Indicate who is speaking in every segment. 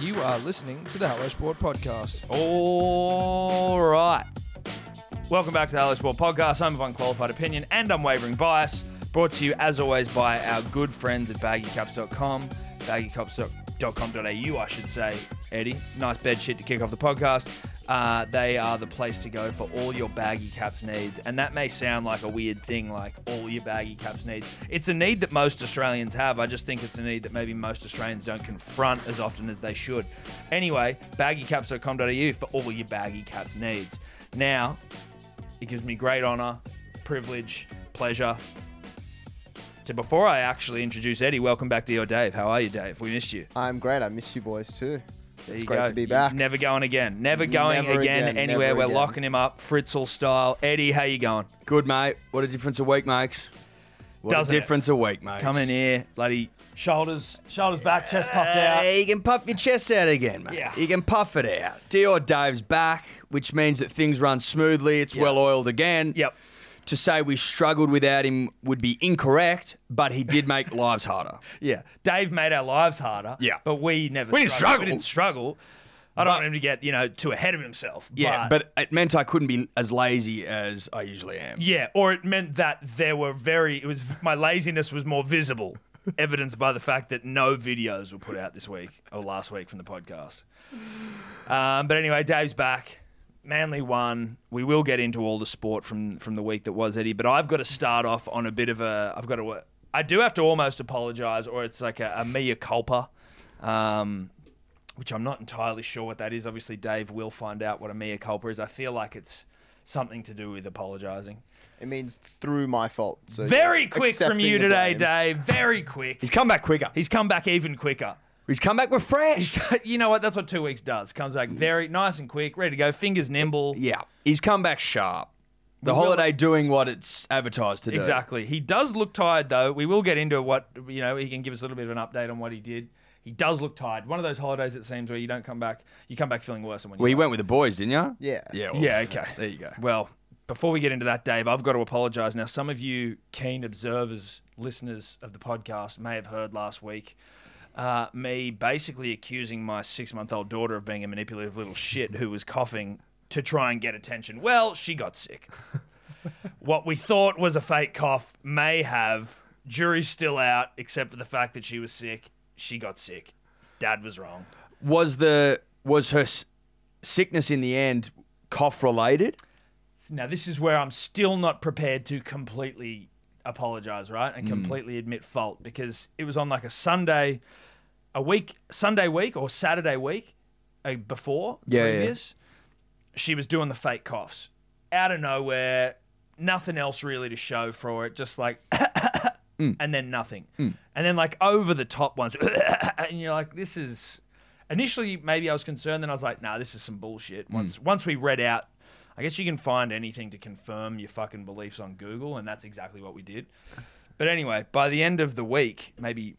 Speaker 1: You are listening to the Hello Sport Podcast.
Speaker 2: All right. Welcome back to the Hello Sport Podcast, home of unqualified opinion and unwavering bias. Brought to you, as always, by our good friends at baggycups.com, baggycups.com.au, I should say, Eddie. Nice bed shit to kick off the podcast. Uh, they are the place to go for all your baggy caps needs. And that may sound like a weird thing, like all your baggy caps needs. It's a need that most Australians have. I just think it's a need that maybe most Australians don't confront as often as they should. Anyway, baggycaps.com.au for all your baggy caps needs. Now, it gives me great honor, privilege, pleasure. So before I actually introduce Eddie, welcome back to your Dave. How are you, Dave? We missed you.
Speaker 3: I'm great. I missed you boys too.
Speaker 2: There
Speaker 3: It's
Speaker 2: you
Speaker 3: great
Speaker 2: go.
Speaker 3: to be back.
Speaker 2: Never going again. Never going
Speaker 3: Never
Speaker 2: again,
Speaker 3: again,
Speaker 2: anywhere.
Speaker 3: never
Speaker 2: We're
Speaker 3: again.
Speaker 2: locking him up, Fritzel style. Eddie, how you going?
Speaker 4: Good, mate. What a difference a week makes. What
Speaker 2: Doesn't it?
Speaker 4: a difference a week makes.
Speaker 2: Come in here, bloody.
Speaker 5: Shoulders, shoulders back, chest puffed
Speaker 4: Uh,
Speaker 5: out.
Speaker 4: you can puff your chest out again, mate.
Speaker 2: Yeah.
Speaker 4: You can puff it out. Dior Dave's back, which means that things run smoothly. It's well oiled again.
Speaker 2: Yep.
Speaker 4: To say we struggled without him would be incorrect, but he did make lives harder.
Speaker 2: Yeah, Dave made our lives harder.
Speaker 4: Yeah.
Speaker 2: but we never.
Speaker 4: We didn't
Speaker 2: We
Speaker 4: struggle.
Speaker 2: didn't struggle. I don't
Speaker 4: But-
Speaker 2: want him to get you know too ahead of himself.
Speaker 4: Yeah, but, it meant I couldn't be as lazy as I usually am.
Speaker 2: yeah, or it meant that there were very. It was my laziness was more visible, evidenced by the fact that no videos were put out this week or last week from the podcast. Um, but anyway, Dave's back. Manly won. We will get into all the sport from from the week that was Eddie, but I've got to start off on a bit of a. I've got to. I do have to almost apologise, or it's like a, a mea culpa, um, which I'm not entirely sure what that is. Obviously, Dave will find out what a mea culpa is. I feel like it's something to do with apologising.
Speaker 3: It means through my fault. So
Speaker 2: Very quick from
Speaker 3: accepting
Speaker 2: you
Speaker 3: the
Speaker 2: today,
Speaker 3: blame.
Speaker 2: Dave. Very quick.
Speaker 4: He's come back quicker.
Speaker 2: He's come back even quicker.
Speaker 4: He's come back refreshed.
Speaker 2: you know what? That's what two weeks does. Comes back very nice and quick, ready to go. Fingers nimble.
Speaker 4: Yeah, he's come back sharp. The
Speaker 2: We will-
Speaker 4: holiday doing what it's advertised to do.
Speaker 2: Exactly. He does look tired, though. We will get into what, you know, he can give us a little bit of an update on what he did. He does look tired. One of those holidays, it seems, where you don't come back, you come back feeling worse than when you
Speaker 4: Well, you
Speaker 2: left.
Speaker 4: went with the boys, didn't you?
Speaker 3: Yeah.
Speaker 4: Yeah. well,
Speaker 2: Yeah, okay.
Speaker 4: There you go.
Speaker 2: Well, before we get into that, Dave, I've got to apologise. Now, some of you keen observers, listeners of the podcast, may have heard last week uh, me basically accusing my six month old daughter of being a manipulative little shit who was coughing to try and get attention. Well, she got sick. what we thought was a fake cough may have. Jury's still out, except for the fact that she was sick. She got sick. Dad was wrong.
Speaker 4: Was the was her s- sickness in the end cough related?
Speaker 2: Now, this is where I'm still not prepared to completely apologize, right?
Speaker 4: Hmm.
Speaker 2: And completely admit fault because it was on like a Sunday, a week, Sunday week or Saturday week uh, before
Speaker 4: Yeah, yeah.
Speaker 2: previous. She was doing the fake coughs out of nowhere, nothing else really to show for it, just like, and then nothing.
Speaker 4: Hmm.
Speaker 2: And then like over the top ones, and you're like, this is. Initially, maybe I was concerned. Then I was like, "Nah, this is some bullshit."
Speaker 4: Hmm.
Speaker 2: Once, once we read out, I guess you can find anything to confirm your fucking beliefs on Google, and that's exactly what we did. But anyway, by the end of the week, maybe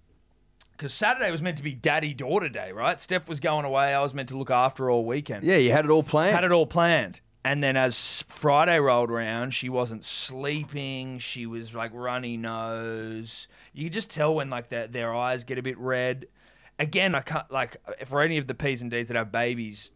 Speaker 2: because Saturday was meant to be daddy daughter day, right? Steph was going away. I was meant to look after her all weekend.
Speaker 4: Yeah, you had it all planned.
Speaker 2: Had it all planned. And then as Friday rolled around, she wasn't sleeping. She was like runny nose. You could just tell when like their their eyes get a bit red. Again, I can't like for any of the P's and D's that have babies,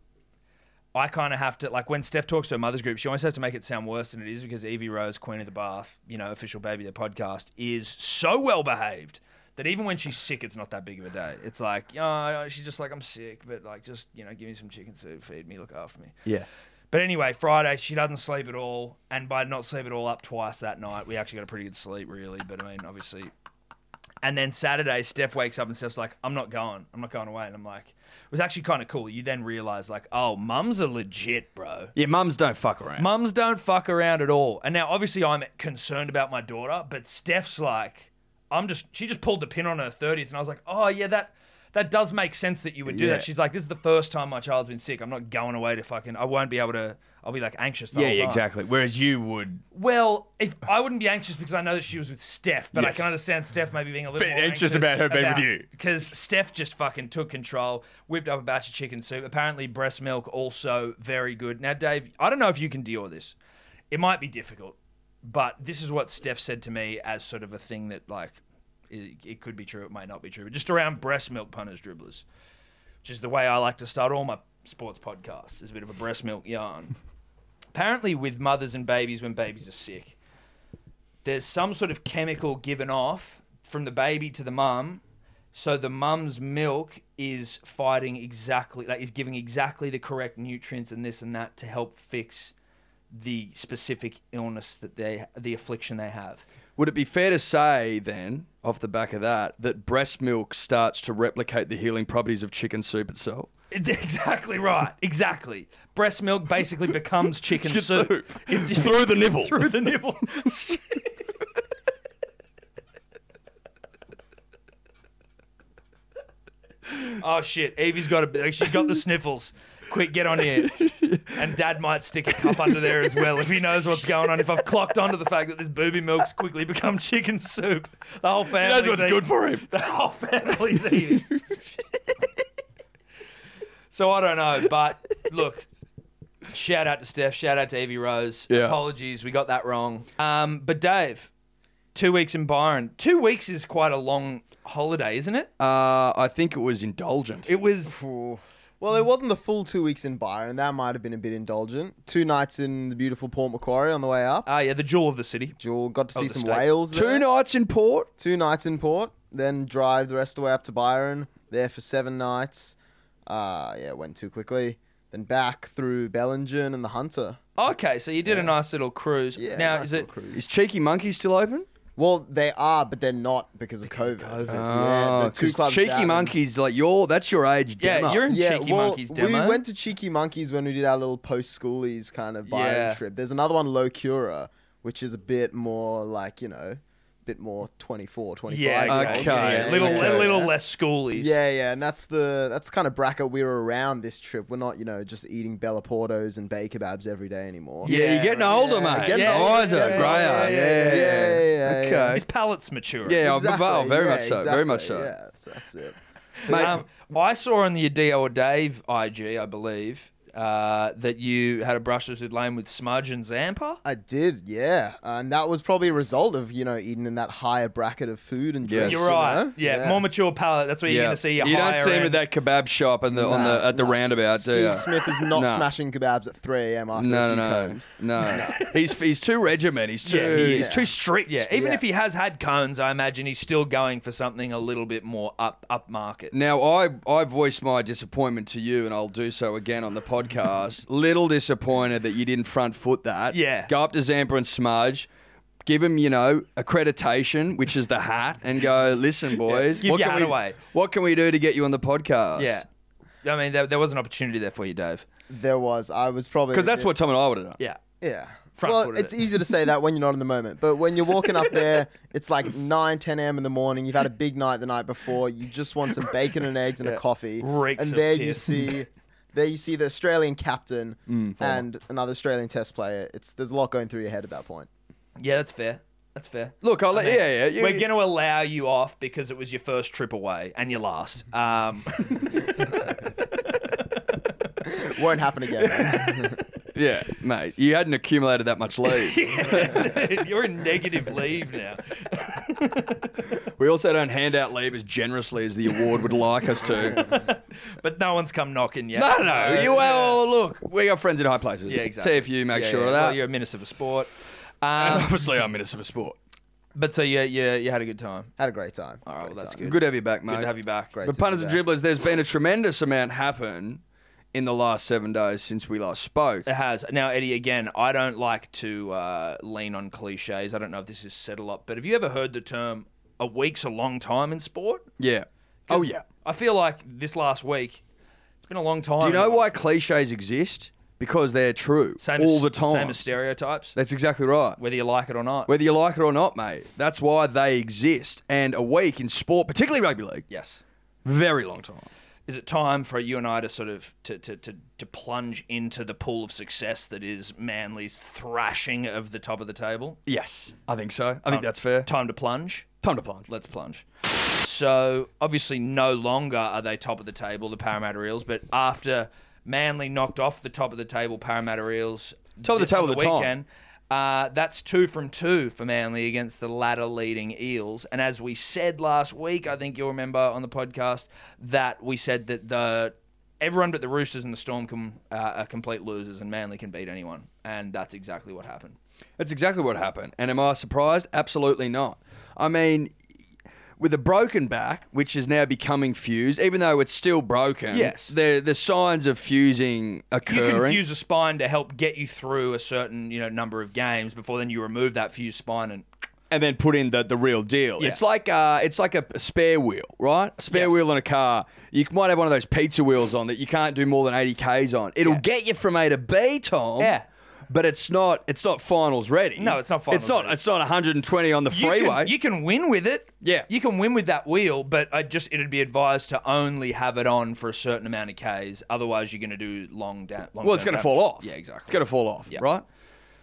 Speaker 2: I kind of have to like when Steph talks to her mother's group, she always has to make it sound worse than it is because Evie Rose, Queen of the Bath, you know, official baby of the podcast, is so well behaved that even when she's sick, it's not that big of a day. It's like, oh, she's just like, I'm sick, but like, just you know, give me some chicken soup, feed me, look after me.
Speaker 4: yeah.
Speaker 2: But anyway, Friday she doesn't sleep at all, and by not sleep at all, up twice that night. We actually got a pretty good sleep, really. But I mean, obviously. And then Saturday, Steph wakes up and Steph's like, "I'm not going. I'm not going away." And I'm like, "It was actually kind of cool." You then realize, like, "Oh, mums are legit, bro.
Speaker 4: Yeah, mums don't fuck around.
Speaker 2: Mums don't fuck around at all." And now, obviously, I'm concerned about my daughter, but Steph's like, "I'm just." She just pulled the pin on her 30th, and I was like, "Oh yeah, that." That does make sense that you would do
Speaker 4: Yeah.
Speaker 2: that. She's like, "This is the first time my child's been sick. I'm not going away to fucking. I won't be able to. I'll be like anxious." The
Speaker 4: yeah,
Speaker 2: whole
Speaker 4: yeah,
Speaker 2: time.
Speaker 4: exactly. Whereas you would
Speaker 2: Well, if I wouldn't be anxious because I know that she was with Steph, but I
Speaker 4: Yes.
Speaker 2: can understand Steph maybe being a little
Speaker 4: Bit
Speaker 2: more
Speaker 4: anxious about her being with you.
Speaker 2: because Steph just fucking took control, whipped up a batch of chicken soup. Apparently, breast milk also very good. Now, Dave, I don't know if you can deal with this. It might be difficult, but this is what Steph said to me as sort of a thing that like it, it could be true, it might not be true, but just around breast milk punters dribblers. which is the way I like to start all my sports podcasts, is a bit of a breast milk yarn. Apparently, with mothers and babies when babies are sick, there's some sort of chemical given off from the baby to the mum. So the mum's milk is fighting exactly, like, is giving exactly the correct nutrients and this and that to help fix the specific illness that they, the affliction they have.
Speaker 4: Would it be fair to say then, off the back of that, that breast milk starts to replicate the healing properties of chicken soup itself?
Speaker 2: Exactly right. Exactly. Breast milk basically becomes chicken,
Speaker 4: Chicken
Speaker 2: soup.
Speaker 4: soup.
Speaker 2: If-
Speaker 4: Through the nipple.
Speaker 2: Through the nipple. oh shit! Evie's got a. bit- She's got the sniffles. Quick, get on here. And Dad might stick a cup under there as well if he knows what's going on. If I've clocked onto the fact that this booby milk's quickly become chicken soup, the whole family
Speaker 4: That's what's good for him.
Speaker 2: the whole family's eating. so I don't know, but look, shout out to Steph, shout out to Evie Rose.
Speaker 4: Yeah.
Speaker 2: Apologies, we got that wrong. Um, but Dave, two weeks in Byron. Two weeks is quite a long holiday, isn't it?
Speaker 4: Uh, I think it was indulgent.
Speaker 2: It was.
Speaker 3: Ooh. Well, it wasn't the full two weeks in Byron. That might have been a bit indulgent. Two nights in the beautiful Port Macquarie on the way up.
Speaker 2: Ah, yeah, the jewel of the city.
Speaker 3: Jewel got to
Speaker 2: Oh,
Speaker 3: see
Speaker 2: the
Speaker 3: some
Speaker 2: state.
Speaker 3: whales.
Speaker 4: Two
Speaker 3: there.
Speaker 4: nights in port.
Speaker 3: two nights in port, then drive the rest of the way up to Byron. There for seven nights. Uh, yeah, went too quickly. Then back through Bellingen and the Hunter.
Speaker 2: Okay, so you did a nice little cruise.
Speaker 3: Yeah.
Speaker 2: now,
Speaker 3: nice
Speaker 2: is it?
Speaker 3: little cruise.
Speaker 4: Is Cheeky Monkey still open?
Speaker 3: Well, they are, but they're not because of COVID. yeah,
Speaker 4: Oh,
Speaker 3: the two
Speaker 4: 'cause
Speaker 3: clubs.
Speaker 4: Cheeky
Speaker 3: down.
Speaker 4: Monkey's like your that's your age
Speaker 2: Yeah,
Speaker 4: demo.
Speaker 2: you're in
Speaker 3: Yeah,
Speaker 2: Cheeky
Speaker 3: well,
Speaker 2: Monkeys demo.
Speaker 3: we went to Cheeky Monkeys when we did our little post-schoolies kind of Byron
Speaker 2: Yeah.
Speaker 3: trip. There's another one, Locura, which is a bit more like you know, bit more 24, 25. year
Speaker 2: yeah, okay.
Speaker 3: olds.
Speaker 4: Okay,
Speaker 2: yeah, little,
Speaker 4: okay.
Speaker 2: a little less schoolies.
Speaker 3: Yeah, yeah, and that's the that's the kind of bracket we were around this trip. We're not, you know, just eating Bella Portos and bay kebabs every day anymore.
Speaker 4: yeah,
Speaker 2: Yeah,
Speaker 4: you're getting older,
Speaker 3: yeah,
Speaker 4: mate.
Speaker 3: getting
Speaker 4: Your
Speaker 2: older,
Speaker 4: eyes are
Speaker 2: yeah,
Speaker 4: grayer.
Speaker 3: yeah,
Speaker 4: Yeah,
Speaker 3: yeah, yeah, yeah,
Speaker 4: Okay.
Speaker 2: his palate's mature.
Speaker 4: Yeah, I've evolved, very
Speaker 3: yeah,
Speaker 4: much so, very much so.
Speaker 3: Yeah, that's, that's it.
Speaker 4: Mate,
Speaker 2: Um, I saw on the Adio or Dave IG, I believe, uh, that you had a brushes with Lane with Smudge and Zampa.
Speaker 3: I did, yeah, and that was probably a result of you know eating in that higher bracket of food and
Speaker 4: Yes.
Speaker 3: drinks.
Speaker 2: You're
Speaker 3: you
Speaker 2: right.
Speaker 3: know?
Speaker 2: yeah, more mature palate. That's where you're
Speaker 4: Yeah.
Speaker 2: going to see your
Speaker 4: you don't
Speaker 2: higher
Speaker 4: see him at
Speaker 2: end.
Speaker 4: that kebab shop and the on
Speaker 3: Nah,
Speaker 4: the at the
Speaker 3: nah.
Speaker 4: roundabout. do ya?
Speaker 3: Steve Smith is not
Speaker 4: No.
Speaker 3: smashing kebabs at 3 a.m. after a
Speaker 4: No, no,
Speaker 3: few
Speaker 4: no,
Speaker 3: cones.
Speaker 4: no. He's he's too regiment. He's too
Speaker 2: Yeah, he
Speaker 4: he's
Speaker 2: is.
Speaker 4: too strict.
Speaker 2: Yeah, even
Speaker 3: Yeah.
Speaker 2: if he has had cones, I imagine he's still going for something a little bit more up upmarket.
Speaker 4: Now I I voiced my disappointment to you, and I'll do so again on the podcast. Little disappointed that you didn't front foot that.
Speaker 2: Yeah.
Speaker 4: Go up to Zampa and Smudge, give him you know accreditation, which is the hat, and go listen, boys.
Speaker 2: Give
Speaker 4: what
Speaker 2: your
Speaker 4: can
Speaker 2: hat
Speaker 4: we
Speaker 2: away."
Speaker 4: what can we do to get you on the podcast?
Speaker 2: Yeah, I mean there, there was an opportunity there for you, Dave.
Speaker 3: There was. I was probably
Speaker 4: because that's
Speaker 3: yeah,
Speaker 4: what Tom and I would have done.
Speaker 2: Yeah,
Speaker 3: Yeah.
Speaker 2: Front
Speaker 3: well,
Speaker 2: footed
Speaker 3: it's
Speaker 2: it.
Speaker 3: easy to say that when you're not in the moment, but when you're walking up there, it's like 9, 10 a.m. in the morning. You've had a big night the night before. You just want some bacon and eggs and a coffee,
Speaker 2: Reeks
Speaker 3: and
Speaker 2: of
Speaker 3: there you
Speaker 2: piss.
Speaker 3: see, there you see the Australian captain
Speaker 4: Mm,
Speaker 3: and another Australian Test player. It's there's a lot going through your head at that point.
Speaker 2: yeah, that's fair. That's fair.
Speaker 4: Look, I'll let
Speaker 2: mean,
Speaker 4: yeah, yeah. You,
Speaker 2: We're going to allow you off because it was your first trip away and your last. Um,
Speaker 3: Won't happen again. man.
Speaker 4: yeah, mate. You hadn't accumulated that much leave.
Speaker 2: dude, you're in negative leave now.
Speaker 4: we also don't hand out leave as generously as the award would like us to.
Speaker 2: But no one's come knocking yet.
Speaker 4: No, no.
Speaker 2: so-
Speaker 4: You, well, look, we got friends in high places.
Speaker 2: Yeah, exactly.
Speaker 4: TFU, make
Speaker 2: Yeah,
Speaker 4: sure
Speaker 2: yeah.
Speaker 4: of that.
Speaker 2: Well, you're a minister for sport.
Speaker 4: And
Speaker 2: Um,
Speaker 4: obviously, I'm Minister for Sport.
Speaker 2: but so yeah, yeah, you had a good time.
Speaker 3: Had a great time.
Speaker 2: All right, well,
Speaker 3: Great
Speaker 2: that's
Speaker 3: time.
Speaker 2: good.
Speaker 4: Good to have you back, mate.
Speaker 2: Good to have you back.
Speaker 3: Great.
Speaker 4: But
Speaker 3: to
Speaker 4: punters
Speaker 3: be
Speaker 4: and
Speaker 3: back.
Speaker 4: dribblers, there's been a tremendous amount happen in the last seven days uh, since we last spoke.
Speaker 2: It has. Now, Eddie, again, I don't like to uh, lean on cliches. I don't know if this is said a lot, but have you ever heard the term a week's a long time in sport?
Speaker 4: Yeah.
Speaker 2: 'Cause
Speaker 4: Oh yeah.
Speaker 2: I feel like this last week, it's been a long time.
Speaker 4: Do you know why cliches exist? Because they're true
Speaker 2: Same
Speaker 4: all
Speaker 2: as,
Speaker 4: the time.
Speaker 2: Same as stereotypes,
Speaker 4: That's exactly right.
Speaker 2: whether you like it or not.
Speaker 4: Whether you like it or not, mate, that's why they exist. And a week in sport, particularly rugby league,
Speaker 2: yes.
Speaker 4: very long time.
Speaker 2: is it time for you and I to sort of to, to, to, to plunge into the pool of success that is Manly's thrashing of the top of the table?
Speaker 4: Yes, I think so. I think that's fair.
Speaker 2: Time to plunge.
Speaker 4: Time to plunge.
Speaker 2: Let's plunge. So obviously, no longer are they top of the table, the Parramatta Eels. But after Manly knocked off the top of the table, Parramatta Eels
Speaker 4: Top of the
Speaker 2: thi- on
Speaker 4: table at the time.
Speaker 2: weekend, Uh, that's two from two for Manly against the latter leading Eels. And as we said last week, I think you'll remember on the podcast that we said that the everyone but the Roosters and the Storm can, uh, are complete losers, and Manly can beat anyone. And that's exactly what happened.
Speaker 4: That's exactly what happened. And am I surprised? Absolutely not. I mean, with a broken back, which is now becoming fused, even though it's still broken.
Speaker 2: Yes.
Speaker 4: the the signs of fusing
Speaker 2: You
Speaker 4: occurring.
Speaker 2: can fuse a spine to help get you through a certain you know number of games before then you remove that fused spine and
Speaker 4: and then put in the, the real deal.
Speaker 2: Yeah.
Speaker 4: It's like uh, it's like a, a spare wheel, right? A spare
Speaker 2: Yes.
Speaker 4: wheel in a car. You might have one of those pizza wheels on that you can't do more than eighty k's on. It'll
Speaker 2: Yeah.
Speaker 4: get you from A to B, Tom.
Speaker 2: Yeah.
Speaker 4: But it's not it's not finals ready.
Speaker 2: No, it's not
Speaker 4: It's
Speaker 2: finals
Speaker 4: not
Speaker 2: ready.
Speaker 4: it's not 120 on the
Speaker 2: You can-
Speaker 4: freeway.
Speaker 2: You can, win with it.
Speaker 4: Yeah.
Speaker 2: You can win with that wheel, but I just it'd be advised to only have it on for a certain amount of Ks. Otherwise you're gonna do long down
Speaker 4: well, it's going to fall off.
Speaker 2: Yeah, exactly.
Speaker 4: It's going to fall off,
Speaker 2: Yeah.
Speaker 4: right?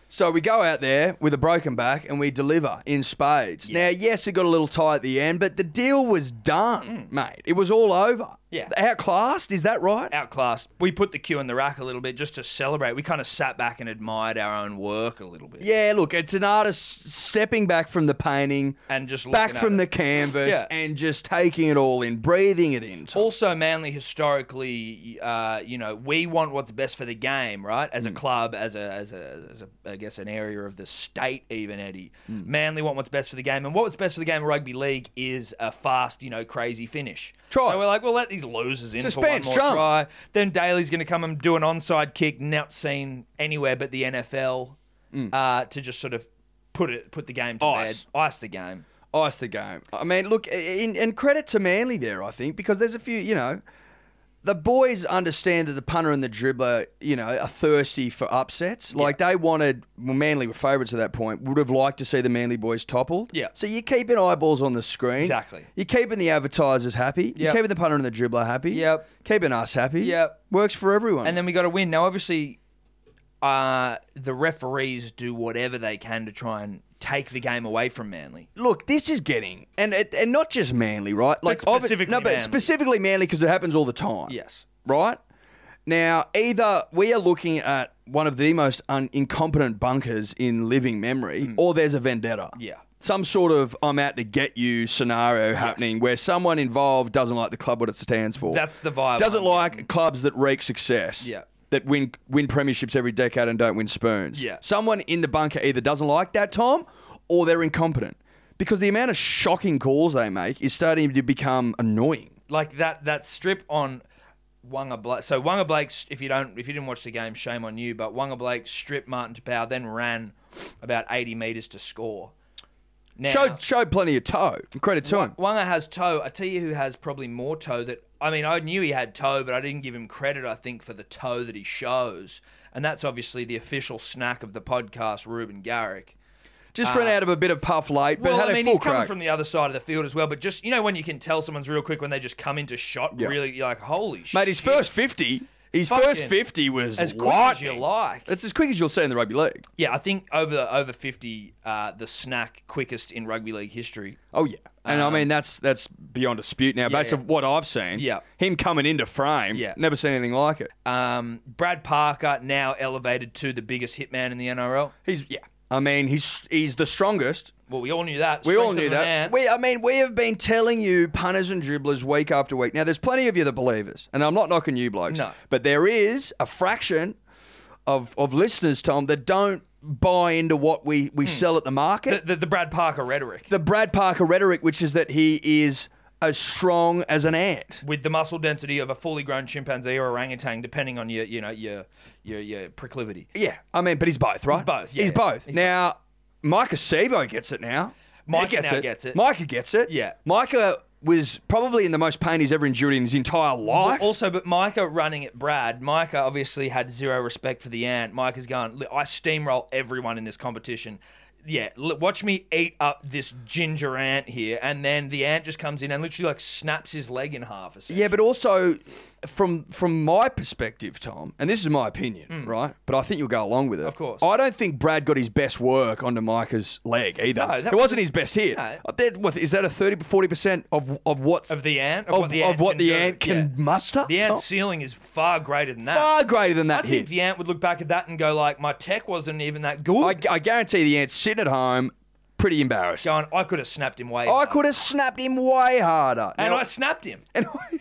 Speaker 4: So we go out there with a broken back and we deliver in spades. Now, yes, it got a little tight at the end, but the deal was done, mate. It was all over.
Speaker 2: Mm. Yeah.
Speaker 4: Outclassed, is that right?
Speaker 2: outclassed. We put the cue in the rack a little bit just to celebrate. We kind of sat back and admired our own work a little bit.
Speaker 4: Yeah, look, it's an artist stepping back from the painting
Speaker 2: And just
Speaker 4: back
Speaker 2: looking at
Speaker 4: from
Speaker 2: it.
Speaker 4: the canvas
Speaker 2: Yeah.
Speaker 4: and just taking it all in, breathing it in. Tom.
Speaker 2: Also, Manly historically, uh, you know, we want what's best for the game, right? As a
Speaker 4: Mm.
Speaker 2: club, as a, as a, as a, I guess, an area of the state, even Eddie. Manly want what's best for the game, and what's best for the game of rugby league is a fast, you know, crazy finish.
Speaker 4: Tries.
Speaker 2: So we're like, we'll let these losers in
Speaker 4: Suspense,
Speaker 2: for one more
Speaker 4: jump.
Speaker 2: try. Then Daly's going to come and do an onside kick, not seen anywhere but the NFL, uh, to just sort of put it, put the game to
Speaker 4: Hmm. Ice.
Speaker 2: bed, ice the game.
Speaker 4: Ice the game. I mean, look, in, and credit to Manly there, I think, because there's a few, you know, the boys understand that the punter and the dribbler, you know, are thirsty for upsets. Like they wanted, well, Manly were favourites at that point, would have liked to see the Manly boys toppled.
Speaker 2: Yeah.
Speaker 4: So you're keeping eyeballs on the screen.
Speaker 2: Exactly.
Speaker 4: You're keeping the advertisers happy. You're
Speaker 2: Yep.
Speaker 4: keeping the punter and the dribbler happy.
Speaker 2: Yep.
Speaker 4: Keeping us happy.
Speaker 2: Yep.
Speaker 4: Works for everyone.
Speaker 2: and then we got to win. Now, obviously, uh, the referees do whatever they can to try and take the game away from Manly.
Speaker 4: look, this is getting and it, and not just Manly, right? obvi-
Speaker 2: specifically
Speaker 4: no, but
Speaker 2: Manly.
Speaker 4: specifically Manly because it happens all the time.
Speaker 2: Yes.
Speaker 4: right. Now, either we are looking at one of the most un- incompetent bunkers in living memory, or there's a vendetta.
Speaker 2: Hmm. Yeah.
Speaker 4: Some sort of I'm out to get you scenario happening where someone involved doesn't like the club what it stands for.
Speaker 2: That's the vibe
Speaker 4: Doesn't
Speaker 2: I'm
Speaker 4: like clubs that reek success.
Speaker 2: Yeah.
Speaker 4: That win win premierships every decade and don't win spoons.
Speaker 2: Yeah.
Speaker 4: Someone in the bunker either doesn't like that, Tom, or they're incompetent. Because the amount of shocking calls they make is starting to become annoying.
Speaker 2: Like that that strip on Wanga Blake. So Wanga Blake, if you don't, if you didn't watch the game, shame on you. But Wanga Blake stripped Martin Tapau, then ran about eighty meters to score. Now,
Speaker 4: Showed showed plenty of toe. Credit to him.
Speaker 2: Wanga has toe. I tell you who has probably more toe that I mean, I knew he had toe, but I didn't give him credit, I think, for the toe that he shows. And that's obviously the official snack of the podcast, Ruben Garrick.
Speaker 4: Just ran out of a bit of puff late, but
Speaker 2: Ah. well,
Speaker 4: had
Speaker 2: I mean,
Speaker 4: a full
Speaker 2: he's coming
Speaker 4: crack.
Speaker 2: from the other side of the field as well, but just, you know, when you can tell someone's real quick when they just come into shot,
Speaker 4: Yeah.
Speaker 2: really, you're like, holy shit.
Speaker 4: Mate, his first fifty, his
Speaker 2: Fucking
Speaker 4: first fifty was
Speaker 2: As quick as you
Speaker 4: lightning.
Speaker 2: like.
Speaker 4: It's as quick as you'll see in the rugby league.
Speaker 2: Yeah, I think over over 50, uh, the snack quickest in rugby league history.
Speaker 4: Oh yeah, and I mean that's that's beyond dispute now. based
Speaker 2: Uh-huh. yeah.
Speaker 4: on what I've seen,
Speaker 2: Yeah.
Speaker 4: him coming into frame,
Speaker 2: Yeah.
Speaker 4: never seen anything like it.
Speaker 2: Um, Brad Parker now elevated to the biggest hitman in the NRL.
Speaker 4: He's yeah, I mean he's he's the strongest.
Speaker 2: Well, we all knew that.
Speaker 4: We all
Speaker 2: Strength of
Speaker 4: knew
Speaker 2: the
Speaker 4: that.
Speaker 2: man.
Speaker 4: We, I mean, we have been telling you punters and dribblers week after week. Now, there's plenty of you that believers, and I'm not knocking you blokes.
Speaker 2: No.
Speaker 4: But there is a fraction of of listeners, Tom, that don't buy into what we
Speaker 2: Hmm.
Speaker 4: we sell at the market.
Speaker 2: the, the, the Brad Parker rhetoric
Speaker 4: the Brad Parker rhetoric, which is that he is as strong as an ant.
Speaker 2: with the muscle density of a fully grown chimpanzee or orangutan, depending on your you know your your, your proclivity.
Speaker 4: Yeah, I mean, but he's both, right?
Speaker 2: both, yeah,
Speaker 4: he's
Speaker 2: yeah.
Speaker 4: both.
Speaker 2: He's
Speaker 4: now, Micah Sebo gets it now.
Speaker 2: Micah
Speaker 4: He
Speaker 2: now gets it.
Speaker 4: Micah gets it.
Speaker 2: Yeah.
Speaker 4: Micah was probably in the most pain he's ever endured in his entire life.
Speaker 2: Also, but Micah running at Brad. Micah obviously had zero respect for the ant. Micah's going, "Look, I steamroll everyone in this competition. Yeah, look, watch me eat up this ginger ant here, and then the ant just comes in and literally like snaps his leg in half.
Speaker 4: yeah, but also from from my perspective, Tom, and this is my opinion, right? But I think you'll go along with it.
Speaker 2: Mm. Of course.
Speaker 4: I don't think Brad got his best work onto Micah's leg either.
Speaker 2: No, that
Speaker 4: it wasn't his best hit.
Speaker 2: No.
Speaker 4: I bet- what, is that a 30 40% of, of what's.
Speaker 2: Of the ant, of
Speaker 4: Of,
Speaker 2: what the
Speaker 4: of
Speaker 2: ant can
Speaker 4: what the
Speaker 2: do,
Speaker 4: ant can
Speaker 2: yeah.
Speaker 4: muster?
Speaker 2: The
Speaker 4: Tom?
Speaker 2: ant ceiling is far greater than that.
Speaker 4: Far greater than
Speaker 2: I
Speaker 4: that
Speaker 2: think
Speaker 4: hit.
Speaker 2: the ant would look back at that and go like, my tech wasn't even that good.
Speaker 4: I, I guarantee the ant's sitting at home pretty embarrassed.
Speaker 2: going, I could have snapped him way.
Speaker 4: I
Speaker 2: harder."
Speaker 4: could have snapped him way harder.
Speaker 2: and
Speaker 4: Now-
Speaker 2: I snapped him.
Speaker 4: and I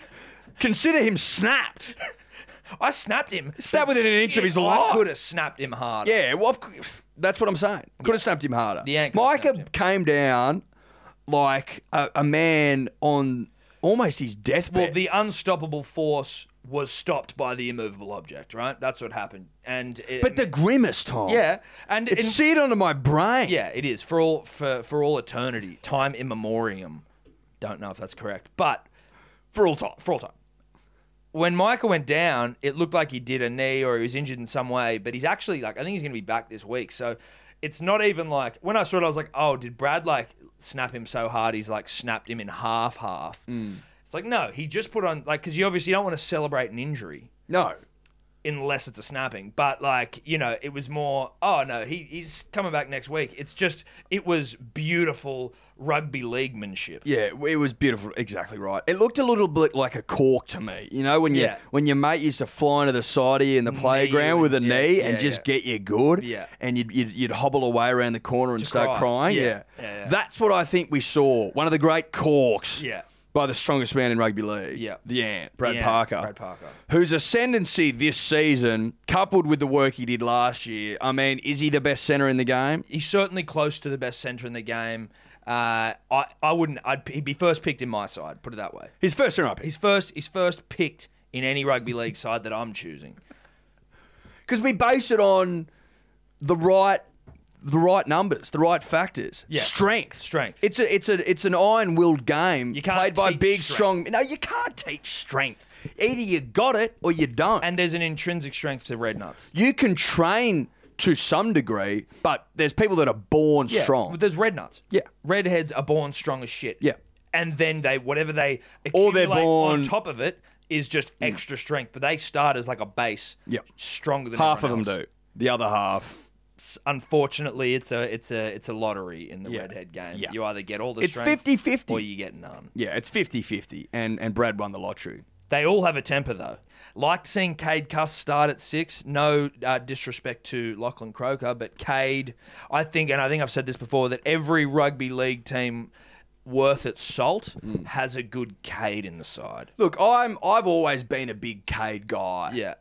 Speaker 4: consider him snapped.
Speaker 2: I snapped him.
Speaker 4: Snapped
Speaker 2: But
Speaker 4: within an inch of
Speaker 2: shit,
Speaker 4: his
Speaker 2: I
Speaker 4: life.
Speaker 2: could have snapped him hard.
Speaker 4: Yeah, well, of cou- that's what I'm saying. Could have snapped him harder.
Speaker 2: The ant could have
Speaker 4: Micah
Speaker 2: snapped him.
Speaker 4: came down like a, a man on almost his deathbed.
Speaker 2: Well, the unstoppable force was stopped by the immovable object, right? That's what happened. And it,
Speaker 4: but the grimace, Tom.
Speaker 2: yeah, and
Speaker 4: It's
Speaker 2: and-
Speaker 4: seared onto my brain.
Speaker 2: yeah, it is for all for for all eternity, time immemorium. Don't know if that's correct, but
Speaker 4: For all time.
Speaker 2: for all time. When Michael went down, it looked like he did a knee or he was injured in some way, but he's actually like, I think he's going to be back this week. So it's not even like, when I saw it, I was like, oh, did Brad like snap him so hard he's like snapped him in half, half? It's like, no, he just put on, like, because you obviously don't want to celebrate an injury
Speaker 4: No.
Speaker 2: unless it's a snapping. But like, you know, it was more, oh no, he, he's coming back next week. It's just, it was beautiful rugby leaguemanship.
Speaker 4: Yeah, it was beautiful. Exactly right. It looked a little bit like a cork to me. You know, when you
Speaker 2: Yeah.
Speaker 4: when your mate used to fly into the side of you in the playground with a
Speaker 2: yeah,
Speaker 4: knee
Speaker 2: yeah,
Speaker 4: and just
Speaker 2: yeah.
Speaker 4: get you good.
Speaker 2: Yeah.
Speaker 4: And you'd, you'd, you'd hobble away around the corner and
Speaker 2: To
Speaker 4: start
Speaker 2: cry.
Speaker 4: crying.
Speaker 2: Yeah,
Speaker 4: Yeah.
Speaker 2: yeah, yeah.
Speaker 4: That's what I think we saw. One of the great corks.
Speaker 2: Yeah.
Speaker 4: By the strongest man in rugby league.
Speaker 2: Yeah.
Speaker 4: The Ant, Brad
Speaker 2: The Ant,
Speaker 4: Parker.
Speaker 2: Brad Parker.
Speaker 4: Whose ascendancy this season, coupled with the work he did last year, I mean, is he the best centre in the game?
Speaker 2: He's certainly close to the best centre in the game. Uh, I I wouldn't. I'd, he'd be first picked in my side. Put it that way.
Speaker 4: His first centre up.
Speaker 2: He's first. He's first picked in any rugby league side that I'm choosing.
Speaker 4: because we base it on the right the right numbers, the right factors.
Speaker 2: Yeah.
Speaker 4: Strength.
Speaker 2: Strength.
Speaker 4: It's a it's a it's an iron-willed game
Speaker 2: You can't
Speaker 4: played by
Speaker 2: teach
Speaker 4: big
Speaker 2: strength.
Speaker 4: strong No, you can't teach strength. Either you got it or you don't.
Speaker 2: And there's an intrinsic strength to red nuts.
Speaker 4: you can train to some degree, but there's people that are born strong.
Speaker 2: But there's red nuts.
Speaker 4: Yeah.
Speaker 2: Redheads are born strong as shit.
Speaker 4: Yeah.
Speaker 2: And then they whatever they
Speaker 4: Or they're
Speaker 2: accumulate on
Speaker 4: born- Mm.
Speaker 2: top of it is just extra strength. But they start as like a base.
Speaker 4: Yeah.
Speaker 2: Stronger than
Speaker 4: half of
Speaker 2: everyone
Speaker 4: them
Speaker 2: else.
Speaker 4: do. The other half.
Speaker 2: S- Unfortunately, it's a it's a it's a lottery in the
Speaker 4: Yeah.
Speaker 2: redhead game.
Speaker 4: Yeah.
Speaker 2: You either get all the
Speaker 4: It's
Speaker 2: strength
Speaker 4: 50-50.
Speaker 2: or you get none.
Speaker 4: Yeah, it's 50-50 and and Brad won the lottery.
Speaker 2: They all have a temper though. Liked seeing Cade Cuss start at six. No uh, disrespect to Lachlan Croker, but Cade, I think, and I think I've said this before, that every rugby league team worth its salt has a good Cade in the side.
Speaker 4: Mm. Look, I'm I've always been a big Cade guy.
Speaker 2: Yeah,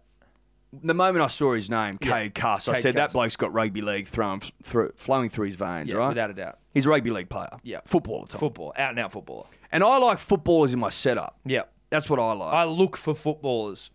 Speaker 4: the moment I saw his name, Cade Cuss, I
Speaker 2: Cade
Speaker 4: said
Speaker 2: Cuss.
Speaker 4: that bloke's got rugby league thrown through, flowing through his veins,
Speaker 2: yeah,
Speaker 4: right?
Speaker 2: without a doubt.
Speaker 4: He's a rugby league player.
Speaker 2: Yeah.
Speaker 4: Footballer, Tom.
Speaker 2: Football, out and out footballer.
Speaker 4: and I like footballers in my setup.
Speaker 2: Yeah,
Speaker 4: That's what I like. Mm.
Speaker 2: I look for footballers.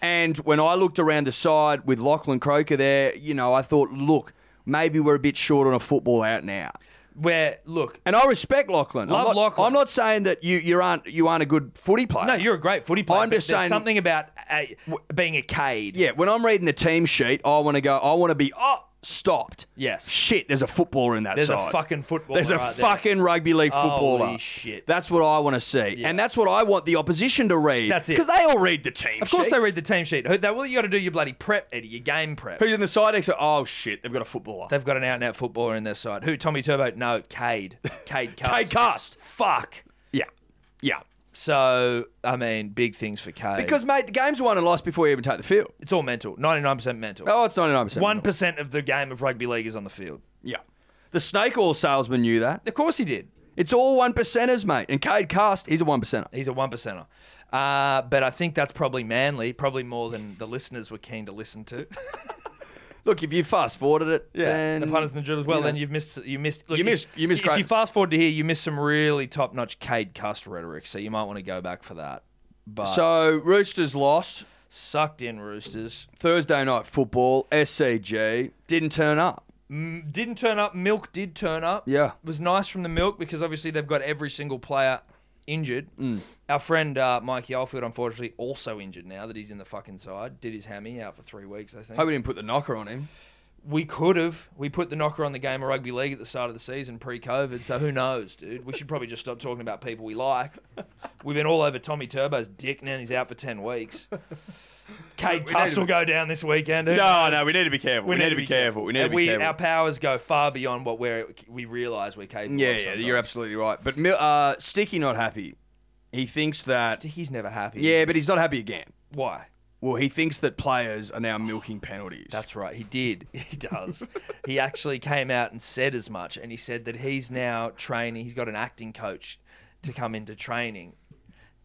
Speaker 4: and when I looked around the side with Lachlan Croker there, you know, I thought, look, maybe we're a bit short on a football out now.
Speaker 2: Where look,
Speaker 4: And I respect Lachlan.
Speaker 2: Love
Speaker 4: I'm not,
Speaker 2: Lachlan.
Speaker 4: I'm not saying that you, you aren't you aren't a good footy player.
Speaker 2: no, you're a great footy player.
Speaker 4: I'm
Speaker 2: but
Speaker 4: just
Speaker 2: there's
Speaker 4: saying-
Speaker 2: something about a, being a Cade.
Speaker 4: Yeah, when I'm reading the team sheet, I want to go. I want to be oh stopped.
Speaker 2: Yes.
Speaker 4: Shit, there's a footballer in that
Speaker 2: There's a
Speaker 4: side.
Speaker 2: fucking footballer
Speaker 4: There's a
Speaker 2: right there.
Speaker 4: fucking rugby league
Speaker 2: Holy
Speaker 4: footballer.
Speaker 2: shit.
Speaker 4: That's what I want to see, and that's what I want the opposition to read.
Speaker 2: That's it.
Speaker 4: Because they all read the team.
Speaker 2: Of course,
Speaker 4: sheets.
Speaker 2: they read the team sheet. Who- That well, you got to do your bloody prep, Eddie. Your game prep.
Speaker 4: Who's in the side? Extra. Oh shit, they've got a footballer.
Speaker 2: They've got an out and out footballer in their side. Who? Tommy Turbo? No, Cade. Cade Cast.
Speaker 4: Cade Cast.
Speaker 2: Fuck.
Speaker 4: Yeah, yeah.
Speaker 2: So, I mean, big things for Cade.
Speaker 4: Because mate, the game's won and lost before you even take the field.
Speaker 2: it's all mental. 99% mental.
Speaker 4: Oh, it's ninety nine percent.
Speaker 2: 1% of the game of rugby league is on the field.
Speaker 4: Yeah. The snake oil salesman knew that.
Speaker 2: Of course he did.
Speaker 4: It's all one percenters, mate. And Cade Cast, he's a one percenter.
Speaker 2: He's a one percenter. Uh, but I think that's probably manly, probably more than the listeners were keen to listen to.
Speaker 4: Look, if you fast forwarded it,
Speaker 2: Yeah,
Speaker 4: then
Speaker 2: the punters and the dribblers. Well,
Speaker 4: you know.
Speaker 2: then you've missed. You missed. Look,
Speaker 4: You missed-
Speaker 2: If,
Speaker 4: you missed
Speaker 2: If
Speaker 4: great-
Speaker 2: you fast forward to here, you missed some really top-notch Cade Cust rhetoric. So you might want to go back for that. But
Speaker 4: So Roosters lost
Speaker 2: sucked in Roosters.
Speaker 4: Thursday night football. SCG didn't turn up.
Speaker 2: M- didn't turn up. Milk did turn up.
Speaker 4: Yeah.
Speaker 2: was nice from the milk because obviously they've got every single player injured. Our friend uh, Mikey Alfield, unfortunately, also injured now that he's in the fucking side. Did his hammy out for three weeks, I think.
Speaker 4: Hope we didn't put the knocker on him.
Speaker 2: we could have. We put the knocker on the game of rugby league at the start of the season pre-COVID, so who knows, dude? We should probably just stop talking about people we like. We've been all over Tommy Turbo's dick now. He's out for ten weeks. Cade
Speaker 6: We- we
Speaker 2: Cuss
Speaker 6: need to-
Speaker 2: will go down this weekend. who
Speaker 6: No,
Speaker 2: knows?
Speaker 6: no, we need to be careful. We, need, to be careful. We need to
Speaker 2: And
Speaker 6: be careful.
Speaker 2: Our powers go far beyond what we're, we realise we're capable
Speaker 4: Yeah,
Speaker 2: of.
Speaker 4: yeah,
Speaker 2: sometimes.
Speaker 4: you're absolutely right. But Mil- uh, Sticky not happy. He thinks that.
Speaker 2: Sticky's never happy.
Speaker 4: yeah, but he's not happy again.
Speaker 2: Why?
Speaker 4: Well, he thinks that players are now milking penalties.
Speaker 2: That's right. He did. He does. he actually came out and said as much, and he said that he's now training. He's got an acting coach to come into training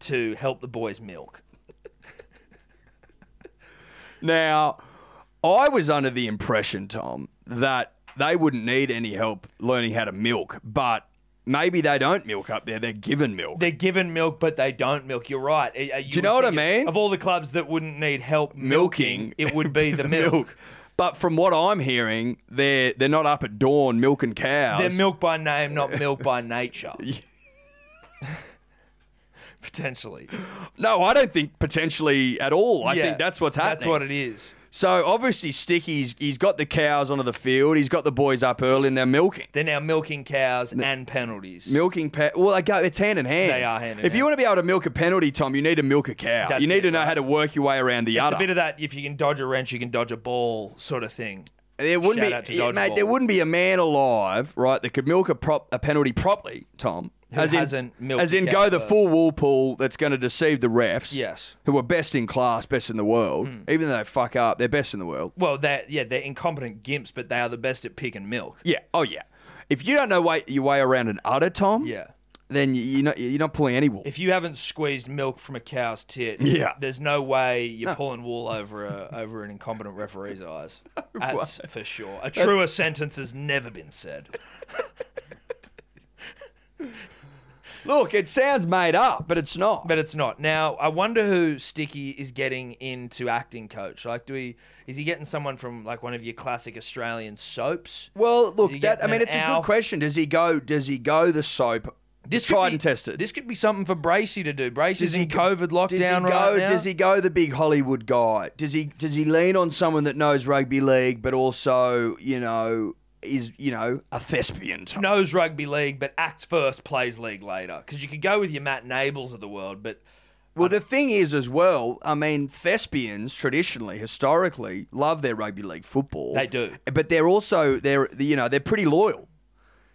Speaker 2: to help the boys milk.
Speaker 4: now. I was under the impression, Tom, that they wouldn't need any help learning how to milk, but maybe they don't milk up there. They're given milk.
Speaker 2: They're given milk, but they don't milk. You're right. Uh, uh, You
Speaker 4: you know
Speaker 2: would
Speaker 4: what I
Speaker 2: think it-
Speaker 4: mean?
Speaker 2: Of all the clubs that wouldn't need help milking,
Speaker 4: Milking.
Speaker 2: it would be the, milk.
Speaker 4: But from what I'm hearing, they're they're not up at dawn milking cows.
Speaker 2: They're milk by name, not milk by nature. Potentially.
Speaker 4: No, I don't think potentially at all. I
Speaker 2: Yeah,
Speaker 4: think that's what's happening.
Speaker 2: That's what it is.
Speaker 4: So obviously, Sticky's he's got the cows onto the field. He's got the boys up early and they're milking.
Speaker 2: They're now milking cows and penalties.
Speaker 4: Milking pe- well, they go, it's hand in hand.
Speaker 2: They are hand in
Speaker 4: If you
Speaker 2: hand.
Speaker 4: want to be able to milk a penalty, Tom, you need to milk a cow.
Speaker 2: That's
Speaker 4: you need
Speaker 2: it,
Speaker 4: to know
Speaker 2: right.
Speaker 4: how to work your way around the
Speaker 2: It's
Speaker 4: udder.
Speaker 2: a bit of that. If you can dodge a wrench, you can dodge a ball, sort of thing.
Speaker 4: there wouldn't
Speaker 2: Shout out to
Speaker 4: be, yeah, mate.
Speaker 2: Dodgeball.
Speaker 4: There wouldn't be a man alive, right, that could milk a prop a penalty properly, Tom.
Speaker 2: Who
Speaker 4: as in,
Speaker 2: hasn't milked
Speaker 4: as
Speaker 2: a
Speaker 4: in
Speaker 2: cow
Speaker 4: go the
Speaker 2: first.
Speaker 4: full wool pool that's going to deceive the refs.
Speaker 2: Yes. Hmm.
Speaker 4: who are best in class, best in the world. Even though they fuck up, they're best in the world.
Speaker 2: Well, they yeah, they're incompetent gimps, but they are the best at pick and milk.
Speaker 4: Yeah. Oh yeah. If you don't know way, your way around an udder, Tom,
Speaker 2: Yeah.
Speaker 4: then you- you're not you're not pulling any wool.
Speaker 2: If you haven't squeezed milk from a cow's tit,
Speaker 4: Yeah.
Speaker 2: there's no way you're pulling wool over a, over an incompetent referee's eyes. That's for sure. A truer sentence has never been said.
Speaker 4: Look, it sounds made up, but it's not.
Speaker 2: But it's not. Now, I wonder who Sticky is getting into acting coach. Like, do we is he getting someone from like one of your classic Australian soaps?
Speaker 4: well,
Speaker 2: Is he
Speaker 4: look, that I
Speaker 2: getting
Speaker 4: mean,
Speaker 2: an
Speaker 4: it's a good
Speaker 2: Alf?
Speaker 4: question. Does he go? Does he go the soap? This
Speaker 2: could
Speaker 4: tried
Speaker 2: be-
Speaker 4: and tested.
Speaker 2: This could be something for Bracey to do. Bracey's
Speaker 4: does
Speaker 2: in COVID lockdown
Speaker 4: does he go,
Speaker 2: right now.
Speaker 4: Does he go the big Hollywood guy? Does he does he lean on someone that knows rugby league, but also you know is you know a thespian? Tom?
Speaker 2: knows rugby league, but acts first, plays league later? Because you could go with your Matt Nables of the world, but
Speaker 4: Well, the thing is, as well, I mean, thespians traditionally, historically, love their rugby league football.
Speaker 2: They do.
Speaker 4: but they're also they're you know they're pretty loyal.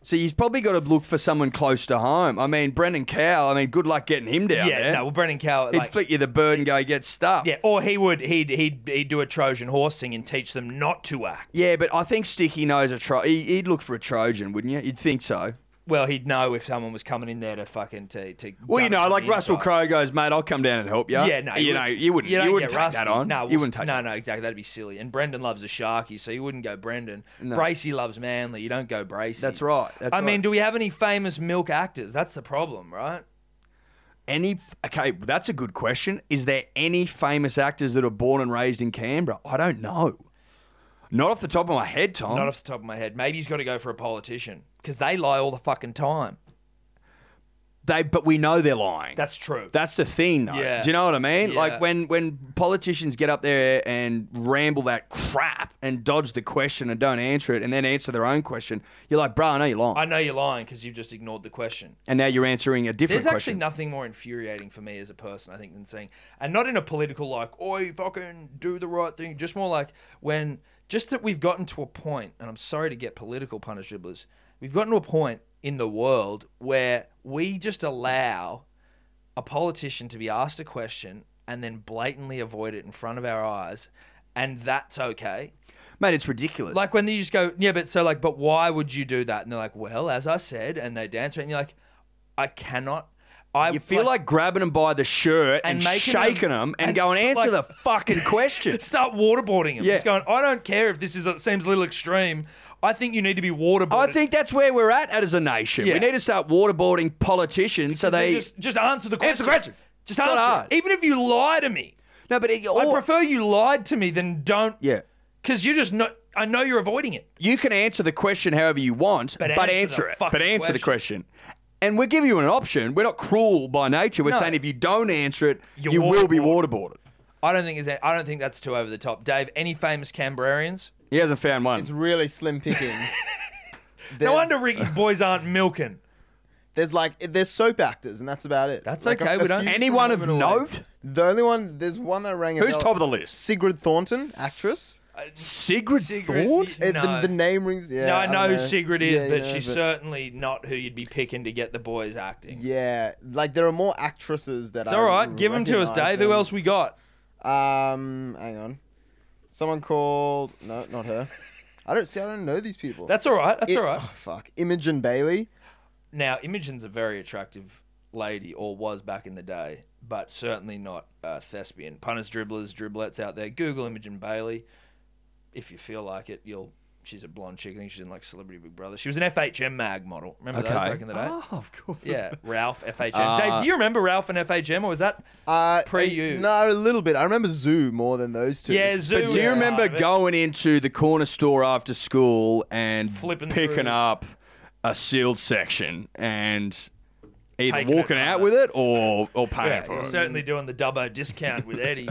Speaker 4: So he's probably got to look for someone close to home. I mean, Brendan Cow. I mean, good luck getting him down
Speaker 2: yeah,
Speaker 4: there.
Speaker 2: no. Well, Brendan Cowell,
Speaker 4: He'd
Speaker 2: like,
Speaker 4: flick you the bird and go get stuffed.
Speaker 2: yeah, or he would he'd, he'd he'd do a Trojan horse thing and teach them not to act.
Speaker 4: Yeah, but I think Sticky knows a Tro. he- He'd look for a Trojan, wouldn't you? You'd think so.
Speaker 2: Well, he'd know if someone was coming in there to fucking to, to
Speaker 4: Well, you
Speaker 2: gun it
Speaker 4: know,
Speaker 2: from
Speaker 4: like
Speaker 2: the
Speaker 4: Russell
Speaker 2: inside.
Speaker 4: Crowe goes, mate, I'll come down and help you.
Speaker 2: Yeah, no,
Speaker 4: you know, you wouldn't,
Speaker 2: don't
Speaker 4: you wouldn't
Speaker 2: get
Speaker 4: take that
Speaker 2: rusty.
Speaker 4: on.
Speaker 2: No, well,
Speaker 4: you wouldn't take.
Speaker 2: no,
Speaker 4: that.
Speaker 2: no, exactly. That'd be silly. And Brendan loves the Sharky, so you wouldn't go Brendan. Bracey loves Manly. You don't go Bracey.
Speaker 4: That's right, that's
Speaker 2: I mean,
Speaker 4: right.
Speaker 2: do we have any famous milk actors? That's the problem, right?
Speaker 4: any okay that's a good question is there any famous actors that are born and raised in canberra i don't know not off the top of my head tom
Speaker 2: Not off the top of my head. Maybe he's got to go for a politician because they lie all the fucking time.
Speaker 4: they but we know they're lying
Speaker 2: That's true.
Speaker 4: that's the thing though
Speaker 2: Yeah.
Speaker 4: do you know what i mean
Speaker 2: Yeah.
Speaker 4: like when when politicians get up there and ramble that crap and dodge the question and don't answer it and then answer their own question you're like bro i know you're lying
Speaker 2: I know you're lying because you've just ignored the question.
Speaker 4: and now you're answering a different
Speaker 2: There's actually
Speaker 4: question
Speaker 2: nothing more infuriating for me as a person, I think, than saying, and not in a political like, "Oi, fucking do the right thing." Just more like when, just that we've gotten to a point, and I'm sorry to get political, punish dribblers. We've gotten to a point in the world where we just allow a politician to be asked a question and then blatantly avoid it in front of our eyes, and that's okay.
Speaker 4: mate it's ridiculous
Speaker 2: Like when you just go, yeah, but so like, but why would you do that? And they're like, well, as I said, and they dance, and you're like, I cannot. I
Speaker 4: you feel like, grabbing them by the shirt and,
Speaker 2: And making
Speaker 4: shaking
Speaker 2: them-
Speaker 4: them, and,
Speaker 2: and,
Speaker 4: going, answer
Speaker 2: like-
Speaker 4: the fucking question.
Speaker 2: start waterboarding him.
Speaker 4: Yeah.
Speaker 2: Just going, I don't care if this is seems a little extreme. I think you need to be waterboarded.
Speaker 4: I think that's where we're at as a nation.
Speaker 2: Yeah.
Speaker 4: We need to start waterboarding politicians so they.
Speaker 2: just, just answer the question.
Speaker 4: Answer the question.
Speaker 2: Just
Speaker 4: It's not
Speaker 2: answer. it.
Speaker 4: hard.
Speaker 2: Even if you lie to me,
Speaker 4: no, but it,
Speaker 2: I
Speaker 4: or-
Speaker 2: prefer you lied to me than don't.
Speaker 4: Yeah.
Speaker 2: Because you're just not. I know you're avoiding it.
Speaker 4: you can answer the question however you want, but,
Speaker 2: answer the
Speaker 4: answer, it.
Speaker 2: fucking
Speaker 4: But answer the question. And we give you an option. We're not cruel by nature. We're
Speaker 2: No.
Speaker 4: saying if you don't answer it,
Speaker 2: You're
Speaker 4: You're will be waterboarded.
Speaker 2: I don't think is. I don't think that's too over the top, Dave. Any famous Canberrarians?
Speaker 6: He hasn't found one.
Speaker 3: It's really slim pickings.
Speaker 2: No
Speaker 3: There's-
Speaker 2: wonder Ricky's boys aren't milking.
Speaker 3: There's like there's soap actors and that's about it.
Speaker 2: That's
Speaker 3: Like, a-
Speaker 2: okay, we
Speaker 3: a
Speaker 2: don't-
Speaker 3: few
Speaker 6: Anyone of
Speaker 3: women away.
Speaker 6: note?
Speaker 3: The only one there's one that rang. a
Speaker 6: Who's
Speaker 3: bell-
Speaker 6: top of the list? Uh,
Speaker 3: Sigrid Thornton, actress.
Speaker 6: Sigrid,
Speaker 2: Sigrid-
Speaker 6: Thorne?
Speaker 3: Eh,
Speaker 2: No.
Speaker 3: The, the name rings. Yeah,
Speaker 2: no, I
Speaker 3: don't
Speaker 2: know who Sigrid is,
Speaker 3: Yeah,
Speaker 2: but
Speaker 3: yeah,
Speaker 2: she's certainly not who you'd be picking to get the boys acting.
Speaker 3: Yeah, like there are more actresses that.
Speaker 2: It's
Speaker 3: I
Speaker 2: all right. Give them to us,
Speaker 3: recognise
Speaker 2: Dave. Who
Speaker 3: than-
Speaker 2: else we got?
Speaker 3: Um, hang on. Someone called. No, not her. I don't see. I don't know these people.
Speaker 2: That's all right. That's
Speaker 3: I-
Speaker 2: all right.
Speaker 3: oh, fuck. Imogen Bailey.
Speaker 2: Now, Imogen's a very attractive lady, or was back in the day, but certainly not a thespian. Punters, dribblers, driblets out there, Google Imogen Bailey. If you feel like it, you'll. She's a blonde chick. I think she's in like Celebrity Big Brother. She was an FHM mag model. Remember those back in the day?
Speaker 4: Oh, of course.
Speaker 2: Yeah, Ralph FHM.
Speaker 4: Ah.
Speaker 2: Dave, do you remember Ralph and FHM, or was that?
Speaker 3: Uh,
Speaker 2: Pre
Speaker 3: eh,
Speaker 2: you.
Speaker 3: No, a little bit. I remember Zoo more than those two.
Speaker 2: Yeah, Zoo.
Speaker 4: But do you
Speaker 2: Yeah.
Speaker 4: remember
Speaker 2: Yeah.
Speaker 4: going into the corner store after school and
Speaker 2: Flipping
Speaker 6: picking
Speaker 2: through.
Speaker 6: up a sealed section and either
Speaker 2: Taking it
Speaker 6: walking out
Speaker 2: home.
Speaker 6: with it or, or paying
Speaker 2: Yeah,
Speaker 6: for
Speaker 2: you're
Speaker 6: it.
Speaker 2: certainly doing the Dubbo discount with Eddie.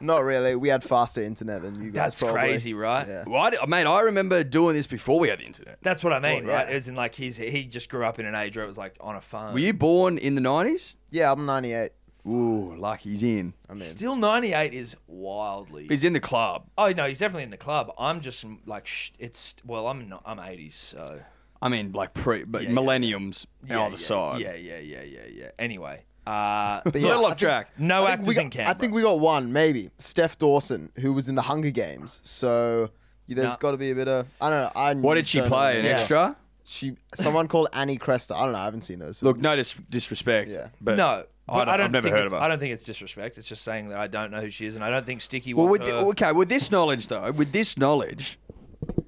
Speaker 3: Not really. We had faster internet than you guys.
Speaker 2: That's
Speaker 3: probably.
Speaker 2: crazy, right?
Speaker 3: Yeah.
Speaker 4: Well, I, d- mate, I remember doing this before we had the internet.
Speaker 2: That's what I mean,
Speaker 3: Well, yeah.
Speaker 2: right? As in, like, he's he just grew up in an age where it was like on a farm.
Speaker 4: Were you born in the 90s?
Speaker 3: Yeah, I'm 98.
Speaker 4: Ooh, lucky's in.
Speaker 3: I mean,
Speaker 2: Still, ninety-eight is wildly.
Speaker 4: He's in the club.
Speaker 2: Oh no, he's definitely in the club. I'm just like sh- it's well, I'm not, I'm 80s, so
Speaker 4: I mean, like pre, but
Speaker 2: Yeah, yeah,
Speaker 4: millenniums
Speaker 2: yeah,
Speaker 4: either
Speaker 2: yeah,
Speaker 4: side.
Speaker 2: Yeah, yeah, yeah, yeah, yeah. Anyway, uh,
Speaker 3: but
Speaker 4: A
Speaker 3: yeah,
Speaker 4: little
Speaker 3: I think-
Speaker 4: off track.
Speaker 3: I
Speaker 2: no
Speaker 3: think
Speaker 2: actors
Speaker 3: we got,
Speaker 2: in Canberra.
Speaker 3: I think we got one, maybe Steph Dawson, who was in the Hunger Games. So yeah, there's
Speaker 2: No.
Speaker 3: got to be a bit of I don't know. I
Speaker 4: What did she
Speaker 3: don't know.
Speaker 4: play? An
Speaker 2: Yeah.
Speaker 4: extra?
Speaker 3: She someone called Annie Cresta. I don't know. I haven't seen those.
Speaker 4: Look, no dis- disrespect.
Speaker 3: Yeah.
Speaker 4: But
Speaker 2: no.
Speaker 6: I
Speaker 2: but
Speaker 6: don't-
Speaker 2: I don't
Speaker 6: I've never
Speaker 2: think
Speaker 6: heard
Speaker 2: it's-
Speaker 6: of her.
Speaker 2: I don't think it's disrespect. It's just saying that I don't know who she is, and I don't think Sticky
Speaker 4: Well,
Speaker 2: wants
Speaker 4: with thi-
Speaker 2: her.
Speaker 4: okay, with this knowledge though, with this knowledge,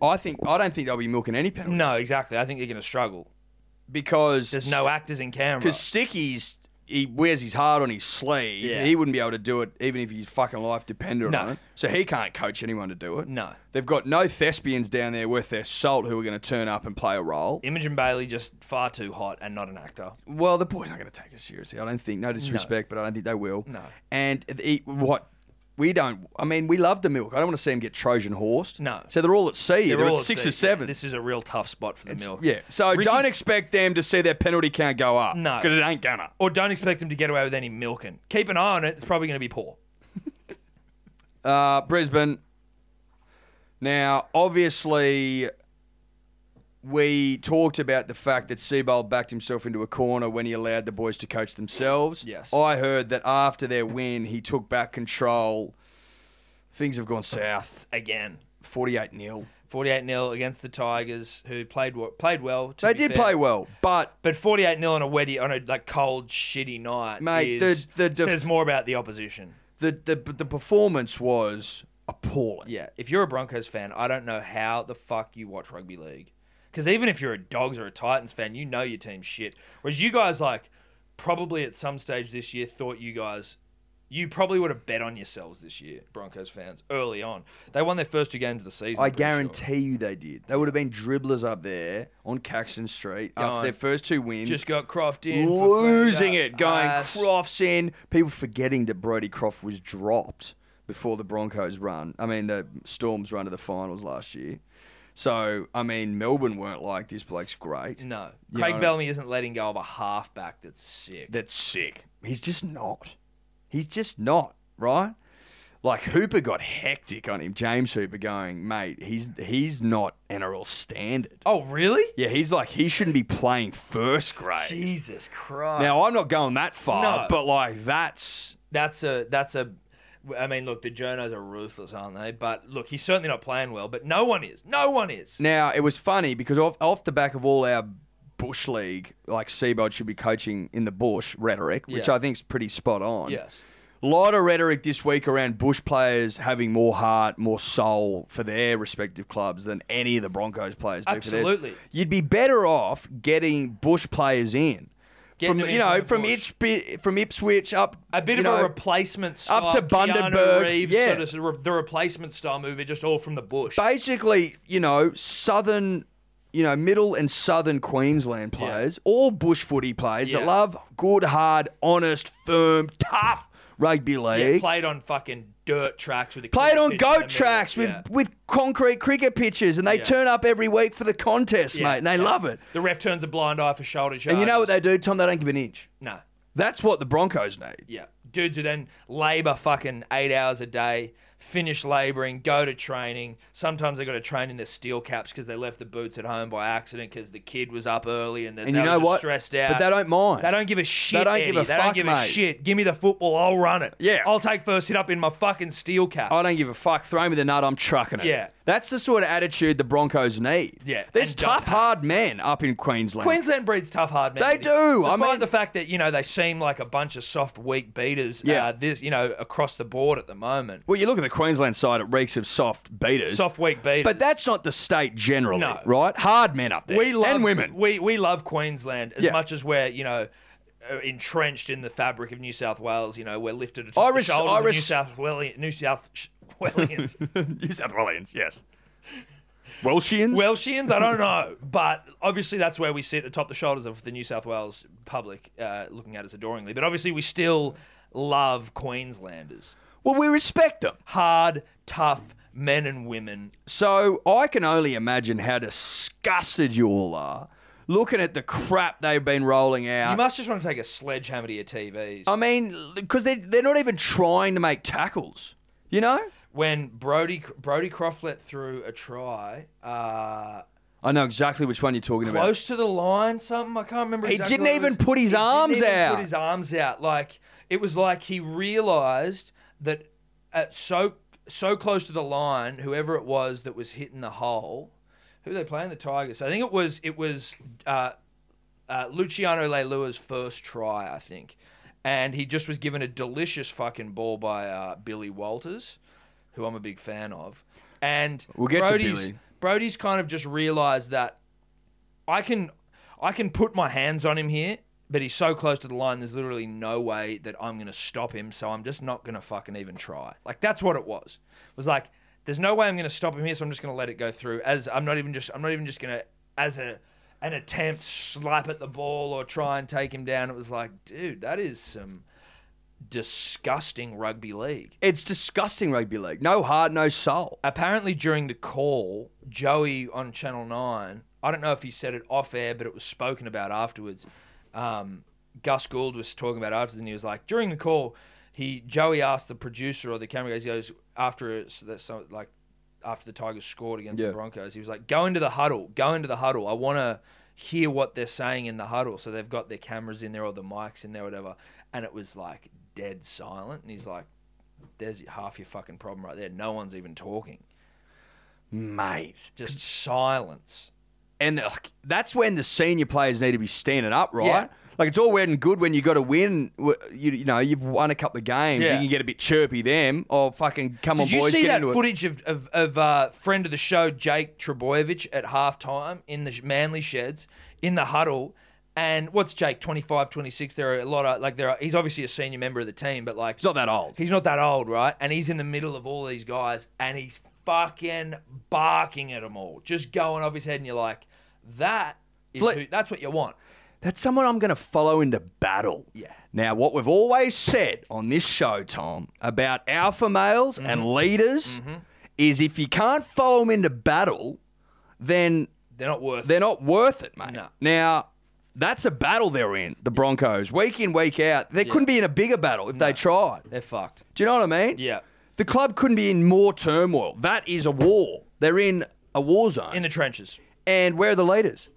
Speaker 4: I think I don't think they'll be milking any penalties.
Speaker 2: no, exactly. I think they're going to struggle.
Speaker 4: because
Speaker 2: There's no actors in Canberra.
Speaker 4: because Sticky's he wears his heart on his sleeve.
Speaker 2: Yeah.
Speaker 4: He wouldn't be able to do it even if his fucking life depended
Speaker 2: No.
Speaker 4: on it. So he can't coach anyone to do it.
Speaker 2: No.
Speaker 4: They've got no thespians down there worth their salt who are going to turn up and play a role.
Speaker 2: Imogen Bailey just far too hot and not an actor.
Speaker 4: Well, the boys aren't going to take it seriously. I don't think. No disrespect, but I don't think they will.
Speaker 2: No.
Speaker 4: And he, what we don't. I mean, we love the milk. I don't want to see them get Trojan horsed.
Speaker 2: No.
Speaker 4: So they're all at sea. They're,
Speaker 2: all
Speaker 4: at
Speaker 2: at
Speaker 4: six
Speaker 2: sea.
Speaker 4: or seven.
Speaker 2: This is a real tough spot for the milk.
Speaker 4: yeah. So don't
Speaker 2: Ricky's-
Speaker 4: expect them to see their penalty count go up.
Speaker 2: No.
Speaker 4: Because it ain't gonna.
Speaker 2: or don't expect him to get away with any milking. Keep an eye on it. It's probably going to be poor.
Speaker 4: Uh, Brisbane. Now, obviously, we talked about the fact that Seabold backed himself into a corner when he allowed the boys to coach themselves.
Speaker 2: Yes.
Speaker 4: I heard that after their win, he took back control. Things have gone south.
Speaker 2: Again,
Speaker 4: 48 0.
Speaker 2: 48 0 against the Tigers, who played wa- played well. To
Speaker 4: They
Speaker 2: be
Speaker 4: did
Speaker 2: fair.
Speaker 4: play well, but
Speaker 2: But 48 0 on a wetty, on a like cold, shitty night
Speaker 4: Mate,
Speaker 2: is-
Speaker 4: the- the def-
Speaker 2: says more about the opposition.
Speaker 4: the, the, the performance was appalling.
Speaker 2: Yeah. If you're a Broncos fan, I don't know how the fuck you watch rugby league. Because even if you're a Dogs or a Titans fan, you know your team's shit. Whereas you guys, like, probably at some stage this year thought you guys, you probably would have bet on yourselves this year, Broncos fans, early on. They won their first two games of the season.
Speaker 4: I
Speaker 2: I'm pretty sure.
Speaker 4: guarantee you they did. They would have been dribblers up there on Caxton Street
Speaker 2: Gone.
Speaker 4: after their first two wins.
Speaker 2: Just got Croft in. for
Speaker 4: losing
Speaker 2: Freo.
Speaker 4: it, going
Speaker 2: Ass.
Speaker 4: Crofts in. People forgetting that Brody Croft was dropped before the Broncos run. I mean, the Storms run to the finals last year. So, I mean, Melbourne weren't like this bloke's great.
Speaker 2: No.
Speaker 4: You know what
Speaker 2: Craig
Speaker 4: I-
Speaker 2: Bellamy isn't letting go of a halfback that's sick.
Speaker 4: That's sick. He's just not. He's just not, right? Like Hooper got hectic on him, James Hooper going, mate, he's he's not NRL standard.
Speaker 2: oh, really?
Speaker 4: Yeah, he's like he shouldn't be playing first grade.
Speaker 2: Jesus Christ.
Speaker 4: Now I'm not going that far,
Speaker 2: No.
Speaker 4: but like that's
Speaker 2: that's a that's a I mean, look, the journos are ruthless, aren't they? But look, he's certainly not playing well, but no one is. No one is.
Speaker 4: Now it was funny because off, off the back of all our bush league, like Seabold should be coaching in the bush rhetoric, which
Speaker 2: Yeah.
Speaker 4: I think is pretty spot on.
Speaker 2: Yes.
Speaker 4: lot of rhetoric this week around bush players having more heart, more soul for their respective clubs than any of the Broncos players do for
Speaker 2: Absolutely.
Speaker 4: theirs. You'd be better off getting bush players in.
Speaker 2: Getting
Speaker 4: from
Speaker 2: them
Speaker 4: you
Speaker 2: in
Speaker 4: know,
Speaker 2: from
Speaker 4: from
Speaker 2: the
Speaker 4: Ipswich, from Ipswich up
Speaker 2: A bit
Speaker 4: you
Speaker 2: of
Speaker 4: know,
Speaker 2: a replacement style.
Speaker 4: up to
Speaker 2: Keanu
Speaker 4: Bundaberg,
Speaker 2: Reeves,
Speaker 4: yeah.
Speaker 2: sort of- sort of the replacement style movie, just all from the bush.
Speaker 4: basically, you know, southern, you know, middle and southern Queensland players, all bush footy players
Speaker 2: Yeah.
Speaker 4: that love good, hard, honest, firm, tough rugby
Speaker 2: Yeah,
Speaker 4: league.
Speaker 2: played on fucking dirt tracks with a
Speaker 4: Played
Speaker 2: cricket
Speaker 4: on
Speaker 2: pitch in the
Speaker 4: goat
Speaker 2: middle.
Speaker 4: tracks with,
Speaker 2: Yeah.
Speaker 4: with concrete cricket pitches, and they
Speaker 2: Yeah.
Speaker 4: turn up every week for the contest,
Speaker 2: Yeah,
Speaker 4: mate, and they
Speaker 2: yeah.
Speaker 4: love it.
Speaker 2: The ref turns a blind eye for shoulder charges.
Speaker 4: And you know what they do, Tom? They don't give an inch.
Speaker 2: No.
Speaker 4: That's what the Broncos need.
Speaker 2: Yeah. Dudes who then labour fucking eight hours a day, finish labouring, go to training. Sometimes they got to train in their steel caps because they left the boots at home by accident because the kid was up early and, the,
Speaker 4: And
Speaker 2: they
Speaker 4: you
Speaker 2: were
Speaker 4: know
Speaker 2: just
Speaker 4: what?
Speaker 2: stressed
Speaker 4: But
Speaker 2: out.
Speaker 4: they don't mind.
Speaker 2: They don't give a shit.
Speaker 4: don't give
Speaker 2: Eddie.
Speaker 4: a
Speaker 2: They
Speaker 4: fuck,
Speaker 2: don't give a
Speaker 4: mate.
Speaker 2: shit. Give me the football. I'll run it.
Speaker 4: Yeah.
Speaker 2: I'll take first hit up in my fucking steel cap.
Speaker 4: I don't give a fuck. Throw me the nut. I'm trucking it.
Speaker 2: Yeah.
Speaker 4: That's the sort of attitude the Broncos need.
Speaker 2: Yeah,
Speaker 4: There's
Speaker 2: and don't
Speaker 4: tough,
Speaker 2: have.
Speaker 4: hard men up in Queensland.
Speaker 2: Queensland breeds tough hard men.
Speaker 4: They
Speaker 2: Eddie.
Speaker 4: do. I
Speaker 2: Despite
Speaker 4: mean-
Speaker 2: the fact that you know they seem like a bunch of soft, weak beaters.
Speaker 4: Yeah.
Speaker 2: Uh, this you know across the board at the moment.
Speaker 4: Well, you look at the Queensland side, it reeks of soft beaters.
Speaker 2: Soft, weak beaters.
Speaker 4: But that's not the state generally,
Speaker 2: No.
Speaker 4: right? Hard men up there.
Speaker 2: we love
Speaker 4: and women.
Speaker 2: We we love Queensland as
Speaker 4: Yeah.
Speaker 2: much as we're you know. uh, Entrenched in the fabric of New South Wales, you know, we're lifted atop
Speaker 4: I
Speaker 2: the
Speaker 4: res-
Speaker 2: shoulders
Speaker 4: I
Speaker 2: of New
Speaker 4: res-
Speaker 2: South Welli- New South Sh- Wellians.
Speaker 6: New South Wales, yes. Welshians?
Speaker 2: Welshians, I don't know, but obviously that's where we sit atop the shoulders of the New South Wales public, uh, looking at us adoringly. But obviously, we still love Queenslanders,
Speaker 4: well, we respect them.
Speaker 2: hard, tough men and women.
Speaker 4: So I can only imagine how disgusted you all are looking at the crap they've been rolling out.
Speaker 2: You must just want to take a sledgehammer to your TVs.
Speaker 4: I mean, because they're, they're not even trying to make tackles, you know?
Speaker 2: when Brody Brody Croft let through a try, uh,
Speaker 4: I know exactly which one you're talking about.
Speaker 2: close to the line, something I can't remember.
Speaker 4: He
Speaker 2: exactly
Speaker 4: didn't
Speaker 2: what it
Speaker 4: even
Speaker 2: was.
Speaker 4: put his
Speaker 2: He didn't
Speaker 4: arms
Speaker 2: even
Speaker 4: out.
Speaker 2: Put his arms out, like it was like he realised that at so so close to the line, whoever it was that was hitting the hole, who they playing the Tigers. I think it was it was uh, uh, Luciano Leilua's first try, I think, and he just was given a delicious fucking ball by uh, Billy Walters, who I'm a big fan of, and
Speaker 4: We'll get to
Speaker 2: Brody's,
Speaker 4: Billy.
Speaker 2: Brody's kind of just realised that I can I can put my hands on him here, but he's so close to the line there's literally no way that I'm gonna stop him, so I'm just not gonna fucking even try. Like that's what it was. It was like, there's no way I'm gonna stop him here, so I'm just gonna let it go through as I'm not even just I'm not even just gonna as a an attempt slap at the ball or try and take him down. It was like, dude, that is some disgusting rugby league.
Speaker 4: It's disgusting rugby league. No heart, no soul.
Speaker 2: apparently during the call, Joey on Channel Nine, I don't know if he said it off air, but it was spoken about afterwards. Um, Gus Gould was talking about it afterwards, and he was like, during the call, he Joey asked the producer or the camera guys, he goes after it's- that's some- like after the Tigers scored against the Broncos, he was like, go into the huddle, go into the huddle. I want to hear what they're saying in the huddle. So they've got their cameras in there or the mics in there, whatever. And it was like dead silent, and he's like there's half your fucking problem right there. No one's even talking.
Speaker 4: Mate.
Speaker 2: Just silence.
Speaker 4: And uh, that's when the senior players need to be standing up, right?
Speaker 2: Yeah.
Speaker 4: Like it's all well and good when you got to win. w- You, you know, you've won a couple of games.
Speaker 2: Yeah.
Speaker 4: You can get a bit chirpy then. Oh, fucking come on,
Speaker 2: Did you
Speaker 4: boys.
Speaker 2: see
Speaker 4: get
Speaker 2: that
Speaker 4: into it.
Speaker 2: footage of, of, of uh, friend of the show, Jake Trebojevic, at halftime in the Manly Sheds, in the huddle? And what's Jake, 25, 26? There are a lot of, like, there are, he's obviously a senior member of the team, but like,
Speaker 4: It's not that old.
Speaker 2: He's not that old, right? And he's in the middle of all these guys and he's fucking barking at them all, just going off his head. And you're like, that is
Speaker 4: Flip.
Speaker 2: who, that's what you want.
Speaker 4: That's someone I'm going to follow into battle.
Speaker 2: Yeah.
Speaker 4: Now, what we've always said on this show, Tom, about alpha males
Speaker 2: Mm-hmm.
Speaker 4: and leaders is if you can't follow them into battle, then
Speaker 2: They're not worth
Speaker 4: they're not worth it, mate.
Speaker 2: No.
Speaker 4: Now, that's a battle they're in, the Broncos, week in, week out. They couldn't be in a bigger battle if they tried.
Speaker 2: They're fucked.
Speaker 4: Do you know what I mean?
Speaker 2: Yeah.
Speaker 4: The club couldn't be in more turmoil. That is a war. They're in a war zone.
Speaker 2: In the trenches.
Speaker 4: and where are the leaders?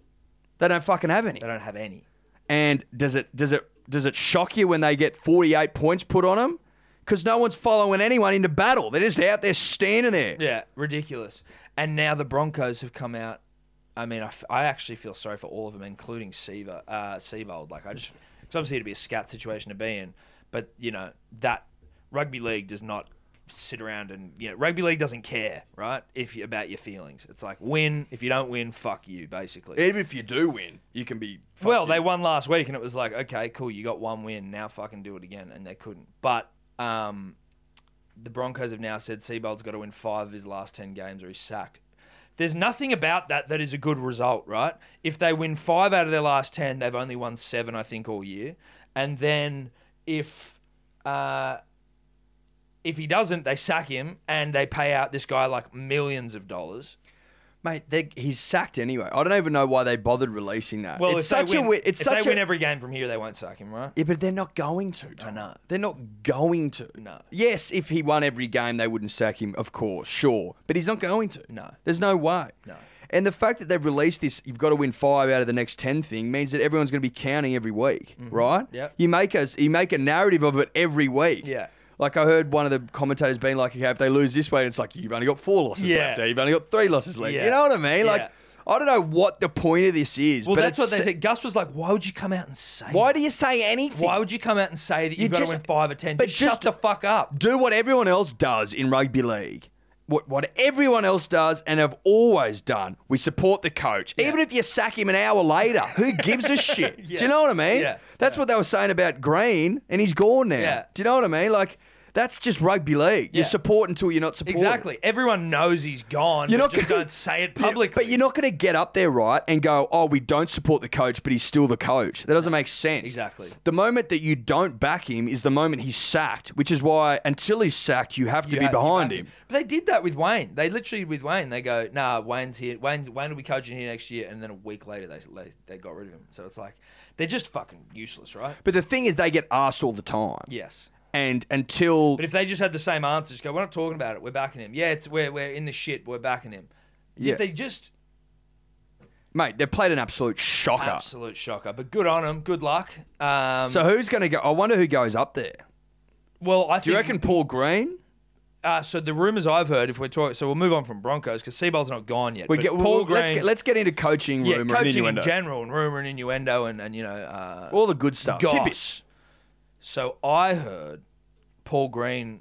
Speaker 4: They don't fucking have any.
Speaker 2: They don't have any.
Speaker 4: And does it does it does it shock you when they get 48 points put on them? Because no one's following anyone into battle. They're just out there standing there.
Speaker 2: Yeah, ridiculous. And now the Broncos have come out. I mean, I, f- I actually feel sorry for all of them, including Seaver, uh, Seabold. Like, I just, it's obviously it'd be a scat situation to be in, but you know that rugby league does not sit around and you know rugby league doesn't care right if you about your feelings. It's like win if you don't win, fuck you, basically.
Speaker 4: Even if you do win, you can be. fuck
Speaker 2: well,
Speaker 4: you.
Speaker 2: they won last week, and it was like, okay, cool, you got one win. Now fucking do it again, and they couldn't. But um, the Broncos have now said Seabold's got to win five of his last ten games, or he's sacked. There's nothing about that that is a good result, right? If they win five out of their last ten, they've only won seven, I think, all year. And then if uh, If he doesn't, they sack him and they pay out this guy like millions of dollars.
Speaker 4: Mate, they- he's sacked anyway. I don't even know why they bothered releasing that.
Speaker 2: Well,
Speaker 4: Uh, it's
Speaker 2: if
Speaker 4: such
Speaker 2: they win,
Speaker 4: a wi- it's
Speaker 2: if
Speaker 4: such
Speaker 2: they
Speaker 4: a
Speaker 2: win every game from here, they won't sack him, right?
Speaker 4: yeah, but they're not going to. Tom.
Speaker 2: know.
Speaker 4: They're not going to.
Speaker 2: No.
Speaker 4: Yes, if he won every game, they wouldn't sack him, of course, sure. But he's not going to.
Speaker 2: No.
Speaker 4: There's no way.
Speaker 2: No.
Speaker 4: And the fact that they've released this, you've got to win five out of the next ten thing means that everyone's going to be counting every week, right?
Speaker 2: Mm-hmm. Yep.
Speaker 4: You make a you make a narrative of it every week.
Speaker 2: Yeah.
Speaker 4: Like I heard one of the commentators being like, "Okay, if they lose this way, it's like you've only got four losses
Speaker 2: Yeah.
Speaker 4: left. eh? You've only got three losses left.
Speaker 2: Yeah.
Speaker 4: You know what I mean?
Speaker 2: Yeah.
Speaker 4: Like, I don't know what the point of this is.
Speaker 2: Well,
Speaker 4: but
Speaker 2: that's what
Speaker 4: it's
Speaker 2: they
Speaker 4: sa-
Speaker 2: said. Gus was like, "Why would you come out and say?
Speaker 4: Why
Speaker 2: that?
Speaker 4: do you say anything?
Speaker 2: Why would you come out and say that
Speaker 4: You
Speaker 2: you've got to
Speaker 4: just-
Speaker 2: win five or ten?
Speaker 4: but
Speaker 2: just, shut
Speaker 4: just-
Speaker 2: the fuck up."
Speaker 4: do what everyone else does in rugby league. What, what everyone else does and have always done. We support the coach. Even if you sack him an hour later, who gives a shit? Do
Speaker 2: Yeah.
Speaker 4: you know what I mean?
Speaker 2: Yeah.
Speaker 4: That's what they were saying about Green, and he's gone now.
Speaker 2: Yeah.
Speaker 4: Do you know what I mean? Like, that's just rugby league. You
Speaker 2: Yeah.
Speaker 4: support until you're not supported.
Speaker 2: Exactly. Everyone knows he's gone. You're
Speaker 4: You're not
Speaker 2: not just
Speaker 4: gonna-
Speaker 2: don't say it
Speaker 4: You-
Speaker 2: publicly.
Speaker 4: but you're not going to get up there, right, and go, oh, we don't support the coach, but he's still the coach. That doesn't make sense.
Speaker 2: Exactly.
Speaker 4: The moment that you don't back him is the moment he's sacked, which is why until he's sacked, you have to
Speaker 2: You
Speaker 4: be
Speaker 2: have- you
Speaker 4: behind
Speaker 2: back
Speaker 4: him.
Speaker 2: But they did that with Wayne. They literally with Wayne. They go, "Nah, Wayne's here. Wayne, Wayne will be coaching here next year." And then a week later, they they, they got rid of him. So it's like they're just fucking useless, right?
Speaker 4: But the thing is, they get asked all the time.
Speaker 2: Yes.
Speaker 4: And until.
Speaker 2: But if they just had the same answer, just go, "We're not talking about it. We're backing him. Yeah, it's we're we're in the shit. We're backing him."
Speaker 4: Yeah.
Speaker 2: If they just
Speaker 4: mate, they played an absolute shocker.
Speaker 2: absolute shocker. But good on him. Good luck. Um,
Speaker 4: So who's going to go? I wonder who goes up there.
Speaker 2: well, I
Speaker 4: Do you
Speaker 2: think-
Speaker 4: reckon Paul Green?
Speaker 2: Uh, so the rumors I've heard, if we're talking, so we'll move on from Broncos because Seabold's not gone yet.
Speaker 4: We
Speaker 2: but
Speaker 4: get,
Speaker 2: Paul
Speaker 4: well,
Speaker 2: Green,
Speaker 4: let's, get, let's get into coaching
Speaker 2: yeah,
Speaker 4: rumor and
Speaker 2: coaching in
Speaker 4: innuendo.
Speaker 2: general and rumor and innuendo and, and you know, uh,
Speaker 4: all the good stuff.
Speaker 2: goss.
Speaker 4: Tidbits.
Speaker 2: So I heard Paul Green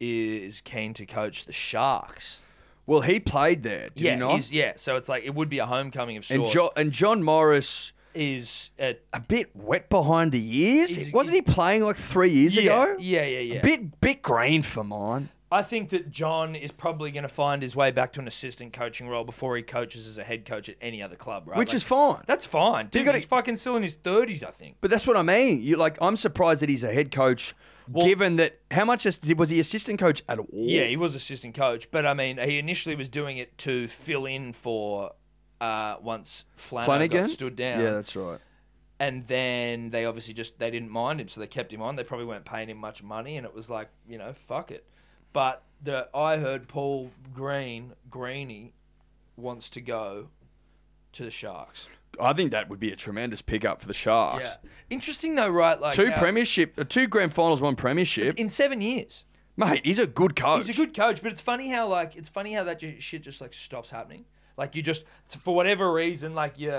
Speaker 2: is keen to coach the Sharks.
Speaker 4: Well, he played there, did
Speaker 2: yeah,
Speaker 4: he not?
Speaker 2: he's- yeah. So it's like it would be a homecoming of
Speaker 4: and,
Speaker 2: sorts.
Speaker 4: jo- and John Morris,
Speaker 2: is a,
Speaker 4: a bit wet behind the ears.
Speaker 2: He's-
Speaker 4: Wasn't he playing like three years
Speaker 2: yeah,
Speaker 4: ago?
Speaker 2: yeah, yeah, yeah.
Speaker 4: Bit bit green for mine.
Speaker 2: I think that John is probably going to find his way back to an assistant coaching role before he coaches as a head coach at any other club, right?
Speaker 4: Which
Speaker 2: Like,
Speaker 4: is fine.
Speaker 2: that's fine. Dude,
Speaker 4: gotta-
Speaker 2: he's fucking still in his thirties, I think.
Speaker 4: But that's what I mean. You like I'm surprised that he's a head coach given that how much as- was he assistant coach at all?
Speaker 2: Yeah, he was assistant coach, but I mean, he initially was doing it to fill in for uh, once Flanagan,
Speaker 4: Flanagan
Speaker 2: got stood down.
Speaker 4: Yeah, that's right.
Speaker 2: and then they obviously just they didn't mind him, so they kept him on. They probably weren't paying him much money, and it was like you know fuck it. But the I heard Paul Green Greeny wants to go to the Sharks.
Speaker 4: I think that would be a tremendous pickup for the Sharks.
Speaker 2: Yeah, interesting though, right? Like
Speaker 4: Two
Speaker 2: how-
Speaker 4: premiership, uh, two grand finals, one premiership.
Speaker 2: in seven years.
Speaker 4: Mate, he's a good coach.
Speaker 2: He's a good coach, but it's funny how like it's funny how that ju- shit just like stops happening. Like you just t- for whatever reason, like you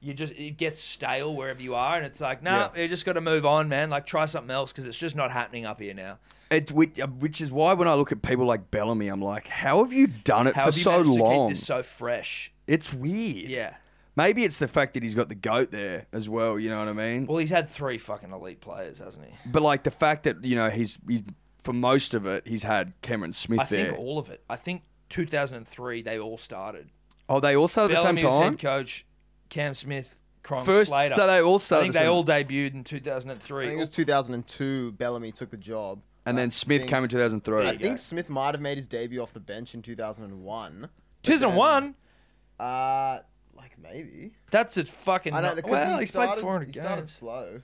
Speaker 2: you just it gets stale wherever you are, and it's like no, nah, you just got to move on, man. Like try something else because it's just not happening up here now.
Speaker 4: It, which, uh, which is why when I look at people like Bellamy, I'm like, how have you done it
Speaker 2: How
Speaker 4: for
Speaker 2: have you
Speaker 4: so
Speaker 2: managed to keep
Speaker 4: long?
Speaker 2: this so fresh?
Speaker 4: It's weird.
Speaker 2: Yeah.
Speaker 4: Maybe it's the fact that he's got the goat there as well. You know what I mean?
Speaker 2: Well, he's had three fucking elite players, hasn't he?
Speaker 4: but like the fact that you know he's, he's for most of it he's had Cameron Smith
Speaker 2: I
Speaker 4: there.
Speaker 2: think all of it. I think 2003 they all started.
Speaker 4: oh, they all started at the same
Speaker 2: Bellamy as
Speaker 4: time.
Speaker 2: head coach, Cam Smith, Cronk
Speaker 4: First-
Speaker 2: Slater.
Speaker 4: so they all
Speaker 2: I
Speaker 4: started
Speaker 2: think
Speaker 4: at
Speaker 2: they
Speaker 4: some-
Speaker 2: all debuted in
Speaker 3: I
Speaker 2: 2003.
Speaker 3: think it was 2002. Bellamy took the job,
Speaker 4: And
Speaker 3: I
Speaker 4: then Smith
Speaker 3: think-
Speaker 4: came in 2003.
Speaker 3: I think Smith might have made his debut off the bench in 2001. but
Speaker 2: 2001.
Speaker 3: then, Uh, like maybe.
Speaker 2: That's a fucking.
Speaker 3: I
Speaker 2: I
Speaker 3: know because
Speaker 2: well,
Speaker 3: he
Speaker 2: he's
Speaker 3: started,
Speaker 2: played 400
Speaker 3: he
Speaker 2: games.
Speaker 3: started slow.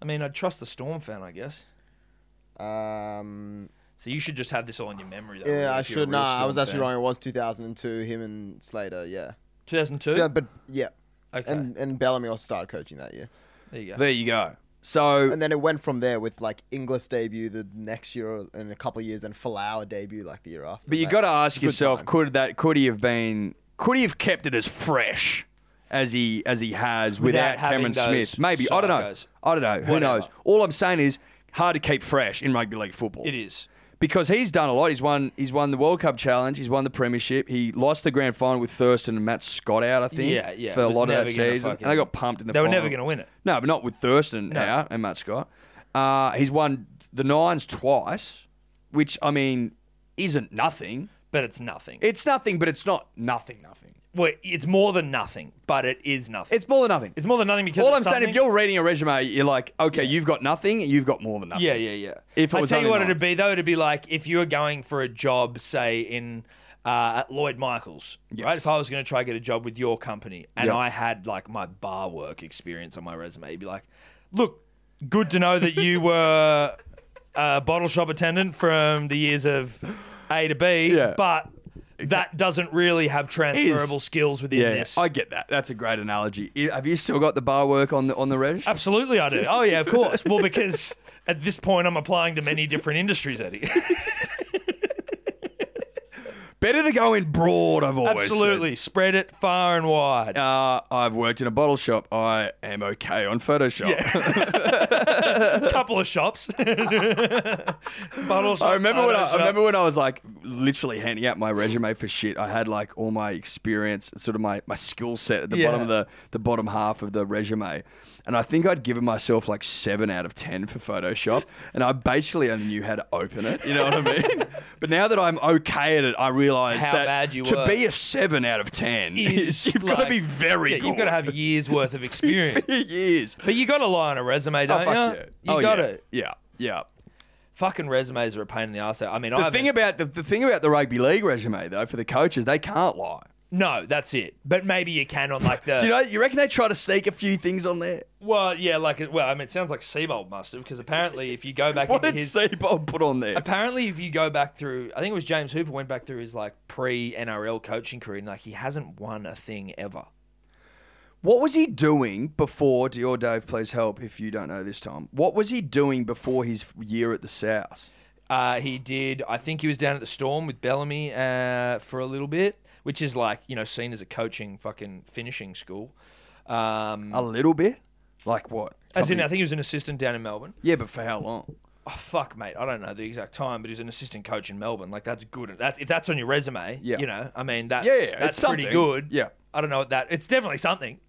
Speaker 2: I mean, I'd trust the Storm fan, I guess.
Speaker 3: Um,
Speaker 2: So you should just have this all in your memory. Though, really,
Speaker 3: yeah, I
Speaker 2: if you're a
Speaker 3: should.
Speaker 2: real
Speaker 3: Nah, I
Speaker 2: Storm
Speaker 3: was actually
Speaker 2: fan.
Speaker 3: wrong. It was 2002. Him and Slater. Yeah.
Speaker 2: 2002.
Speaker 3: Yeah, but yeah,
Speaker 2: okay,
Speaker 3: and and Bellamy also started coaching that year,
Speaker 2: there you go.
Speaker 4: there you go. So
Speaker 3: and then it went from there with like Inglis debut the next year or in a couple of years, then Flower debut like the year after.
Speaker 4: But you
Speaker 3: Like,
Speaker 4: got to ask
Speaker 3: good
Speaker 4: yourself:
Speaker 3: time.
Speaker 4: could that could he have been? Could he have kept it as fresh as he as he has without,
Speaker 2: Without having
Speaker 4: Cameron
Speaker 2: those
Speaker 4: Smith? Maybe I don't know.
Speaker 2: psychos.
Speaker 4: I don't know. Who
Speaker 2: Whatever.
Speaker 4: knows? All I'm saying is hard to keep fresh in rugby league football.
Speaker 2: It is.
Speaker 4: because he's done a lot. He's won. He's won the World Cup challenge. He's won the premiership. He lost the grand final with Thurston and Matt Scott out. I think.
Speaker 2: Yeah, yeah.
Speaker 4: For a
Speaker 2: It was
Speaker 4: lot of that
Speaker 2: never gonna
Speaker 4: season,
Speaker 2: fucking-
Speaker 4: and they got pumped in the.
Speaker 2: They were
Speaker 4: final.
Speaker 2: never gonna win it.
Speaker 4: No, but not with Thurston
Speaker 2: No.
Speaker 4: out and Matt Scott. Uh, he's won the nines twice, which I mean isn't nothing.
Speaker 2: but it's nothing.
Speaker 4: It's nothing, but it's not nothing, nothing.
Speaker 2: well, it's more than nothing, but it is nothing.
Speaker 4: It's more than nothing.
Speaker 2: It's more than nothing because
Speaker 4: All I'm
Speaker 2: it's
Speaker 4: saying, if
Speaker 2: something-
Speaker 4: you're reading a resume, you're like, okay, you've got nothing, you've got more than nothing.
Speaker 2: Yeah, yeah, yeah.
Speaker 4: If it
Speaker 2: I
Speaker 4: was
Speaker 2: tell you
Speaker 4: only
Speaker 2: what
Speaker 4: nine.
Speaker 2: it'd be though, it'd be like if you were going for a job, say in uh, at Lloyd Michaels, right? If I was going to try to get a job with your company, and
Speaker 4: Yep.
Speaker 2: I had like my bar work experience on my resume, you'd be like, look, good to know that you were a bottle shop attendant from the years of A to B,
Speaker 4: Yeah.
Speaker 2: but. That doesn't really have transferable skills within
Speaker 4: Yeah,
Speaker 2: this.
Speaker 4: I get that. That's a great analogy. I- Have you still got the bar work on the on the reg?
Speaker 2: Absolutely, I do. Oh yeah, of course. Well, because at this point, I'm applying to many different industries, Eddie.
Speaker 4: Better to go in broad. I've always said.
Speaker 2: Absolutely, spread it far and wide.
Speaker 4: Uh, I've worked in a bottle shop. I am okay on Photoshop.
Speaker 2: couple of shops. Bottle shop,
Speaker 4: I remember when I,
Speaker 2: photo
Speaker 4: I remember when I was like literally handing out my resume for shit. I had like all my experience, sort of my, my skill set at the bottom
Speaker 2: Yeah.
Speaker 4: of the, the bottom half of the resume. And I think I'd given myself like seven out of ten for Photoshop. and I basically only knew how to open it. You know what I mean? but now that I'm okay at it, I realize
Speaker 2: How
Speaker 4: that
Speaker 2: bad you
Speaker 4: to
Speaker 2: were.
Speaker 4: be a seven out of ten
Speaker 2: is
Speaker 4: is, you've got
Speaker 2: like-
Speaker 4: to be very
Speaker 2: Yeah,
Speaker 4: good.
Speaker 2: you've got to have years worth of experience.
Speaker 4: years.
Speaker 2: but you got to lie on a resume,
Speaker 4: Oh,
Speaker 2: don't
Speaker 4: fuck
Speaker 2: you?
Speaker 4: yeah.
Speaker 2: You
Speaker 4: Oh,
Speaker 2: got
Speaker 4: yeah.
Speaker 2: to.
Speaker 4: Yeah. Yeah.
Speaker 2: Fucking resumes are a pain in the ass. I mean, I
Speaker 4: The thing
Speaker 2: haven't-
Speaker 4: about the, the thing about the rugby league resume though for the coaches, they can't lie.
Speaker 2: no, that's it. But maybe you can on like the.
Speaker 4: Do you know? You reckon they try to sneak a few things on there?
Speaker 2: well, yeah, like well, I mean, it sounds like Seabold must have because apparently, if you go back
Speaker 4: What
Speaker 2: into
Speaker 4: did
Speaker 2: his
Speaker 4: Seabold put on there?
Speaker 2: Apparently, if you go back through, I think it was James Hooper went back through his like pre NRL coaching career, and like he hasn't won a thing ever.
Speaker 4: What was he doing before? Dior Dave, please help if you don't know this time. What was he doing before his year at the South?
Speaker 2: Uh, he did, I think he was down at the Storm with Bellamy uh, for a little bit, which is like you know seen as a coaching fucking finishing school. Um,
Speaker 4: A little bit, like what?
Speaker 2: as in,
Speaker 4: Couple-
Speaker 2: I think he was an assistant down in Melbourne.
Speaker 4: yeah, but for how long?
Speaker 2: Oh, fuck, mate, I don't know the exact time, but he was an assistant coach in Melbourne. Like that's good. That if that's on your resume,
Speaker 4: Yeah.
Speaker 2: you know, I mean that's
Speaker 4: Yeah, yeah, it's
Speaker 2: that's pretty
Speaker 4: something.
Speaker 2: good.
Speaker 4: Yeah.
Speaker 2: I don't know what that. It's definitely something.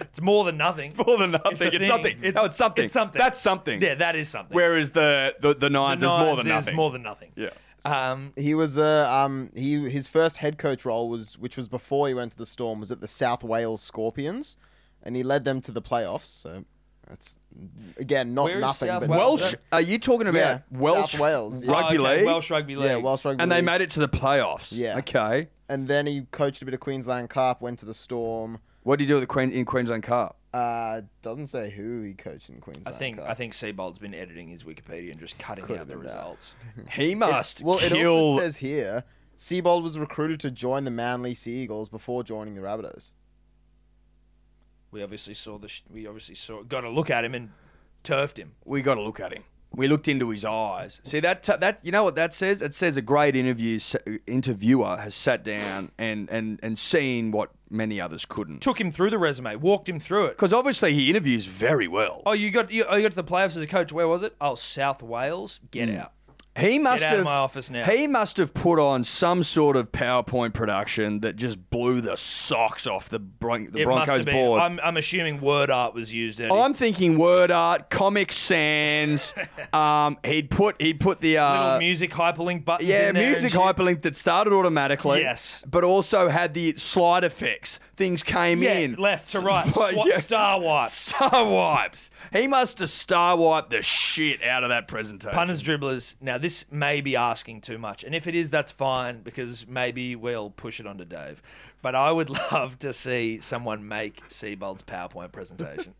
Speaker 2: it's more than nothing.
Speaker 4: More than nothing.
Speaker 2: a It's thing. something. It's- No, it's something. it's something. That's
Speaker 4: something.
Speaker 2: Yeah, that is something.
Speaker 4: Whereas the the, the
Speaker 2: The
Speaker 4: nines
Speaker 2: nines is more than nothing.
Speaker 4: yeah.
Speaker 2: Um,
Speaker 3: He was uh, um he his first head coach role was which was before he went to the Storm was at the South Wales Scorpions, and he led them to the playoffs. So that's again not
Speaker 2: Where is
Speaker 3: nothing.
Speaker 2: South
Speaker 3: but
Speaker 2: Wales? Oh,
Speaker 4: Welsh? Are you talking about
Speaker 3: Yeah,
Speaker 4: Welsh
Speaker 3: South Wales, yeah.
Speaker 4: rugby
Speaker 2: okay,
Speaker 4: league?
Speaker 2: Welsh rugby league.
Speaker 3: yeah, Welsh rugby.
Speaker 4: and they
Speaker 3: League.
Speaker 4: made it to the playoffs.
Speaker 3: Yeah.
Speaker 4: Okay.
Speaker 3: And then he coached a bit of Queensland Cup, went to the Storm.
Speaker 4: What do you do with the Queen in Queensland Cup?
Speaker 3: Uh, doesn't say who he coached in Queensland.
Speaker 2: I think
Speaker 3: Cup.
Speaker 2: I think Seabold's been editing his Wikipedia and just cutting out the
Speaker 3: been that.
Speaker 2: results.
Speaker 4: He must
Speaker 3: Well, it
Speaker 4: kill.
Speaker 3: also says here, Seabold was recruited to join the Manly Sea Eagles before joining the Rabbitohs.
Speaker 2: We obviously saw the. Sh- we obviously saw. Got a look at him and turfed him.
Speaker 4: we got to look at him. We looked into his eyes. See that that you know what that says? It says a great interview interviewer has sat down and and and seen what many others couldn't.
Speaker 2: Took him through the resume. Walked him through it.
Speaker 4: Because obviously he interviews very well.
Speaker 2: Oh, you got you, oh, you got to the playoffs as a coach. Where was it? Oh, South Wales. Get out.
Speaker 4: Hmm. He must
Speaker 2: out of
Speaker 4: have
Speaker 2: my office now.
Speaker 4: He must have put on some sort of PowerPoint production that just blew the socks off the, Bron- the
Speaker 2: It must
Speaker 4: Broncos
Speaker 2: have been.
Speaker 4: board.
Speaker 2: I'm, I'm assuming word art was used. Eddie.
Speaker 4: I'm thinking word art, Comic Sans. um, he'd put he'd put the uh,
Speaker 2: Little music hyperlink buttons.
Speaker 4: yeah
Speaker 2: in there and
Speaker 4: music
Speaker 2: shit.
Speaker 4: hyperlink that started automatically.
Speaker 2: Yes.
Speaker 4: but also had the slide effects. Things came
Speaker 2: Yeah,
Speaker 4: in
Speaker 2: left to right.
Speaker 4: But,
Speaker 2: Swat,
Speaker 4: yeah.
Speaker 2: Star wipe.
Speaker 4: Star wipes. He must have star wiped the shit out of that presentation.
Speaker 2: Punters, dribblers. Now, this may be asking too much, and if it is, that's fine because maybe we'll push it onto Dave. But I would love to see someone make Seabold's PowerPoint presentation.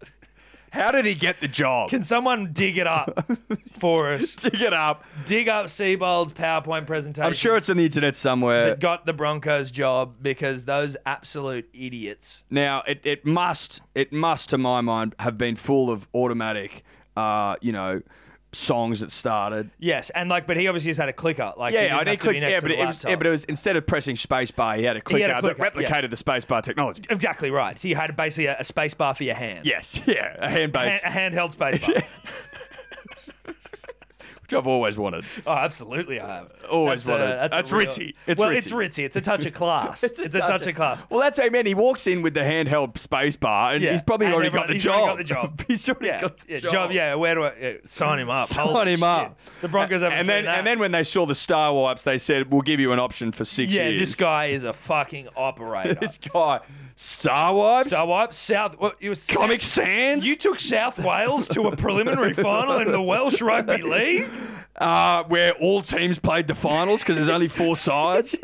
Speaker 4: How did he get the job?
Speaker 2: Can someone dig it up for us?
Speaker 4: Dig it up.
Speaker 2: Dig up Seabold's PowerPoint presentation.
Speaker 4: I'm sure it's on the internet somewhere.
Speaker 2: that got the Broncos job because those absolute idiots.
Speaker 4: Now it, it must it must to my mind have been full of automatic, uh, you know, songs that started.
Speaker 2: Yes, and like, but he obviously just had a clicker. Like, he
Speaker 4: Yeah,
Speaker 2: didn't
Speaker 4: I
Speaker 2: have
Speaker 4: did
Speaker 2: to be
Speaker 4: click.
Speaker 2: next
Speaker 4: Yeah,
Speaker 2: to
Speaker 4: but
Speaker 2: the
Speaker 4: it was yeah,
Speaker 2: laptop.
Speaker 4: but it was instead of pressing spacebar, he had a clicker
Speaker 2: a
Speaker 4: that
Speaker 2: clicker, yeah.
Speaker 4: replicated the spacebar technology.
Speaker 2: exactly right. So you had basically a, a space bar for your hand.
Speaker 4: Yes, yeah, a hand
Speaker 2: Han-
Speaker 4: base.
Speaker 2: a handheld space bar.
Speaker 6: which I've always wanted.
Speaker 2: Oh, absolutely, I have.
Speaker 4: uh,
Speaker 6: Always
Speaker 2: that's,
Speaker 6: wanted. That's
Speaker 2: real-
Speaker 6: ritzy. It's
Speaker 2: well,
Speaker 6: ritzy.
Speaker 2: it's ritzy. It's a touch of class. it's a, touch, of class.
Speaker 6: Well, that's what I meant. He walks in with the handheld space bar, and
Speaker 2: Yeah.
Speaker 6: he's probably
Speaker 2: And
Speaker 6: already
Speaker 2: everyone-
Speaker 6: got the
Speaker 2: he's
Speaker 6: job.
Speaker 2: already got the job.
Speaker 6: he's already
Speaker 2: Yeah,
Speaker 6: got the
Speaker 2: yeah,
Speaker 6: job.
Speaker 2: job. Yeah, where do I yeah, sign him up?
Speaker 6: Sign
Speaker 2: Holy
Speaker 6: him
Speaker 2: shit.
Speaker 6: up.
Speaker 2: The Broncos haven't
Speaker 6: and then,
Speaker 2: seen that.
Speaker 6: and then when they saw the star wipes, they said, "We'll give you an option for six
Speaker 2: yeah,
Speaker 6: years."
Speaker 2: this guy is a fucking operator.
Speaker 6: this guy, star wipes,
Speaker 2: Star Wipe South. Well, it was
Speaker 6: Comic Sans.
Speaker 2: You took South Wales to a preliminary final in the Welsh Rugby League.
Speaker 6: uh, where all teams played the finals because there's only four sides.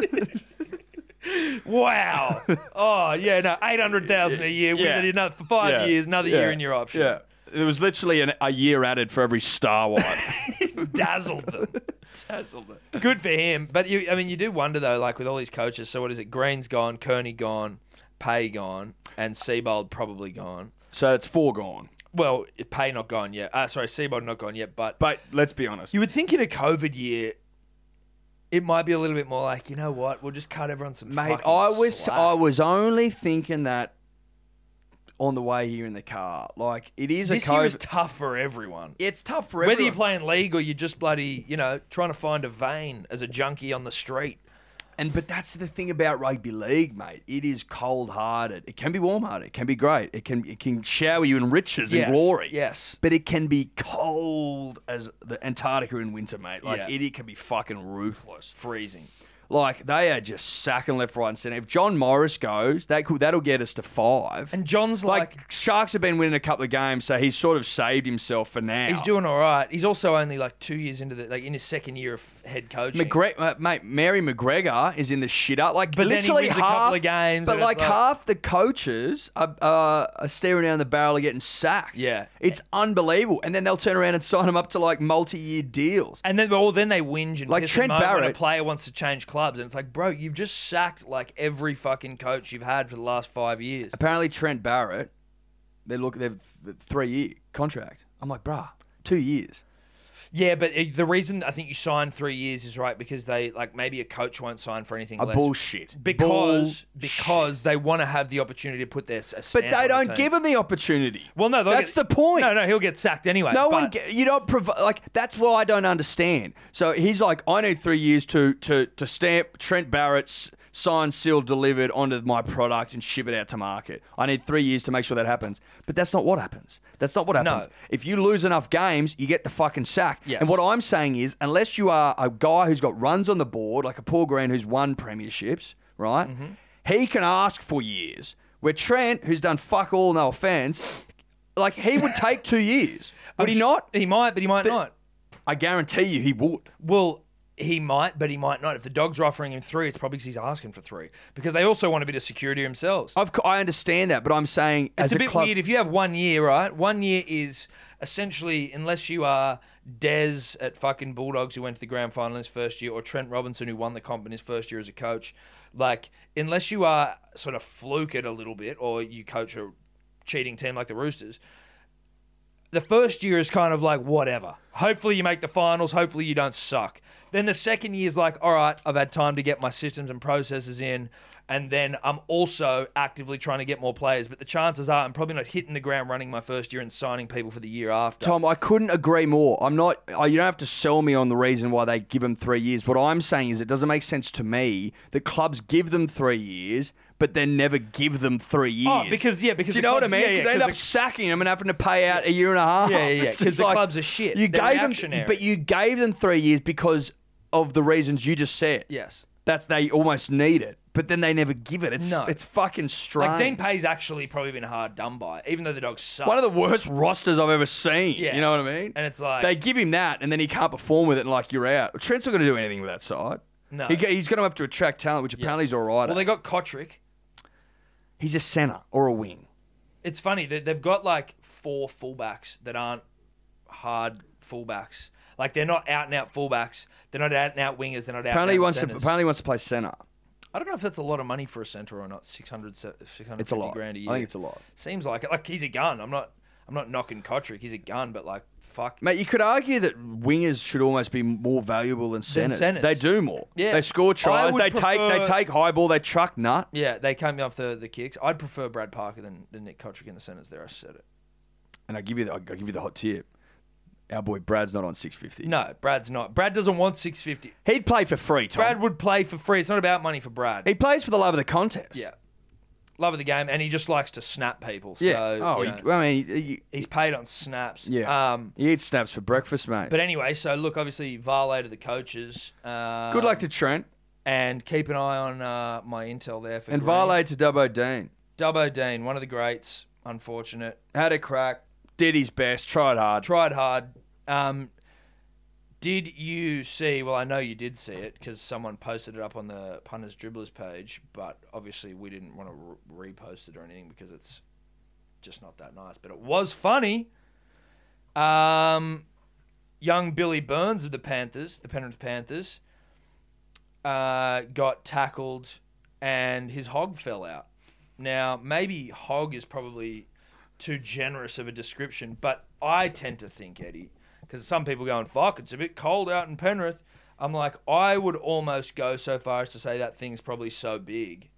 Speaker 2: Wow. Oh yeah, no, eight hundred thousand a year.
Speaker 6: Yeah.
Speaker 2: With it another for five
Speaker 6: Yeah.
Speaker 2: years, another
Speaker 6: Yeah.
Speaker 2: year in your option.
Speaker 6: Yeah. There was literally an, a year added for every star wipe.
Speaker 2: dazzled them. dazzled them. Good for him. But you, I mean, you do wonder though, like with all these coaches. So what is it? Green's gone, Kearney gone, Pay gone, and Seabold probably gone.
Speaker 6: so it's four gone.
Speaker 2: Well, Pay not gone yet. Uh, sorry, Seabold not gone yet. But
Speaker 6: But let's be honest.
Speaker 2: you would think in a COVID year. It might be a little bit more like, you know what, we'll just cut everyone some
Speaker 4: Mate,
Speaker 2: fucking
Speaker 4: I was
Speaker 2: slack.
Speaker 4: I was only thinking that on the way here in the car. Like it is
Speaker 2: This
Speaker 4: a
Speaker 2: year
Speaker 4: COVID.
Speaker 2: is tough for everyone.
Speaker 4: it's tough for
Speaker 2: Whether you're
Speaker 4: everyone.
Speaker 2: playing league or you're just bloody, you know, trying to find a vein as a junkie on the street.
Speaker 4: And but that's the thing about rugby league, mate. It is cold hearted. It can be warm hearted. It can be great. It can it can shower you in riches
Speaker 2: Yes,
Speaker 4: and glory.
Speaker 2: yes.
Speaker 4: But it can be cold as the Antarctica in winter, mate. Like
Speaker 2: Yeah.
Speaker 4: it, it can be fucking ruthless.
Speaker 2: Freezing.
Speaker 4: Like they are just sacking left, right, and centre. If John Morris goes, that could that'll get us to five.
Speaker 2: And John's
Speaker 4: like,
Speaker 2: like,
Speaker 4: Sharks have been winning a couple of games, so he's sort of saved himself for now.
Speaker 2: He's doing all right. He's also only like two years into the like in his second year of head coaching.
Speaker 4: McGre- uh, mate, Mary McGregor is in the shit up. Like,
Speaker 2: But then he
Speaker 4: literally
Speaker 2: wins a
Speaker 4: half,
Speaker 2: couple of games
Speaker 4: But
Speaker 2: and it's
Speaker 4: like,
Speaker 2: like-
Speaker 4: half the coaches are, uh, are staring down the barrel of getting sacked.
Speaker 2: Yeah.
Speaker 4: it's unbelievable. And then they'll turn around and sign him up to like multi-year deals.
Speaker 2: and then well, then they whinge and
Speaker 4: Like
Speaker 2: piss
Speaker 4: Trent
Speaker 2: and moan when a
Speaker 4: Barrett-
Speaker 2: player wants to change clubs, and it's like, bro, you've just sacked like every fucking coach you've had for the last five years.
Speaker 4: Apparently, Trent Barrett, they look, they've three-year contract. I'm like, bruh, two years.
Speaker 2: Yeah, but uh, the reason I think you signed three years is right because they like maybe a coach won't sign for anything.
Speaker 4: A
Speaker 2: less.
Speaker 4: bullshit.
Speaker 2: because
Speaker 4: Bullshit.
Speaker 2: because they want to have the opportunity to put their. s- a
Speaker 4: But
Speaker 2: stamp
Speaker 4: they
Speaker 2: on the
Speaker 4: don't
Speaker 2: team.
Speaker 4: give him the opportunity.
Speaker 2: Well, no, they'll
Speaker 4: that's
Speaker 2: get-
Speaker 4: the point.
Speaker 2: No, no, he'll get sacked anyway.
Speaker 4: No one,
Speaker 2: but-
Speaker 4: get, you don't provide like that's what I don't understand. So he's like, I need three years to to to stamp Trent Barrett's signed, sealed, delivered onto my product and ship it out to market. I need three years to make sure that happens. But that's not what happens. That's not what happens. If you lose enough games, you get the fucking sack.
Speaker 2: Yes.
Speaker 4: And what I'm saying is, unless you are a guy who's got runs on the board, like a Paul Green who's won premierships, right?
Speaker 2: Mm-hmm.
Speaker 4: He can ask for years. Where Trent, who's done fuck all, no offense, like he would take two years.
Speaker 2: I'm
Speaker 4: Would he
Speaker 2: sh-
Speaker 4: not?
Speaker 2: He might, but he might not.
Speaker 4: I guarantee you he would.
Speaker 2: Well, he might, but he might not. If the dogs are offering him three, it's probably because he's asking for three. Because they also want a bit of security themselves.
Speaker 4: I've, I understand that, but I'm saying as
Speaker 2: it's a bit
Speaker 4: club,
Speaker 2: weird if you have one year, right? One year is essentially, unless you are Dez at fucking Bulldogs who went to the grand final his first year, or Trent Robinson who won the comp in his first year as a coach, like unless you are sort of fluke it a little bit, or you coach a cheating team like the Roosters, the first year is kind of like whatever. Hopefully you make the finals. Hopefully you don't suck. Then the second year is like, all right, I've had time to get my systems and processes in, and then I'm also actively trying to get more players. But the chances are I'm probably not hitting the ground running my first year and signing people for the year after.
Speaker 4: Tom, I couldn't agree more. I'm not. I, you don't have to sell me on the reason why they give him three years. What I'm saying is, it doesn't make sense to me that clubs give them three years, but then never give them three years.
Speaker 2: Oh, because- yeah, because
Speaker 4: Do you
Speaker 2: the
Speaker 4: know what I
Speaker 2: clubs-
Speaker 4: mean?
Speaker 2: yeah,
Speaker 4: Because
Speaker 2: yeah,
Speaker 4: they end
Speaker 2: 'cause
Speaker 4: up
Speaker 2: the-
Speaker 4: sacking him and having to pay out a year and a half.
Speaker 2: Yeah, yeah, yeah,
Speaker 4: It's
Speaker 2: 'cause
Speaker 4: just
Speaker 2: the clubs are shit.
Speaker 4: You
Speaker 2: They're
Speaker 4: gave them,
Speaker 2: reactionary.
Speaker 4: but you gave them three years because of the reasons you just said.
Speaker 2: Yes.
Speaker 4: that's they almost need it, but then they never give it. It's
Speaker 2: No.
Speaker 4: it's fucking strange.
Speaker 2: like Dean Pay's actually probably been hard done by, even though the dogs suck.
Speaker 4: one of the worst rosters I've ever seen.
Speaker 2: Yeah.
Speaker 4: You know what I mean?
Speaker 2: And it's like-
Speaker 4: they give him that, and then he can't perform with it, and like you're out. Trent's not going to do anything with that side.
Speaker 2: No.
Speaker 4: He, he's going to have to attract talent, which apparently he's all right.
Speaker 2: well,
Speaker 4: at.
Speaker 2: they got Kotrick.
Speaker 4: he's a centre or a wing.
Speaker 2: It's funny that they've got like four fullbacks that aren't hard fullbacks. Like they're not out and out fullbacks. They're not out and out wingers. They're not out.
Speaker 4: Apparently he
Speaker 2: and out
Speaker 4: wants to.
Speaker 2: centers.
Speaker 4: Apparently he wants to play centre.
Speaker 2: I don't know if that's a lot of money for a center or not. 600, se- 650
Speaker 4: It's a lot.
Speaker 2: grand a
Speaker 4: I
Speaker 2: year.
Speaker 4: think it's a lot.
Speaker 2: Seems like it. Like he's a gun. I'm not. I'm not knocking Kotrick. He's a gun, but like fuck.
Speaker 4: Mate, you could argue that wingers should almost be more valuable than centres.
Speaker 2: centres.
Speaker 4: They do more.
Speaker 2: Yeah.
Speaker 4: They score
Speaker 2: I
Speaker 4: tries.
Speaker 2: would
Speaker 4: They take. They
Speaker 2: prefer-
Speaker 4: take high ball. They truck nut.
Speaker 2: Yeah, they came off the, the kicks. I'd prefer Brad Parker than, than Nick Kotrick in the centers. There, I said it.
Speaker 4: And I give you. The, I give you the hot tip. Our boy Brad's not on 650.
Speaker 2: No, Brad's not. Brad doesn't want 650.
Speaker 4: He'd play for free, Tom.
Speaker 2: Brad would play for free. It's not about money for Brad.
Speaker 4: he plays for the love of the contest.
Speaker 2: yeah. Love of the game, and he just likes to snap people. So,
Speaker 4: Yeah. oh,
Speaker 2: you
Speaker 4: he-
Speaker 2: know,
Speaker 4: I mean, he, he-
Speaker 2: he's paid on snaps.
Speaker 4: yeah.
Speaker 2: Um,
Speaker 4: he eats snaps for breakfast, mate.
Speaker 2: but anyway, so look, obviously, Varley to the coaches. Um,
Speaker 4: Good luck to Trent
Speaker 2: And keep an eye on uh, my intel there for
Speaker 4: and
Speaker 2: Green.
Speaker 4: Varley to Dubbo Dean.
Speaker 2: Dubbo Dean, one of the greats. Unfortunate.
Speaker 4: Had a crack, did his best, tried hard.
Speaker 2: Tried hard. Um, did you see? Well, I know you did see it because someone posted it up on the punters dribblers page, but obviously we didn't want to re- repost it or anything because it's just not that nice. But it was funny. Um, young Billy Burns of the Panthers, the Penrith Panthers, uh, got tackled and his hog fell out. Now, maybe hog is probably too generous of a description, but I tend to think, Eddie, because some people go, fuck, it's a bit cold out in Penrith. I'm like, I would almost go so far as to say that thing's probably so big,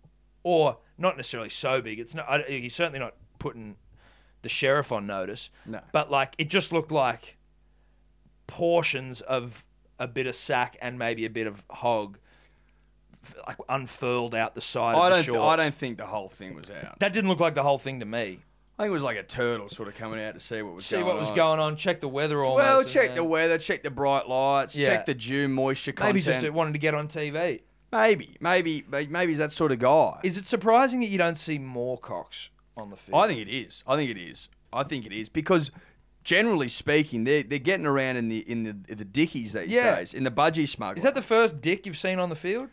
Speaker 2: or not necessarily so big. It's not. I, he's certainly not putting the sheriff on notice.
Speaker 4: No.
Speaker 2: But like, it just looked like portions of a bit of sack and maybe a bit of hog, f- like unfurled out the side
Speaker 4: I
Speaker 2: of the
Speaker 4: don't. Th-
Speaker 2: shorts.
Speaker 4: I don't think the whole thing was out.
Speaker 2: That didn't look like the whole thing to me.
Speaker 4: I think it was like a turtle sort of coming out to see what was
Speaker 2: See
Speaker 4: going
Speaker 2: what was
Speaker 4: on.
Speaker 2: going on. Check the weather. Almost.
Speaker 4: Well,
Speaker 2: and
Speaker 4: check
Speaker 2: then-
Speaker 4: the weather, check the bright lights,
Speaker 2: Yeah.
Speaker 4: check the dew moisture
Speaker 2: Maybe
Speaker 4: content.
Speaker 2: just wanted to get on TV.
Speaker 4: maybe, maybe, may- maybe he's that sort of guy.
Speaker 2: Is it surprising that you don't see more cocks on the field?
Speaker 4: I think it is. I think it is. I think it is because generally speaking, they're they're getting around in the in the in the dickies these
Speaker 2: Yeah.
Speaker 4: days, in the budgie smuggling.
Speaker 2: Is that the first dick you've seen on the field?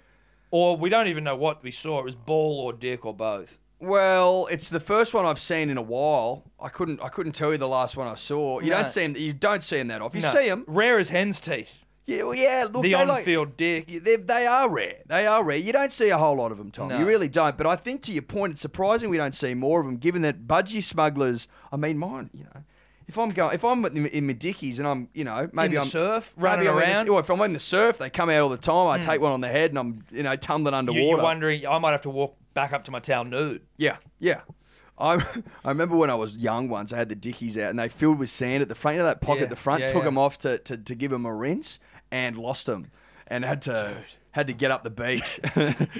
Speaker 2: Or we don't even know what we saw. It was ball or dick or both.
Speaker 4: well? It's the first one I've seen in a while. I couldn't I couldn't tell you the last one I saw. You
Speaker 2: No.
Speaker 4: don't see them. You don't see them that often. You
Speaker 2: No.
Speaker 4: see them.
Speaker 2: Rare as hen's teeth.
Speaker 4: Yeah, well, yeah. Look,
Speaker 2: the
Speaker 4: they
Speaker 2: on
Speaker 4: like-
Speaker 2: field dick.
Speaker 4: Yeah, They, they are rare. They are rare. You don't see a whole lot of them, Tom.
Speaker 2: No.
Speaker 4: You really don't. But I think to your point, it's surprising we don't see more of them, given that budgie smugglers. I mean, mine. You know, if I'm going, if I'm in, in my dickies and I'm, you know, maybe
Speaker 2: the
Speaker 4: I'm
Speaker 2: surf,
Speaker 4: maybe
Speaker 2: running
Speaker 4: I'm in the-
Speaker 2: around. Hmm.
Speaker 4: or if I'm in the surf, they come out all the time. I take one on the head and I'm, you know, tumbling underwater.
Speaker 2: You, you're wondering, I might have to walk back up to my towel nude.
Speaker 4: Yeah, yeah. I, I remember when I was young once, I had the dickies out and they filled with sand at the front, you know, that pocket
Speaker 2: Yeah,
Speaker 4: at the front,
Speaker 2: yeah,
Speaker 4: took
Speaker 2: yeah.
Speaker 4: them off to, to, to give them a rinse and lost them and had to had to get up the beach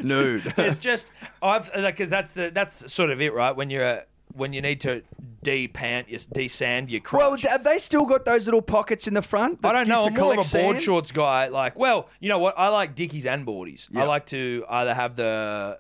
Speaker 4: nude.
Speaker 2: There's just I've because that's the that's sort of it, right? When you're a, when you need to de pant, you de sand your crotch.
Speaker 4: Well, d- have they still got those little pockets in the front? that
Speaker 2: I don't know.
Speaker 4: used
Speaker 2: I'm more of a board
Speaker 4: sand?
Speaker 2: shorts guy. Like, well, you know what? I like dickies and boardies. I
Speaker 4: Yeah.
Speaker 2: like to either have the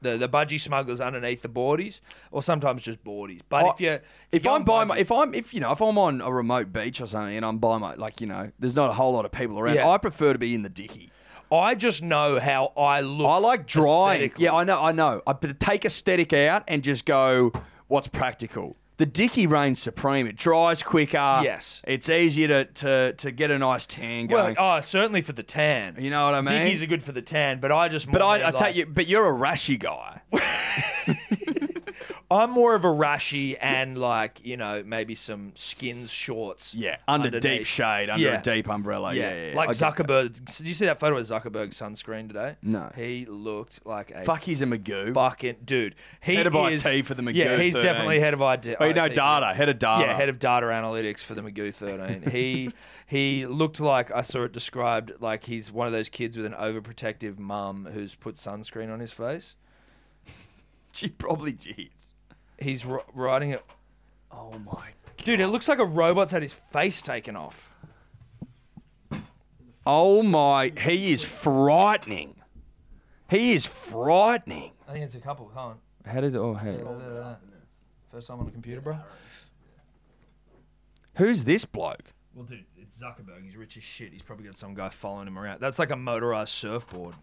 Speaker 2: the the budgie smugglers underneath the boardies, or sometimes just boardies. But
Speaker 4: I-
Speaker 2: if you if,
Speaker 4: If
Speaker 2: you're
Speaker 4: I'm
Speaker 2: on
Speaker 4: by
Speaker 2: budgie-
Speaker 4: my, if I'm if you know if I'm on a remote beach or something and I'm by my like you know there's not a whole lot of people around.
Speaker 2: Yeah.
Speaker 4: I prefer to be in the dickie.
Speaker 2: I just know how I look.
Speaker 4: I like drawing.
Speaker 2: aesthetically.
Speaker 4: Yeah, I know, I know. I but take aesthetic out and just go what's practical. The dicky reigns supreme. It dries quicker.
Speaker 2: Yes.
Speaker 4: uh, it's easier to to, to get a nice tan
Speaker 2: Well,
Speaker 4: going.
Speaker 2: oh, certainly for the tan.
Speaker 4: You know what I mean?
Speaker 2: Dickies are good for the tan, but I just.
Speaker 4: but
Speaker 2: more
Speaker 4: I,
Speaker 2: need,
Speaker 4: I
Speaker 2: like-
Speaker 4: take you. But you're a rashy guy.
Speaker 2: I'm more of a rashy and like you know maybe some skins shorts.
Speaker 4: Yeah, under deep
Speaker 2: underneath.
Speaker 4: shade, under
Speaker 2: Yeah.
Speaker 4: a deep umbrella. Yeah, yeah, yeah.
Speaker 2: Like
Speaker 4: I get that.
Speaker 2: Zuckerberg. Did you see that photo of Zuckerberg's sunscreen today?
Speaker 4: No.
Speaker 2: He looked like a
Speaker 4: Fuck, he's a Magoo.
Speaker 2: fucking dude. He
Speaker 4: Head of
Speaker 2: is,
Speaker 4: IT for the Magoo
Speaker 2: Yeah, he's
Speaker 4: 13.
Speaker 2: definitely head of IT.
Speaker 4: Oh, you know,
Speaker 2: IT.
Speaker 4: data, head of data.
Speaker 2: Yeah, head of data analytics for the Magoo 13. he he looked like I saw it described like he's one of those kids with an overprotective mum who's put sunscreen on his face.
Speaker 4: She probably did.
Speaker 2: He's ri riding it.
Speaker 4: Oh my.
Speaker 2: Dude, it looks like a robot's had his face taken off.
Speaker 4: Oh my. He is frightening. He is frightening.
Speaker 2: I think it's a couple. Hold on.
Speaker 4: How did oh how,
Speaker 2: First time on a computer, bro.
Speaker 4: Who's this bloke?
Speaker 2: Well, dude, it's Zuckerberg. He's rich as shit. He's probably got some guy following him around. That's like a motorized surfboard.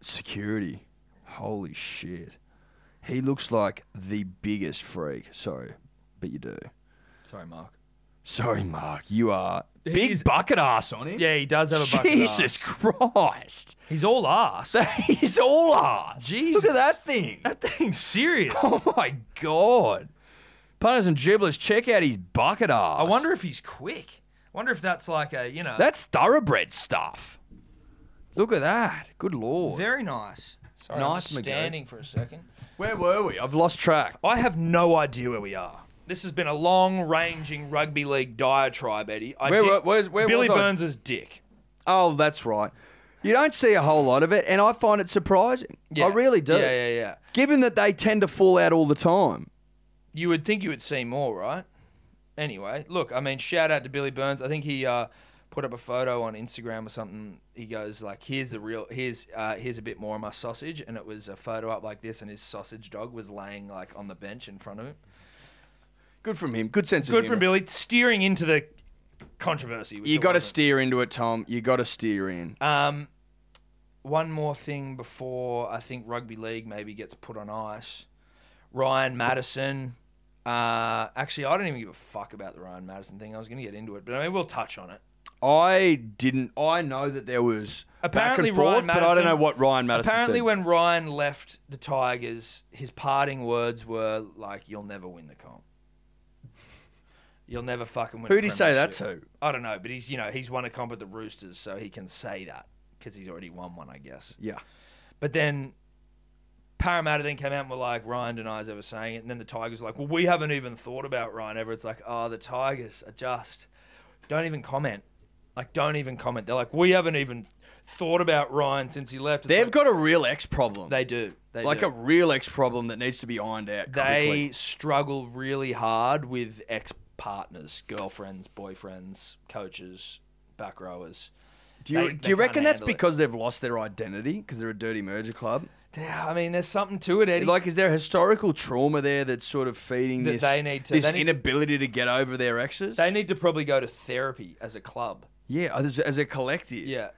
Speaker 4: Security. Holy shit. He looks like the biggest freak. Sorry, but you do.
Speaker 2: Sorry, Mark.
Speaker 4: Sorry, Mark. You are big
Speaker 2: He's-
Speaker 4: bucket ass on him.
Speaker 2: Yeah, he does have a bucket.
Speaker 4: Jesus
Speaker 2: ass.
Speaker 4: Christ.
Speaker 2: He's all ass. That
Speaker 4: That is all ass.
Speaker 2: Jesus.
Speaker 4: Look at that thing.
Speaker 2: thing's serious.
Speaker 4: Oh my god. Punters and dribblers, check out his bucket ass.
Speaker 2: I wonder if he's quick. I wonder if that's like a, you know.
Speaker 4: That's thoroughbred stuff. Look at that. Good lord.
Speaker 2: very nice. Sorry,
Speaker 4: Nice,
Speaker 2: I'm just
Speaker 4: Magoo.
Speaker 2: standing for a second.
Speaker 4: Where were we? I've lost track.
Speaker 2: I have no idea where we are. This has been a long-ranging rugby league diatribe, Eddie. I
Speaker 4: Where-
Speaker 2: did-
Speaker 4: where- where's- where
Speaker 2: Billy
Speaker 4: was I?
Speaker 2: Burns' dick.
Speaker 4: Oh, that's right. You don't see a whole lot of it, and I find it surprising.
Speaker 2: Yeah.
Speaker 4: I really do.
Speaker 2: Yeah, yeah, yeah.
Speaker 4: Given that they tend to fall out all the time.
Speaker 2: you would think you would see more, right? Anyway, look, I mean, shout out to Billy Burns. I think he uh, put up a photo on Instagram or something. He goes like, "Here's the real. Here's uh, here's a bit more of my sausage," and it was a photo up like this, and his sausage dog was laying like on the bench in front of him.
Speaker 4: Good from him. Good sense of
Speaker 2: Good from
Speaker 4: humour.
Speaker 2: Billy, steering into the controversy. which
Speaker 4: You
Speaker 2: I
Speaker 4: got to
Speaker 2: love it.
Speaker 4: steer into it, Tom. You got to steer in.
Speaker 2: Um, one more thing before I think rugby league maybe gets put on ice. Ryan Madison. Uh, actually, I don't even give a fuck about the Ryan Madison thing. I was going to get into it, but I mean, we'll touch on it.
Speaker 4: I didn't. I know that there was
Speaker 2: Apparently,
Speaker 4: back and forth,
Speaker 2: Ryan Madison,
Speaker 4: but I don't know what Ryan Madison
Speaker 2: Apparently,
Speaker 4: said.
Speaker 2: when Ryan left the Tigers, his parting words were like, "You'll never win the comp. You'll never fucking win." a
Speaker 4: Who did he say that
Speaker 2: premiership." I don't know, but he's you know he's won a comp at the Roosters, so he can say that because he's already won one, I guess.
Speaker 4: yeah,
Speaker 2: But then Parramatta then came out and were like, Ryan denies ever saying it. And then the Tigers were like, well, we haven't even thought about Ryan ever. It's like, oh, the Tigers are just, don't even comment. Like, don't even comment. They're like, we haven't even thought about Ryan since he left. It's
Speaker 4: they've
Speaker 2: like,
Speaker 4: got a real ex problem.
Speaker 2: they do. They
Speaker 4: like
Speaker 2: do.
Speaker 4: a real ex problem that needs to be ironed out.
Speaker 2: they
Speaker 4: quickly.
Speaker 2: struggle really hard with ex partners, girlfriends, boyfriends, coaches, back rowers.
Speaker 4: Do you,
Speaker 2: they- they
Speaker 4: do you reckon
Speaker 2: can't
Speaker 4: that's
Speaker 2: handle it.
Speaker 4: because they've lost their identity because they're a dirty merger club?
Speaker 2: Yeah, I mean, there's something to it, Eddie.
Speaker 4: Like, is there historical trauma there that's sort of feeding
Speaker 2: That
Speaker 4: this,
Speaker 2: they need to-
Speaker 4: this
Speaker 2: they need to-
Speaker 4: inability to get over their exes?
Speaker 2: they need to probably go to therapy as a club.
Speaker 4: yeah, as, as a collective.
Speaker 2: Yeah.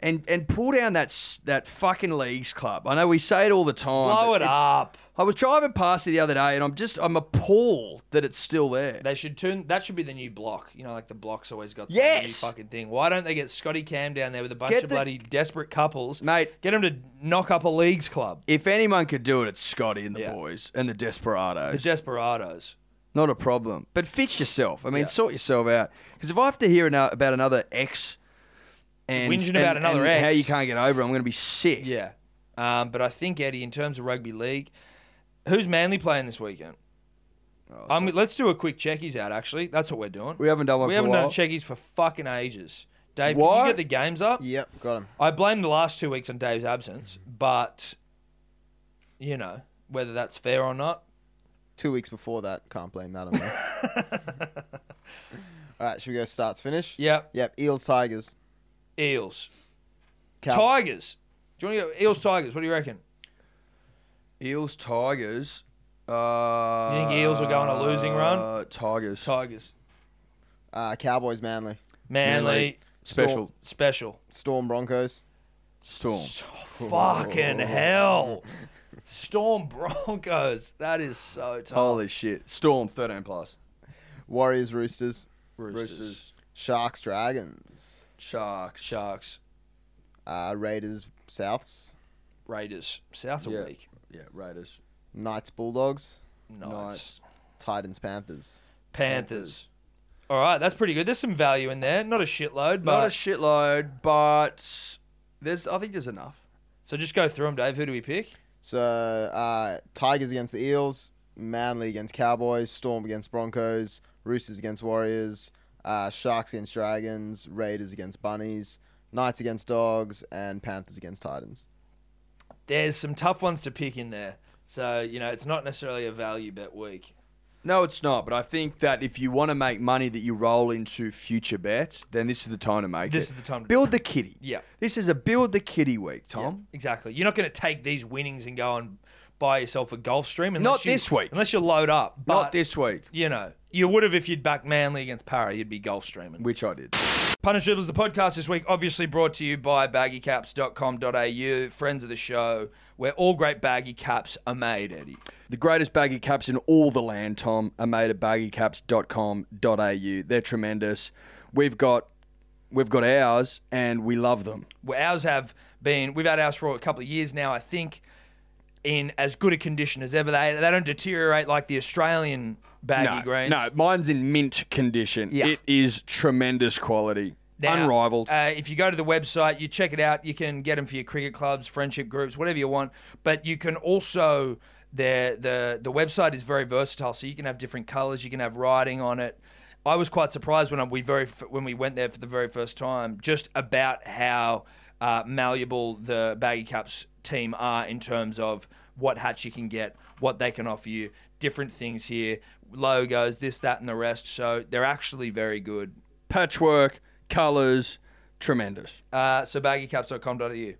Speaker 4: and and pull down that s- that fucking leagues club. I know we say it all the time.
Speaker 2: Blow
Speaker 4: but
Speaker 2: it up.
Speaker 4: I was driving past it the other day, and I'm just I'm appalled that it's still there.
Speaker 2: They should turn. That should be the new block. You know, like the block's always got some new
Speaker 4: Yes!
Speaker 2: fucking thing. Why don't they get Scotty Cam down there with a bunch
Speaker 4: Get
Speaker 2: of
Speaker 4: the-
Speaker 2: bloody desperate couples,
Speaker 4: Mate.
Speaker 2: Get them to knock up a leagues club.
Speaker 4: if anyone could do it, it's Scotty and the
Speaker 2: Yeah.
Speaker 4: boys and the Desperados.
Speaker 2: The Desperados.
Speaker 4: Not a problem. But fix yourself. I mean, sort yourself out. Because if I have to hear ano- about another ex and
Speaker 2: Whinging about
Speaker 4: and-
Speaker 2: another
Speaker 4: and how
Speaker 2: ex.
Speaker 4: you can't get over, it, I'm going to be sick.
Speaker 2: Yeah. Um, but I think Eddie, in terms of rugby league, who's Manly playing this weekend? Um, let's do a quick checkies out. Actually, that's what we're doing.
Speaker 4: Oh, We haven't done one
Speaker 2: We
Speaker 4: for a
Speaker 2: haven't
Speaker 4: while.
Speaker 2: done checkies for fucking ages. Dave, can
Speaker 4: Why?
Speaker 2: you get the games up?
Speaker 3: Yep, got him.
Speaker 2: I blame the last two weeks on Dave's absence, but you know whether that's fair or not.
Speaker 3: Two weeks before that, can't blame that on me. All right, should we go starts finish?
Speaker 2: Yep.
Speaker 3: Yep. Eels Tigers.
Speaker 2: Eels.
Speaker 3: Cal-
Speaker 2: Tigers. Do you want to go Eels Tigers? What do you reckon?
Speaker 4: Eels, Tigers. Uh,
Speaker 2: You think Eels will go on a losing run?
Speaker 4: uh, Tigers.
Speaker 2: Tigers.
Speaker 3: uh, Cowboys Manly.
Speaker 2: Manly.
Speaker 4: Manly. Special.
Speaker 2: Special.
Speaker 3: Storm Broncos.
Speaker 4: Storm.
Speaker 2: Fucking
Speaker 3: Oh.
Speaker 2: hell. Storm Broncos. That is so tough.
Speaker 4: Holy shit. Storm, 13 plus.
Speaker 3: Warriors Roosters.
Speaker 2: Roosters.
Speaker 4: Roosters.
Speaker 3: Sharks Dragons.
Speaker 4: Sharks.
Speaker 2: Sharks.
Speaker 3: Uh, Raiders Souths.
Speaker 2: Raiders. South a
Speaker 4: Yeah.
Speaker 2: week.
Speaker 4: Yeah, Raiders.
Speaker 3: Knights Bulldogs.
Speaker 2: Nice.
Speaker 4: Knights.
Speaker 3: Titans Panthers.
Speaker 2: Panthers. All right, that's pretty good. There's some value in there. Not a shitload, but
Speaker 4: Not a shitload, but there's. I think there's enough.
Speaker 2: so just go through them, Dave. Who do we pick?
Speaker 3: So uh, Tigers against the Eels. Manly against Cowboys. Storm against Broncos. Roosters against Warriors. Uh, Sharks against Dragons. Raiders against Bunnies. Knights against Dogs and Panthers against Titans.
Speaker 2: There's some tough ones to pick in there. So you know, it's not necessarily a value bet week.
Speaker 4: No, it's not. But I think that if you want to make money that you roll into future bets, then this is the time to make
Speaker 2: This
Speaker 4: it.
Speaker 2: is the time to-
Speaker 4: build the kitty.
Speaker 2: Yeah.
Speaker 4: This is a build the kitty week, Tom.
Speaker 2: Exactly. You're not going to take these winnings and go and buy yourself a golf stream. Unless
Speaker 4: Not
Speaker 2: you-
Speaker 4: this week.
Speaker 2: Unless you load up. But,
Speaker 4: Not this week,
Speaker 2: You know, you would have if you'd backed Manly against Para. You'd be golf streaming.
Speaker 4: which I did.
Speaker 2: Punish Dribbles, the podcast this week, obviously brought to you by baggycaps.com.au, friends of the show, where all great baggy caps are made, Eddie.
Speaker 4: The greatest baggy caps in all the land, Tom, are made at baggycaps.com.au. They're tremendous. We've got we've got ours, and we love them.
Speaker 2: Well, ours have been, we've had ours for a couple of years now, I think, in as good a condition as ever. They, they don't deteriorate like the Australian baggy
Speaker 4: no,
Speaker 2: greens.
Speaker 4: no, mine's in mint condition.
Speaker 2: Yeah.
Speaker 4: It is tremendous quality,
Speaker 2: Now,
Speaker 4: unrivaled.
Speaker 2: Uh, if you go to the website, you check it out. You can get them for your cricket clubs, friendship groups, whatever you want. But you can also Their, the the website is very versatile, so you can have different colors, you can have writing on it. I was quite surprised when I, we very f- when we went there for the very first time, just about how uh, malleable the Baggy Caps team are in terms of what hats you can get, what they can offer you, different things here, logos, this, that, and the rest. So they're actually very good.
Speaker 4: Patchwork, colours, tremendous.
Speaker 2: Uh, so baggycaps.com.au.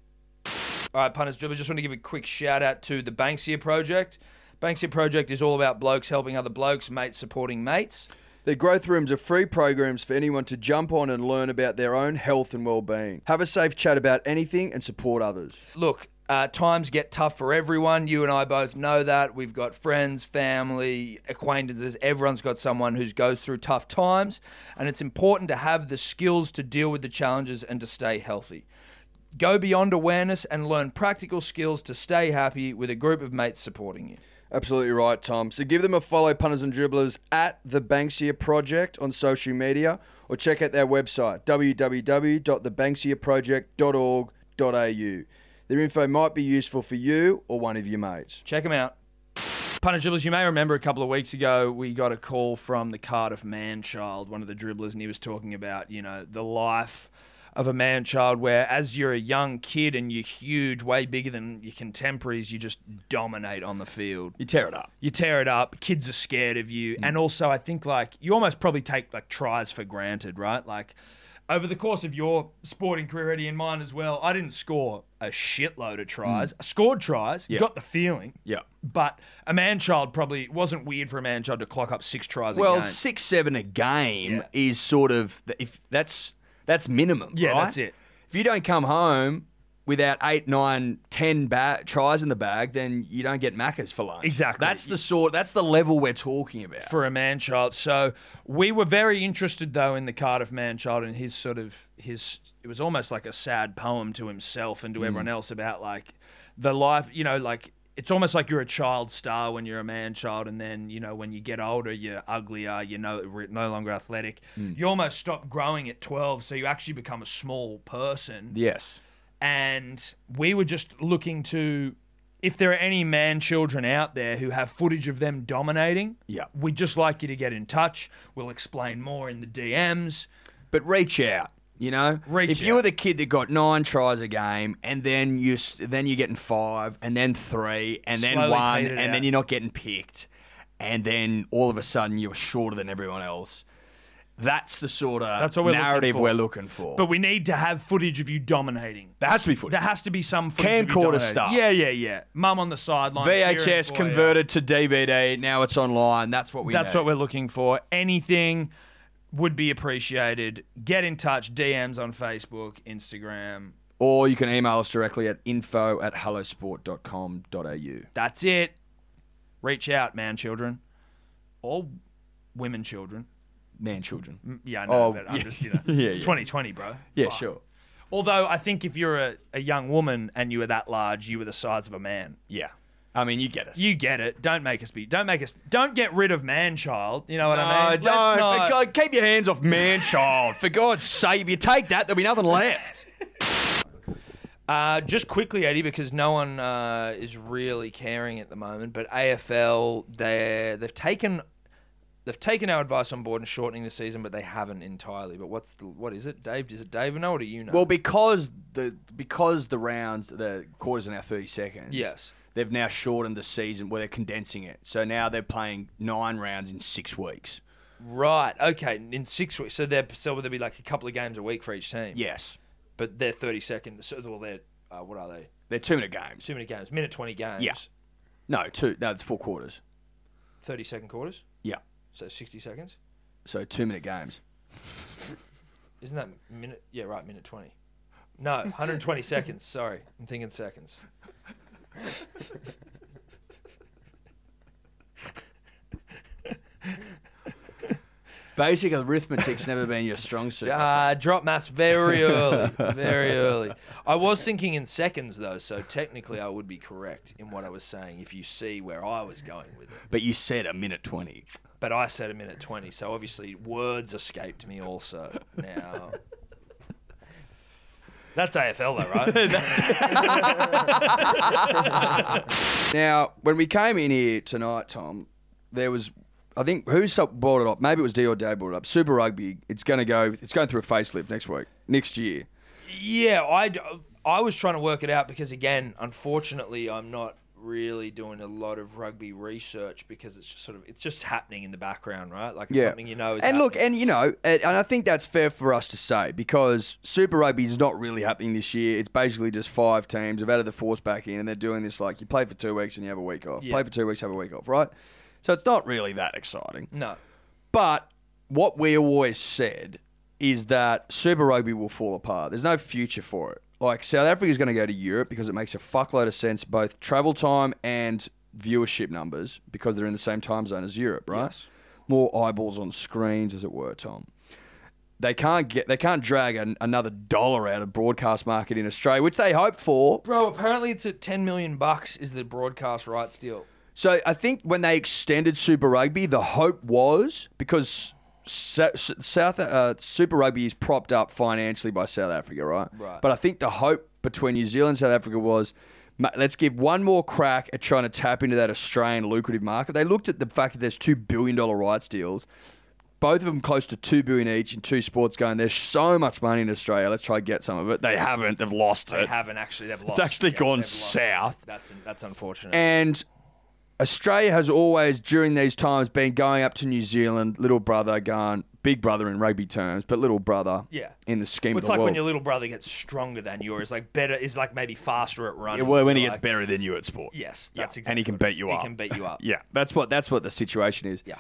Speaker 2: All right, punters, dribblers, just want to give a quick shout out to the Banksia Project. Banksia Project is all about blokes helping other blokes, mates supporting mates.
Speaker 4: Their growth rooms are free programs for anyone to jump on and learn about their own health and well-being. Have a safe chat about anything and support others.
Speaker 2: Look, uh, times get tough for everyone. You and I both know that. We've got friends, family, acquaintances. Everyone's got someone who goes through tough times, and it's important to have the skills to deal with the challenges and to stay healthy. Go beyond awareness and learn practical skills to stay happy with a group of mates supporting you.
Speaker 4: Absolutely right, Tom. So give them a follow, punters and dribblers, at the Banksia Project on social media, or check out their website www.thebanksiaproject.org.au. Their info might be useful for you or one of your mates.
Speaker 2: Check them out. Punter dribblers, you may remember a couple of weeks ago we got a call from the Cardiff man child, one of the dribblers, and he was talking about, you know, the life of a man child where as you're a young kid and you're huge, way bigger than your contemporaries, you just dominate on the field.
Speaker 6: You tear it up. Mm.
Speaker 2: You tear it up, kids are scared of you. And also I think like you almost probably take like tries for granted, right? Like over the course of your sporting career, Eddie, and mine as well, I didn't score a shitload of tries. I scored tries, got the feeling.
Speaker 6: Yeah.
Speaker 2: But a man child probably it wasn't weird for a man child to clock up six tries a
Speaker 4: Well,
Speaker 2: game.
Speaker 4: six seven a game
Speaker 2: Yeah.
Speaker 4: is sort of if that's that's minimum.
Speaker 2: Yeah,
Speaker 4: right?
Speaker 2: that's it.
Speaker 4: If you don't come home without eight, nine, ten ba- tries in the bag, then you don't get macca's for lunch.
Speaker 2: Exactly.
Speaker 4: That's the sort. That's the level we're talking about.
Speaker 2: for a man child. So we were very interested though in the Cardiff man child and his sort of his it was almost like a sad poem to himself and to
Speaker 4: Mm.
Speaker 2: everyone else about like the life you know, like it's almost like you're a child star when you're a man child, and then you know when you get older, you're uglier, you're no re- no longer athletic.
Speaker 4: Mm.
Speaker 2: You almost stop growing at twelve, so you actually become a small person
Speaker 4: yes.
Speaker 2: and we were just looking to if there are any man children out there who have footage of them dominating,
Speaker 4: Yeah.
Speaker 2: we'd just like you to get in touch. We'll explain more in the DMs.
Speaker 4: But reach out. You know,
Speaker 2: Reach
Speaker 4: if you
Speaker 2: out.
Speaker 4: were the kid that got nine tries a game, and then you s- then you're getting five, and then three, and then
Speaker 2: Slowly
Speaker 4: one,
Speaker 2: petered
Speaker 4: and
Speaker 2: out.
Speaker 4: then you're not getting picked, and then all of a sudden you're shorter than everyone else. That's the sort of
Speaker 2: That's what we're looking
Speaker 4: narrative
Speaker 2: for.
Speaker 4: we're looking for.
Speaker 2: But we need to have footage of you dominating.
Speaker 4: there has to be footage.
Speaker 2: There has to be some footage. of you
Speaker 4: Camcorder
Speaker 2: dominating.
Speaker 4: stuff.
Speaker 2: Yeah, yeah, yeah. Mum on the sideline. cheering for
Speaker 4: VHS
Speaker 2: you.
Speaker 4: converted to DVD. Now it's online. That's what we.
Speaker 2: That's
Speaker 4: need.
Speaker 2: what we're looking for. Anything would be appreciated. Get in touch. DMs on Facebook, Instagram.
Speaker 4: Or you can email us directly at info at hellosport.com.au.
Speaker 2: That's it. Reach out, man, children, or women, children.
Speaker 4: Man, children.
Speaker 2: Yeah, I know,
Speaker 4: Oh,
Speaker 2: but I'm
Speaker 4: yeah.
Speaker 2: just you know,
Speaker 4: Yeah,
Speaker 2: it's
Speaker 4: yeah.
Speaker 2: 2020, bro.
Speaker 4: Yeah,
Speaker 2: Fuck.
Speaker 4: sure.
Speaker 2: Although I think if you're a, a young woman and you were that large, you were the size of a man.
Speaker 4: Yeah. I mean, you get us.
Speaker 2: You get it. Don't make us be. Don't make us. Don't get rid of man child. You know what I
Speaker 4: No,
Speaker 2: mean? Let's
Speaker 4: Uh, don't.
Speaker 2: not-
Speaker 4: For God, keep your hands off man child. For God's sake, if you take that, there'll be nothing left.
Speaker 2: Uh, just quickly, Eddie, because no one uh, is really caring at the moment. But AFL, they they've taken they've taken our advice on board and shortening the season, but they haven't entirely. But what's the, what is it, Dave? Is it Dave? No, what do you know?
Speaker 4: Well, because the because the rounds, the quarters are now 30 seconds.
Speaker 2: Yes.
Speaker 4: They've now shortened the season where they're condensing it. So now they're playing nine rounds in six weeks.
Speaker 2: right, okay. In six weeks, so there so there'll be like a couple of games a week for each team.
Speaker 4: Yes.
Speaker 2: but they're thirty second. So well, they're uh, what are they?
Speaker 4: They're two minute games.
Speaker 2: Two minute games, minute twenty games.
Speaker 4: Yeah. No, two. No, it's four quarters.
Speaker 2: thirty second quarters.
Speaker 4: Yeah.
Speaker 2: So sixty seconds.
Speaker 4: So two minute games.
Speaker 2: Isn't that minute? Yeah, right, minute 20. No, 120 seconds. Sorry, I'm thinking seconds.
Speaker 4: Basic arithmetic's never been your strong suit.
Speaker 2: Uh, drop mass very early, very early. I was thinking in seconds though, so technically I would be correct in what I was saying if you see where I was going with it.
Speaker 4: but you said a minute 20.
Speaker 2: But I said a minute 20, so obviously words escaped me also. Now, That's AFL though, right?
Speaker 4: Now, when we came in here tonight, Tom, there was, I think, who so- brought it up? Maybe it was D or Day brought it up. Super Rugby, it's going to go, it's going through a facelift next week, next year.
Speaker 2: yeah, I, d- I was trying to work it out because again, unfortunately, I'm not really doing a lot of rugby research because it's just sort of it's just happening in the background, right? Like it's
Speaker 4: Yeah.
Speaker 2: something you know. Is
Speaker 4: and look,
Speaker 2: happening.
Speaker 4: and you know, and, and I think that's fair for us to say because Super Rugby is not really happening this year. It's basically just five teams. They've added the force back in, and they're doing this like you play for two weeks and you have a week off.
Speaker 2: Yeah.
Speaker 4: Play for two weeks, have a week off, right? So it's not really that exciting.
Speaker 2: no,
Speaker 4: But what we always said is that Super Rugby will fall apart. There's no future for it. Like South Africa's going to go to Europe because it makes a fuckload of sense, both travel time and viewership numbers, because they're in the same time zone as Europe, right? More eyeballs on screens, as it were, Tom. They can't get, they can't drag an, another dollar out of broadcast market in Australia, which they hope for.
Speaker 2: bro. Apparently, it's at 10 million bucks is the broadcast rights deal.
Speaker 4: So I think when they extended Super Rugby, the hope was because Sa- S- South uh, Super Rugby is propped up financially by South Africa, right?
Speaker 2: Right.
Speaker 4: But I think the hope between New Zealand and South Africa was. "Ma- Let's give one more crack at trying to tap into that Australian lucrative market. They looked at the fact that there's two billion dollar rights deals, both of them close to two billion each in two sports. Going, there's so much money in Australia. Let's try to get some of it. They haven't. They've lost
Speaker 2: They
Speaker 4: it.
Speaker 2: haven't actually. They've lost.
Speaker 6: actually
Speaker 2: Yeah,
Speaker 6: gone
Speaker 2: they've lost.
Speaker 6: south.
Speaker 2: That's that's unfortunate.
Speaker 4: And Australia has always, during these times, been going up to New Zealand, little brother, going big brother in rugby terms, but little brother
Speaker 2: Yeah.
Speaker 4: in the scheme
Speaker 2: Well, it's
Speaker 4: of the
Speaker 2: like when
Speaker 4: world.
Speaker 2: your little brother gets stronger than you, or is like better, is like maybe faster at running.
Speaker 6: well, when he
Speaker 2: Like-
Speaker 6: gets better than you at sport.
Speaker 2: Yes,
Speaker 6: Yeah.
Speaker 2: that's exactly.
Speaker 6: And he can
Speaker 2: what it
Speaker 6: beat
Speaker 2: is.
Speaker 6: you
Speaker 2: he
Speaker 6: up.
Speaker 2: He can beat you up.
Speaker 4: yeah, that's what that's what the situation is.
Speaker 2: Yeah.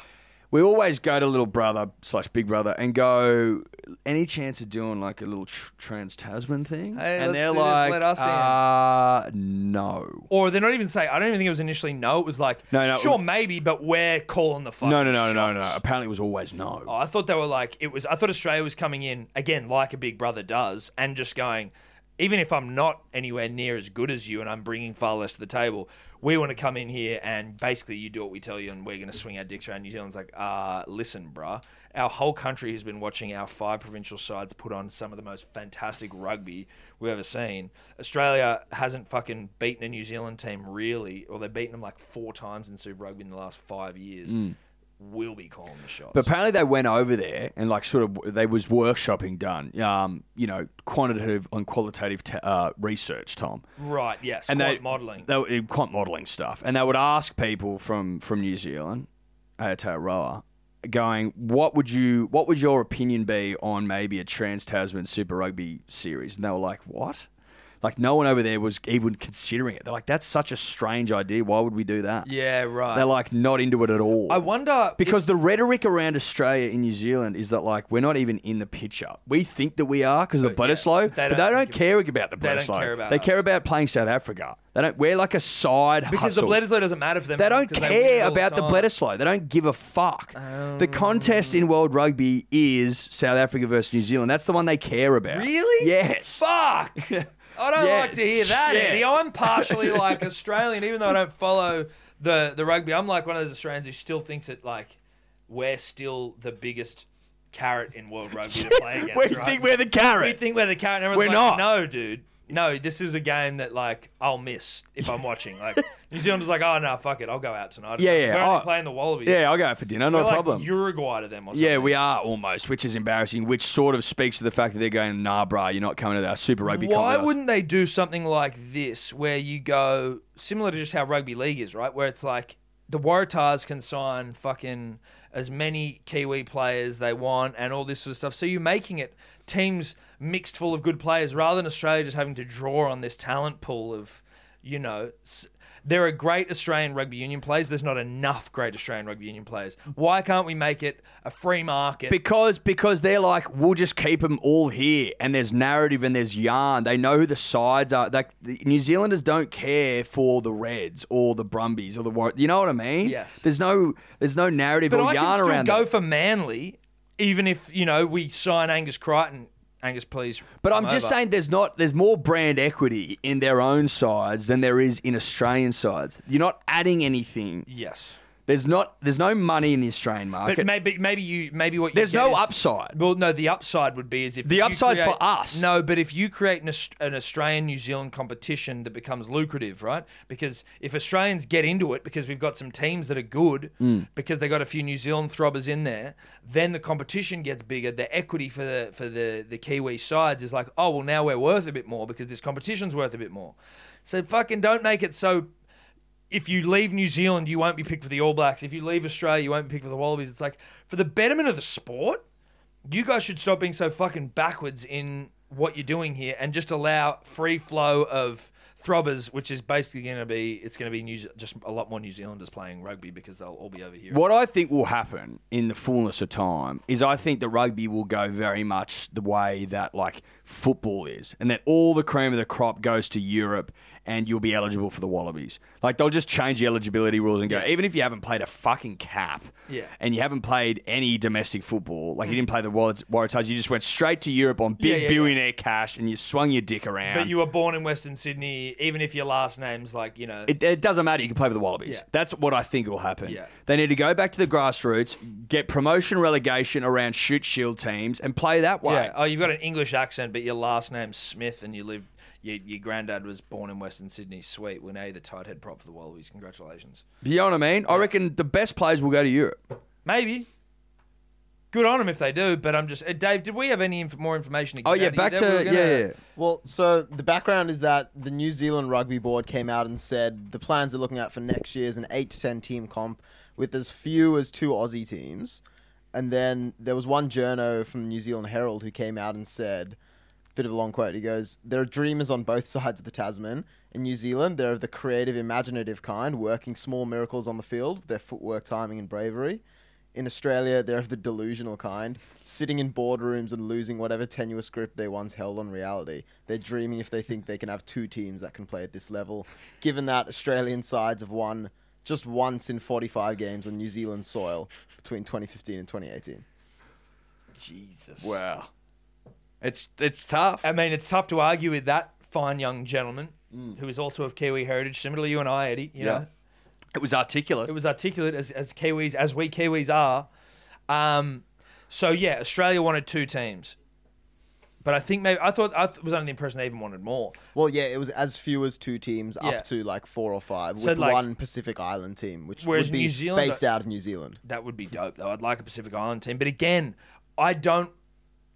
Speaker 4: We always go to little brother slash big brother and go, any chance of doing like a little tr- trans Tasman thing?
Speaker 2: Hey, let's
Speaker 4: and they're
Speaker 2: do this,
Speaker 4: like,
Speaker 2: let us in.
Speaker 4: uh, no.
Speaker 2: Or they're not even saying. I don't even think it was initially no. It was like
Speaker 4: No, no, it
Speaker 2: sure,
Speaker 4: was-
Speaker 2: maybe, but we're calling the fuck.
Speaker 4: No, no, no, no, no, no.
Speaker 2: shots.
Speaker 4: Apparently it was always no.
Speaker 2: Oh, I thought they were like it was. I thought Australia was coming in again, like a big brother does, and just going. Even if I'm not anywhere near as good as you, and I'm bringing far less to the table, we want to come in here and basically you do what we tell you, and we're going to swing our dicks around. New Zealand's like, uh, listen, bruh, our whole country has been watching our five provincial sides put on some of the most fantastic rugby we've ever seen. Australia hasn't fucking beaten a New Zealand team really, or they've beaten them like four times in Super Rugby in the last five years. We'll be calling the shots.
Speaker 4: Mm. But apparently they went over there and like sort of they was workshopping done, um, you know, quantitative and qualitative te- uh, research, Tom.
Speaker 2: Right. Yes.
Speaker 4: And
Speaker 2: quant
Speaker 4: they
Speaker 2: modeling.
Speaker 4: they were- quant modeling stuff, and they would ask people from from New Zealand, Aotearoa, going, what would you, what would your opinion be on maybe a Trans Tasman Super Rugby series? And they were like, what? Like no one over there was even considering it. They're like, that's such a strange idea. Why would we do that?
Speaker 2: yeah. Right.
Speaker 4: They're like not into it at all.
Speaker 2: I wonder if-
Speaker 4: because the rhetoric around Australia in New Zealand is that like we're not even in the picture. We think that we are because of the
Speaker 2: But, yeah,
Speaker 4: Bledisloe,
Speaker 2: but
Speaker 4: but
Speaker 2: they
Speaker 4: they
Speaker 2: don't
Speaker 4: don't,
Speaker 2: think of-
Speaker 4: care about the
Speaker 2: they don't
Speaker 4: Bledisloe.
Speaker 2: care about
Speaker 4: they
Speaker 2: us.
Speaker 4: care about playing South Africa. They don't. We're like a side
Speaker 2: because the
Speaker 4: hustle.
Speaker 2: Bledisloe doesn't matter for them.
Speaker 4: They don't
Speaker 2: because win
Speaker 4: care
Speaker 2: all
Speaker 4: about the
Speaker 2: time. Um,
Speaker 4: Bledisloe. They don't give a fuck. the contest in world rugby is South Africa versus New Zealand. That's the one they care about.
Speaker 2: Really?
Speaker 4: Yes.
Speaker 2: Fuck. I don't
Speaker 4: Yeah,
Speaker 2: like to hear that,
Speaker 4: yeah.
Speaker 2: Eddie. I'm partially like Australian, even though I don't follow the the rugby. I'm like one of those Australians who still thinks that like we're still the biggest carrot in world rugby to play against.
Speaker 4: we
Speaker 2: right?
Speaker 4: think we're the
Speaker 2: we
Speaker 4: carrot.
Speaker 2: think we're the carrot. and everyone's
Speaker 4: We're
Speaker 2: like,
Speaker 4: not.
Speaker 2: No, dude. No, this is a game that like I'll miss if I'm watching. Like New Zealanders like, oh no, fuck it, I'll go out tonight.
Speaker 4: Yeah, yeah.
Speaker 2: We're only
Speaker 4: Oh,
Speaker 2: playing the Wallabies.
Speaker 4: yeah, I'll go out for dinner.
Speaker 2: We're
Speaker 4: No
Speaker 2: like
Speaker 4: problem.
Speaker 2: Uruguay to them or something.
Speaker 4: Yeah, we are almost, which is embarrassing, which sort of speaks to the fact that they're going, nah, brah, you're not coming to our Super Rugby
Speaker 2: Why
Speaker 4: contest."
Speaker 2: wouldn't they do something like this, where you go similar to just how rugby league is, right? Where it's like the Waratahs can sign fucking as many Kiwi players they want and all this sort of stuff. So you're making it teams mixed full of good players rather than Australia just having to draw on this talent pool of, you know. S- there are great Australian rugby union players. but There's not enough great Australian rugby union players. Why can't we make it a free market?
Speaker 4: Because because they're like, we'll just keep them all here, and there's narrative and there's yarn. They know who the sides are. Like the New Zealanders don't care for the Reds or the Brumbies or the War. You know what I mean?
Speaker 2: Yes.
Speaker 4: There's no there's no narrative
Speaker 2: But
Speaker 4: or
Speaker 2: I
Speaker 4: yarn
Speaker 2: can still
Speaker 4: around.
Speaker 2: go
Speaker 4: that.
Speaker 2: for Manly, even if you know we sign Angus Crichton. Angus, please.
Speaker 4: But
Speaker 2: come
Speaker 4: I'm just
Speaker 2: over.
Speaker 4: saying, there's not there's more brand equity in their own sides than there is in Australian sides. You're not adding anything
Speaker 2: Yes.
Speaker 4: There's not. There's no money in the Australian market.
Speaker 2: But maybe maybe you maybe what you
Speaker 4: There's
Speaker 2: get
Speaker 4: no
Speaker 2: is-
Speaker 4: upside.
Speaker 2: Well, no, the upside would be is if
Speaker 4: The
Speaker 2: you
Speaker 4: upside
Speaker 2: create-
Speaker 4: for us.
Speaker 2: No, but if you create an, Aus- an Australian New Zealand competition that becomes lucrative, right? Because if Australians get into it because we've got some teams that are good because they got a few New Zealand throbbers in there, then the competition gets bigger. The equity for the for the the Kiwi sides is like, oh well, now we're worth a bit more because this competition's worth a bit more. So fucking don't make it so if you leave New Zealand, you won't be picked for the All Blacks. If you leave Australia, you won't be picked for the Wallabies. It's like, for the betterment of the sport, you guys should stop being so fucking backwards in what you're doing here and just allow free flow of throbbers, which is basically going to be, it's going to be New, Ze- just a lot more New Zealanders playing rugby because they'll all be over here.
Speaker 4: What I think will happen in the fullness of time is I think the rugby will go very much the way that like football is, and that all the cream of the crop goes to Europe, and you'll be eligible for the Wallabies. Like they'll just change the eligibility rules and go, even if you haven't played a fucking cap,
Speaker 2: Yeah.
Speaker 4: and you haven't played any domestic football, like you didn't play the Warriors, Waratahs, you just went straight to Europe on big
Speaker 2: Mm. Yeah, yeah, yeah.
Speaker 4: billionaire cash, and you swung your dick around.
Speaker 2: But you were born in Western Sydney, even if your last name's like, you know,
Speaker 4: It, it doesn't matter. You can play for the Wallabies.
Speaker 2: Yeah.
Speaker 4: That's what I think will happen.
Speaker 2: Yeah.
Speaker 4: They need to go back to the grassroots, get promotion relegation around shoot shield teams, and play that way.
Speaker 2: Yeah. Oh, you've got an English accent, but your last name's Smith, and you live. Your, your granddad was born in Western Sydney. Sweet. We're now the tight head prop for the Wallabies. Congratulations.
Speaker 4: You know what I mean? I reckon the best players will go to Europe.
Speaker 2: Maybe. Good on them if they do. But I'm just uh, Dave. Did we have any inf- more information? To get
Speaker 4: Oh
Speaker 2: out
Speaker 4: yeah,
Speaker 2: of you
Speaker 4: back
Speaker 2: there?
Speaker 4: to
Speaker 2: We were gonna-
Speaker 4: yeah, yeah.
Speaker 3: Well, so the background is that the New Zealand Rugby Board came out and said the plans they're looking at for next year is an 8 to 10 team comp with as few as two Aussie teams. And then there was one journo from the New Zealand Herald who came out and said, bit of a long quote, he goes, There are dreamers on both sides of the Tasman. In New Zealand, they're of the creative, imaginative kind, working small miracles on the field, with their footwork, timing, and bravery. In Australia, they're of the delusional kind, sitting in boardrooms and losing whatever tenuous grip they once held on reality. They're dreaming if they think they can have two teams that can play at this level, given that Australian sides have won just once in 45 games on New Zealand soil between 2015 and 2018.
Speaker 4: Jesus. Wow. It's it's tough.
Speaker 2: I mean, it's tough to argue with that fine young gentleman who is also of Kiwi heritage, similar to you and I, Eddie. You
Speaker 4: Mm. Yeah.
Speaker 2: know?
Speaker 4: It was articulate.
Speaker 2: It was articulate as, as Kiwis, as we Kiwis are. Um, so yeah, Australia wanted two teams, but I think maybe I thought I th- was under the impression they even wanted more.
Speaker 3: Well, yeah, it was as few as two teams,
Speaker 2: Yeah.
Speaker 3: up to like four or five,
Speaker 2: So,
Speaker 3: with
Speaker 2: like-
Speaker 3: one Pacific Island team, which
Speaker 2: Whereas
Speaker 3: would be
Speaker 2: New Zealand-
Speaker 3: based out of New Zealand.
Speaker 2: That would be dope though. I'd like a Pacific Island team, but again, I don't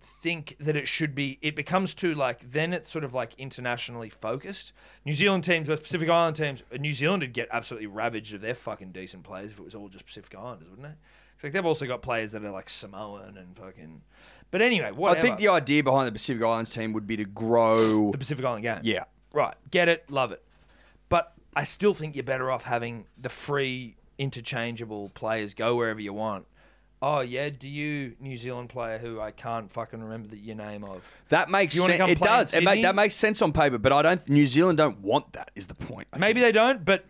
Speaker 2: think that it should be. It becomes too like then it's sort of like internationally focused. New Zealand teams versus Pacific Island teams. uh, New Zealand would get absolutely ravaged of their fucking decent players if it was all just Pacific Islanders, wouldn't it? It's like they've also got players that are like Samoan and fucking. But anyway, whatever.
Speaker 4: I think the idea behind the Pacific Islands team would be to grow.
Speaker 2: the Pacific Island game.
Speaker 4: Yeah.
Speaker 2: Right. Get it. Love it. But I still think you're better off having the free, interchangeable players go wherever you want. Oh, yeah. Do you, New Zealand player who I can't fucking remember the, your name of?
Speaker 4: That makes
Speaker 2: You wanna
Speaker 4: sense.
Speaker 2: come
Speaker 4: It
Speaker 2: play in
Speaker 4: does. It ma-
Speaker 2: Sydney?
Speaker 4: that makes sense on paper, but I don't. New Zealand don't want that. Is the point? I
Speaker 2: Maybe
Speaker 4: think.
Speaker 2: they don't, but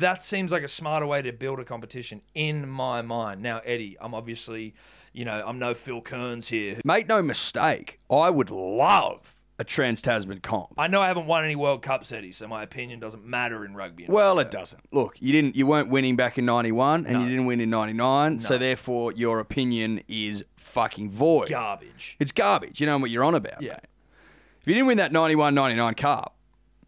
Speaker 2: that seems like a smarter way to build a competition in my mind. Now, Eddie, I'm obviously, you know, I'm no Phil Kearns here.
Speaker 4: Make no mistake. I would love a Trans Tasman comp.
Speaker 2: I know I haven't won any World Cups, Eddie, so my opinion doesn't matter in rugby.
Speaker 4: Well, it doesn't. Look, you didn't. You weren't winning back in '91, and you didn't win in '99. So therefore, your opinion is fucking void.
Speaker 2: Garbage.
Speaker 4: It's garbage. You know what you're on about.
Speaker 2: Yeah.
Speaker 4: mate. If you didn't win that '91 '99 Cup,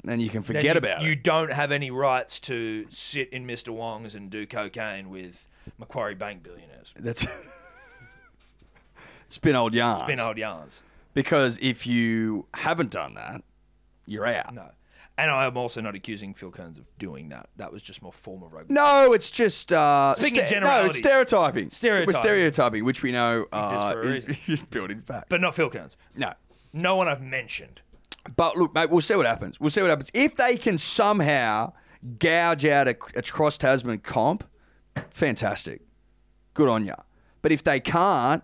Speaker 4: then you can
Speaker 2: then
Speaker 4: forget
Speaker 2: you,
Speaker 4: about
Speaker 2: you
Speaker 4: it.
Speaker 2: don't have any rights to sit in Mr. Wong's and do cocaine with Macquarie Bank billionaires.
Speaker 4: That's. it's been old yarns.
Speaker 2: Spin old yarns.
Speaker 4: Because if you haven't done that, you're out.
Speaker 2: No. And I am also not accusing Phil Kearns of doing that. That was just more form of rugby.
Speaker 4: No, it's just uh,
Speaker 2: Speaking of
Speaker 4: no
Speaker 2: generalities.
Speaker 4: it's stereotyping.
Speaker 2: Stereotyping.
Speaker 4: We're stereotyping, which we know
Speaker 2: Exists
Speaker 4: uh,
Speaker 2: for a
Speaker 4: is,
Speaker 2: reason.
Speaker 4: is built in fact.
Speaker 2: But not Phil Kearns.
Speaker 4: no,
Speaker 2: No one I've mentioned.
Speaker 4: But look, mate, we'll see what happens. We'll see what happens. If they can somehow gouge out a, a cross Tasman comp, fantastic. Good on ya. But if they can't,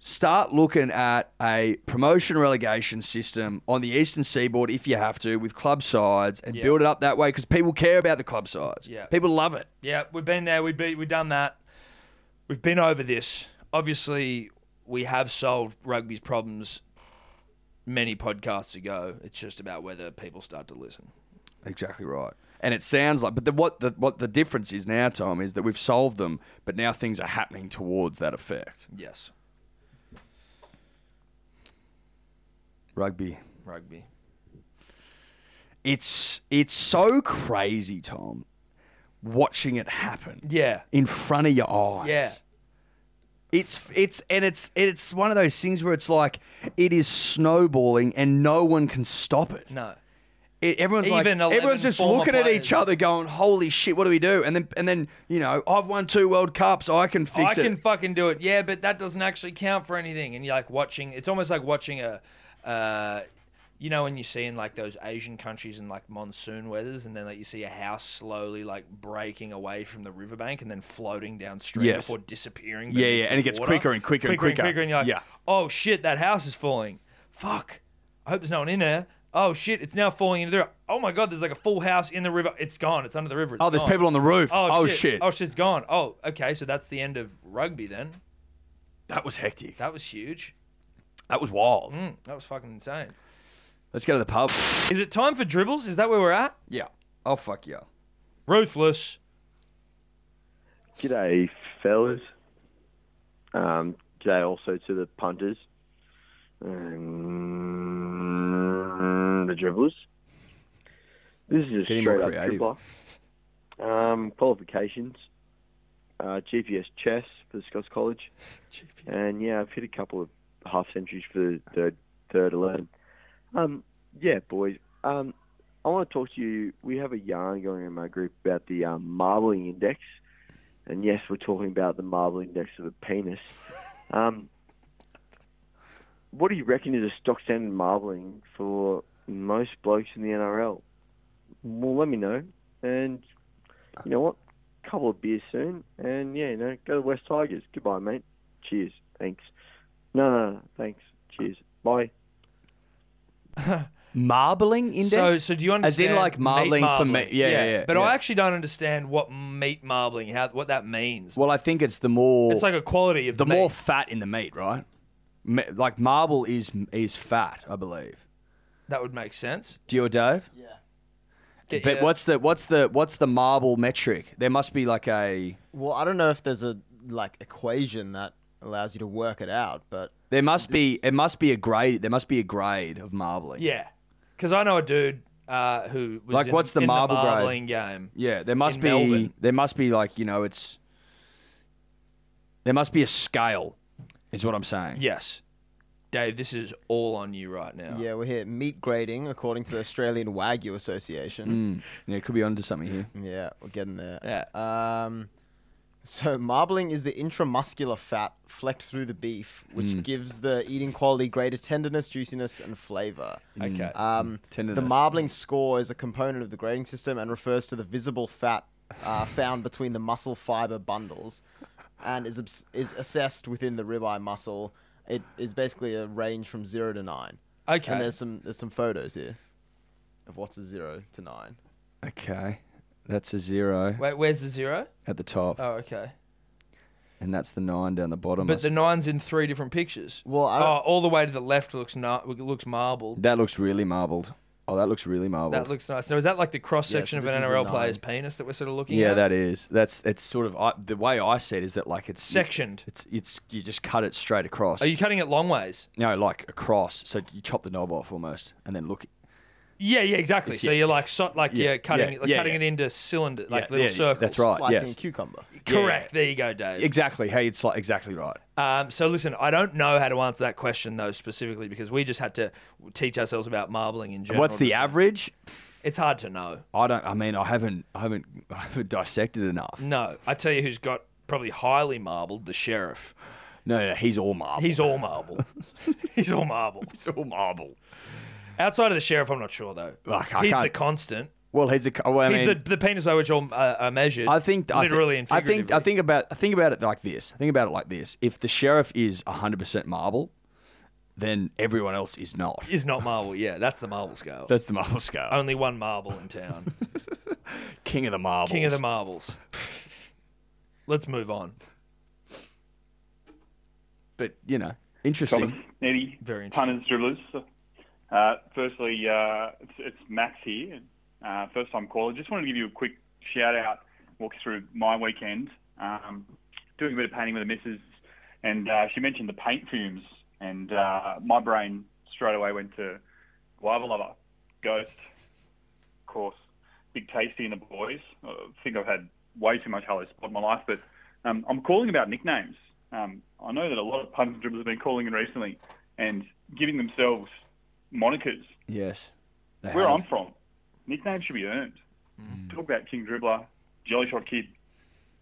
Speaker 4: start looking at a promotion relegation system on the eastern seaboard if you have to with club sides and
Speaker 2: Yeah.
Speaker 4: build it up that way because people care about the club sides.
Speaker 2: Yeah.
Speaker 4: People love it.
Speaker 2: Yeah, we've been there. We've been, we've done that. We've been over this. Obviously, we have solved rugby's problems many podcasts ago. It's just about whether people start to listen.
Speaker 4: Exactly right. and it sounds like. But the, what the what the difference is now, Tom, is that we've solved them, but now things are happening towards that effect.
Speaker 2: Yes,
Speaker 4: Rugby.
Speaker 2: rugby.
Speaker 4: It's it's so crazy, Tom, watching it happen
Speaker 2: Yeah,
Speaker 4: in front of your eyes.
Speaker 2: yeah.
Speaker 4: It's it's and it's it's one of those things where it's like it is snowballing and no one can stop it.
Speaker 2: No.
Speaker 4: It, everyone's like,
Speaker 2: Even 11
Speaker 4: everyone's just
Speaker 2: former
Speaker 4: looking at
Speaker 2: players.
Speaker 4: each other, going, "Holy shit, what do we do?" And then and then you know, I've won two World Cups, I can fix
Speaker 2: Oh, I
Speaker 4: it.
Speaker 2: can fucking do it. Yeah, but that doesn't actually count for anything. And you're like watching. It's almost like watching a, uh, you know, when you see in like those Asian countries in like monsoon weathers, and then like you see a house slowly like breaking away from the riverbank and then floating downstream
Speaker 6: Yes.
Speaker 2: before disappearing.
Speaker 6: Yeah, yeah,
Speaker 2: beneath
Speaker 6: and
Speaker 2: the
Speaker 6: it gets
Speaker 2: water.
Speaker 6: quicker and quicker and quicker.
Speaker 2: and you're like,
Speaker 6: Yeah.
Speaker 2: oh shit, that house is falling. Fuck. I hope there's no one in there. Oh shit, it's now falling into there. Oh my god, there's like a full house in the river. It's gone. It's under the river. It's
Speaker 6: Oh, there's
Speaker 2: gone.
Speaker 6: people on the roof.
Speaker 2: Oh,
Speaker 6: Oh,
Speaker 2: shit.
Speaker 6: shit.
Speaker 2: Oh shit's gone. Oh, okay, so that's the end of rugby then.
Speaker 6: That was hectic.
Speaker 2: That was huge.
Speaker 6: That was wild.
Speaker 2: Mm, that was fucking insane.
Speaker 4: Let's go to the pub.
Speaker 2: Is it time for dribbles? Is that where we're at?
Speaker 4: Yeah. Oh fuck yeah.
Speaker 2: Ruthless.
Speaker 7: G'day, fellas. Um, g'day also to the punters and the dribblers. This is a
Speaker 4: Getting more
Speaker 7: straight up
Speaker 4: creative.
Speaker 7: dribbler. Um, qualifications, uh, GPS chess for Scots College, and yeah, I've hit a couple of half centuries for the third, third eleven. Um, yeah, boys. Um, I want to talk to you. We have a yarn going in my group about the um, marbling index, and yes, we're talking about the marbling index of the penis. Um, what do you reckon is a stock standard marbling for most blokes in the NRL? Well, let me know. And you know what? Couple of beers soon, and yeah, you know, go to West Tigers. Goodbye, mate. Cheers. Thanks. No, no, no thanks. Cheers. Bye.
Speaker 4: Marbling index.
Speaker 2: So, so do you understand?
Speaker 4: like,
Speaker 2: meat
Speaker 4: marbling for meat. Yeah, yeah, yeah,
Speaker 2: But
Speaker 4: yeah.
Speaker 2: I actually don't understand what meat marbling, how what that means.
Speaker 4: well, I think it's the more
Speaker 2: it's like a quality of
Speaker 4: the
Speaker 2: meat.
Speaker 4: more fat in the meat, right? Ma- Like marble is is fat, I believe.
Speaker 2: that would make sense.
Speaker 4: Do you or Dave?
Speaker 2: Get
Speaker 4: But
Speaker 2: your-
Speaker 4: what's the what's the what's the marble metric? There must be like a
Speaker 3: Well, I don't know if there's a like equation that allows you to work it out, but
Speaker 4: there must be
Speaker 3: This-
Speaker 4: it must be a grade there must be a grade of marbling.
Speaker 2: Yeah, because I know a dude uh, who was
Speaker 4: Like,
Speaker 2: in-
Speaker 4: what's the
Speaker 2: in
Speaker 4: marble grade?
Speaker 2: marbling game?
Speaker 4: Yeah, there must
Speaker 2: In
Speaker 4: be
Speaker 2: Melbourne.
Speaker 4: there must be like, you know, it's there must be a scale is what I'm saying.
Speaker 2: Yes, Dave, this is all on you right now.
Speaker 3: yeah, we're here meat grading according to the Australian Wagyu Association.
Speaker 4: Mm. Yeah, it could be onto something here.
Speaker 3: Yeah, we're getting there.
Speaker 2: Yeah.
Speaker 3: Um, so marbling is the intramuscular fat flecked through the beef, which
Speaker 2: Hmm.
Speaker 3: gives the eating quality greater tenderness, juiciness, and flavor.
Speaker 2: Okay. Hmm.
Speaker 3: Um, the
Speaker 4: Tenderness.
Speaker 3: marbling score is a component of the grading system and refers to the visible fat uh, found between the muscle fiber bundles and is, abs- is assessed within the ribeye muscle. It is basically a range from zero to nine.
Speaker 2: Okay.
Speaker 3: And there's some, there's some photos here of what's a zero to nine.
Speaker 4: Okay. That's a zero
Speaker 2: Wait, where's the zero?
Speaker 4: at the top.
Speaker 2: Oh, okay.
Speaker 4: And that's the nine down the bottom.
Speaker 2: But the nine's in three different pictures.
Speaker 3: Well, I don't-
Speaker 2: oh, all the way to the left looks not looks marbled.
Speaker 4: that looks really marbled. Oh, that looks really marbled.
Speaker 2: That looks nice. Now is that like the cross
Speaker 3: Yeah, so
Speaker 2: section
Speaker 3: this
Speaker 2: of
Speaker 3: is
Speaker 2: an
Speaker 3: the
Speaker 2: NRL
Speaker 3: nine.
Speaker 2: player's penis that we're sort of looking
Speaker 4: yeah,
Speaker 2: at?
Speaker 4: that is. That's it's sort of I, the way I see it is that like it's
Speaker 2: Sectioned.
Speaker 4: It's it's you just cut it straight across.
Speaker 2: Are you cutting it long ways?
Speaker 4: no, like across. So you chop the knob off almost, and then look.
Speaker 2: Yeah, yeah, exactly. So you're like so, like
Speaker 4: Yeah,
Speaker 2: you're cutting
Speaker 4: yeah,
Speaker 2: like
Speaker 4: yeah,
Speaker 2: cutting
Speaker 4: yeah.
Speaker 2: it into cylinder like
Speaker 4: Yeah,
Speaker 2: little
Speaker 4: yeah, yeah,
Speaker 2: circles.
Speaker 4: that's right.
Speaker 3: Slicing
Speaker 4: yes.
Speaker 3: a cucumber.
Speaker 2: Correct. There you go, Dave.
Speaker 4: Exactly. Hey, it's like exactly right.
Speaker 2: Um, so listen, I don't know how to answer that question though specifically because we just had to teach ourselves about marbling in general.
Speaker 4: What's the
Speaker 2: Just-
Speaker 4: average?
Speaker 2: It's hard to know.
Speaker 4: I don't. I mean, I haven't. I haven't. I haven't dissected enough.
Speaker 2: No, I tell you who's got probably highly marbled the sheriff.
Speaker 4: No, no, he's all marble.
Speaker 2: He's all marble. He's all marble.
Speaker 4: He's all marble.
Speaker 2: Outside of the sheriff, I'm not sure though.
Speaker 4: Like, I
Speaker 2: he's
Speaker 4: can't-
Speaker 2: the constant.
Speaker 4: Well, he's a. oh, Well, I
Speaker 2: He's
Speaker 4: mean,
Speaker 2: the, the penis by which all uh, are measured.
Speaker 4: I think I thi-
Speaker 2: literally and
Speaker 4: I think
Speaker 2: figuratively.
Speaker 4: I think about I think about it like this. I think about it like this. If the sheriff is 100% marble, then everyone else is not.
Speaker 2: is not marble. Yeah, that's the marble scale.
Speaker 4: That's the marble scale.
Speaker 2: Only one marble in town.
Speaker 4: King of the marbles.
Speaker 2: King of the marbles. Let's move on.
Speaker 4: But you know, interesting.
Speaker 8: Eddie,
Speaker 2: Very interesting.
Speaker 8: punters, dribblers. Uh, firstly, uh, it's, it's Max here. Uh, first time caller. Just wanted to give you a quick shout out, walk through my weekend. Um, doing a bit of painting with the missus, and uh, she mentioned the paint fumes, and uh, my brain straight away went to Guava Lover, Ghost, of course, Big Tasty and the boys. Uh, I think I've had way too much Hello Spot in my life, but um, I'm calling about nicknames. Um, I know that a lot of puns and dribblers have been calling in recently and giving themselves monikers.
Speaker 4: Yes. They
Speaker 8: Where
Speaker 4: have. Mm.
Speaker 8: I'm from, nicknames should be earned. Talk about King Dribbler, Jelly Shot Kid.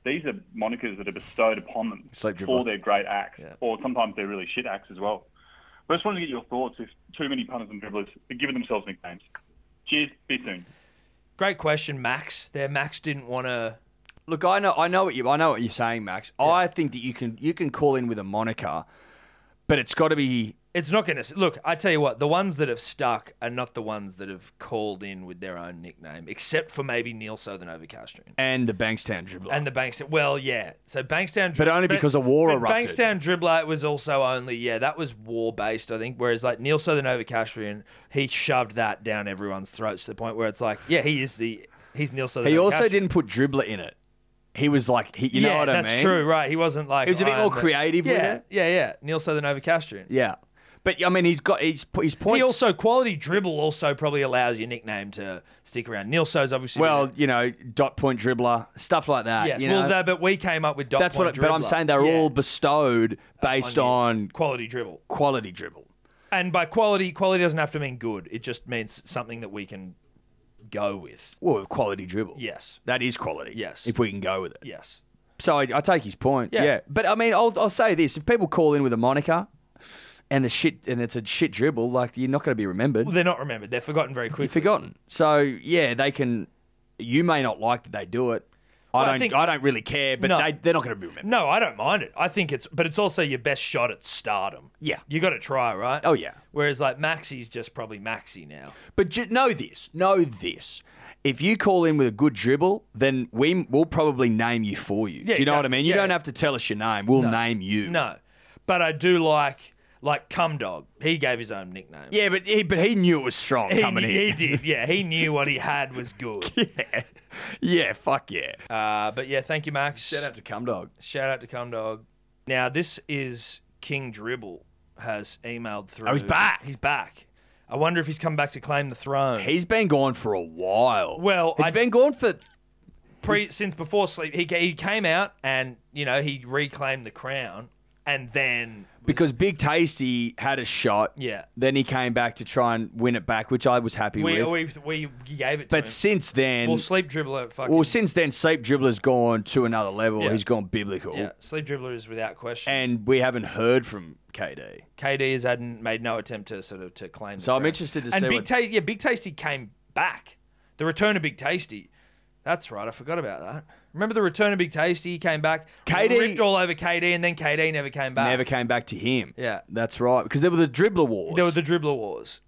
Speaker 8: These are monikers that are bestowed upon them
Speaker 4: Sleep
Speaker 8: for
Speaker 4: dribbler.
Speaker 8: their great acts, or sometimes they're really shit acts as well. But I just wanted to get your thoughts if too many punters and dribblers are giving themselves nicknames. Cheers, be soon.
Speaker 2: Great question, Max. There, Max didn't want to.
Speaker 4: Look, I know, I know what you, I know what you're saying, Max. I think that you can, you can call in with a moniker, but it's got to be.
Speaker 2: It's not going to look. I tell you what, the ones that have stuck are not the ones that have called in with their own nickname, except for maybe Neil Southern over Castrian.
Speaker 4: And the Bankstown dribbler.
Speaker 2: And the Bankstown, well, yeah. So Bankstown,
Speaker 4: But only because a war
Speaker 2: but
Speaker 4: erupted.
Speaker 2: Bankstown dribbler was also only, yeah, that was war based, I think. Whereas like Neil Southern over Castrian, he shoved that down everyone's throats to the point where it's like, yeah, he is the he's Neil Southern.
Speaker 4: he
Speaker 2: over
Speaker 4: also
Speaker 2: Castrian.
Speaker 4: didn't put dribbler in it. He was like, he, you
Speaker 2: yeah,
Speaker 4: know what I mean?
Speaker 2: that's true, right? He wasn't like
Speaker 4: He was a bit
Speaker 2: "I
Speaker 4: more
Speaker 2: am the-"
Speaker 4: creative with
Speaker 2: Yeah,
Speaker 4: it.
Speaker 2: yeah, yeah. Neil Southern over Castrian.
Speaker 4: Yeah, but I mean, he's got his his points.
Speaker 2: He also quality dribble also probably allows your nickname to stick around. Neil So's obviously
Speaker 4: well, you know, dot point dribbler, stuff like that.
Speaker 2: yes.
Speaker 4: you
Speaker 2: Well,
Speaker 4: know?
Speaker 2: no, but we came up with dot
Speaker 4: that's
Speaker 2: point
Speaker 4: what. But I'm
Speaker 2: dribbler.
Speaker 4: saying they're
Speaker 2: Yeah, Uh,
Speaker 4: all bestowed based
Speaker 2: you.
Speaker 4: on
Speaker 2: quality dribble,
Speaker 4: quality dribble.
Speaker 2: and by quality, quality doesn't have to mean good. It just means something that we can go with.
Speaker 4: Well, quality dribble.
Speaker 2: Yes,
Speaker 4: That is quality.
Speaker 2: Yes.
Speaker 4: If we can go with it.
Speaker 2: yes.
Speaker 4: So I, I take his point. Yeah.
Speaker 2: Yeah.
Speaker 4: But I mean, I'll, I'll say this: if people call in with a moniker and the shit and it's a shit dribble, like you're not going to be remembered.
Speaker 2: Well, they're not remembered. They're forgotten very quickly.
Speaker 4: you're forgotten. So yeah, they can. You may not like that they do it. I
Speaker 2: Well, I
Speaker 4: don't. I,
Speaker 2: think-
Speaker 4: don't really care. But
Speaker 2: No.
Speaker 4: they, they're not going to be remembered.
Speaker 2: No, I don't mind it. I think it's, but it's also your best shot at stardom.
Speaker 4: Yeah.
Speaker 2: you got to try, right?
Speaker 4: Oh, yeah.
Speaker 2: Whereas like Maxi's just probably Maxi now.
Speaker 4: But ju- know this, know this. If you call in with a good dribble, then we will probably name you for you.
Speaker 2: Yeah,
Speaker 4: Do you know what I
Speaker 2: exactly.
Speaker 4: mean? You
Speaker 2: Yeah,
Speaker 4: don't
Speaker 2: yeah.
Speaker 4: have to tell us your name. We'll name you.
Speaker 2: No, but I do like like Cum Dog. He gave his own nickname.
Speaker 4: Yeah, Oh, but he but he knew it was strong
Speaker 2: he,
Speaker 4: coming
Speaker 2: he
Speaker 4: in.
Speaker 2: did. Yeah, he knew what he had was good.
Speaker 4: yeah. yeah, fuck yeah.
Speaker 2: Uh, but yeah, thank you, Max.
Speaker 4: Shout out to Cum Dog.
Speaker 2: Shout out to Cum Dog. Now this is King Dribble has emailed through.
Speaker 4: Oh, he's back.
Speaker 2: He's back. I wonder if he's come back to claim the throne.
Speaker 4: He's been gone for a while.
Speaker 2: Well,
Speaker 4: he's
Speaker 2: I-
Speaker 4: been gone for
Speaker 2: Pre, since before sleep, he, ca- he came out and you know he reclaimed the crown, and then
Speaker 4: because Big Tasty had a shot.
Speaker 2: Yeah.
Speaker 4: Then he came back to try and win it back, which I was happy
Speaker 2: we,
Speaker 4: with.
Speaker 2: we we gave it to
Speaker 4: but
Speaker 2: him.
Speaker 4: since then,
Speaker 2: Well, sleep dribbler, fucking
Speaker 4: well, since then, Sleep Dribbler's gone to another level.
Speaker 2: Yeah.
Speaker 4: He's gone biblical.
Speaker 2: yeah, sleep dribbler is without question.
Speaker 4: and we haven't heard from KD.
Speaker 2: KD has hadn't made no attempt to sort of to claim. The
Speaker 4: So I'm
Speaker 2: crown.
Speaker 4: interested to
Speaker 2: and
Speaker 4: see
Speaker 2: Big
Speaker 4: what-
Speaker 2: Tasty. Yeah, Big Tasty came back. The return of Big Tasty. That's right. I forgot about that. Remember the return of Big Tasty? He came back. We
Speaker 4: KD
Speaker 2: ripped all over KD, and then KD never came back.
Speaker 4: Never came back to him.
Speaker 2: Yeah.
Speaker 4: that's right. Because there were the dribbler wars,
Speaker 2: There were the dribbler wars.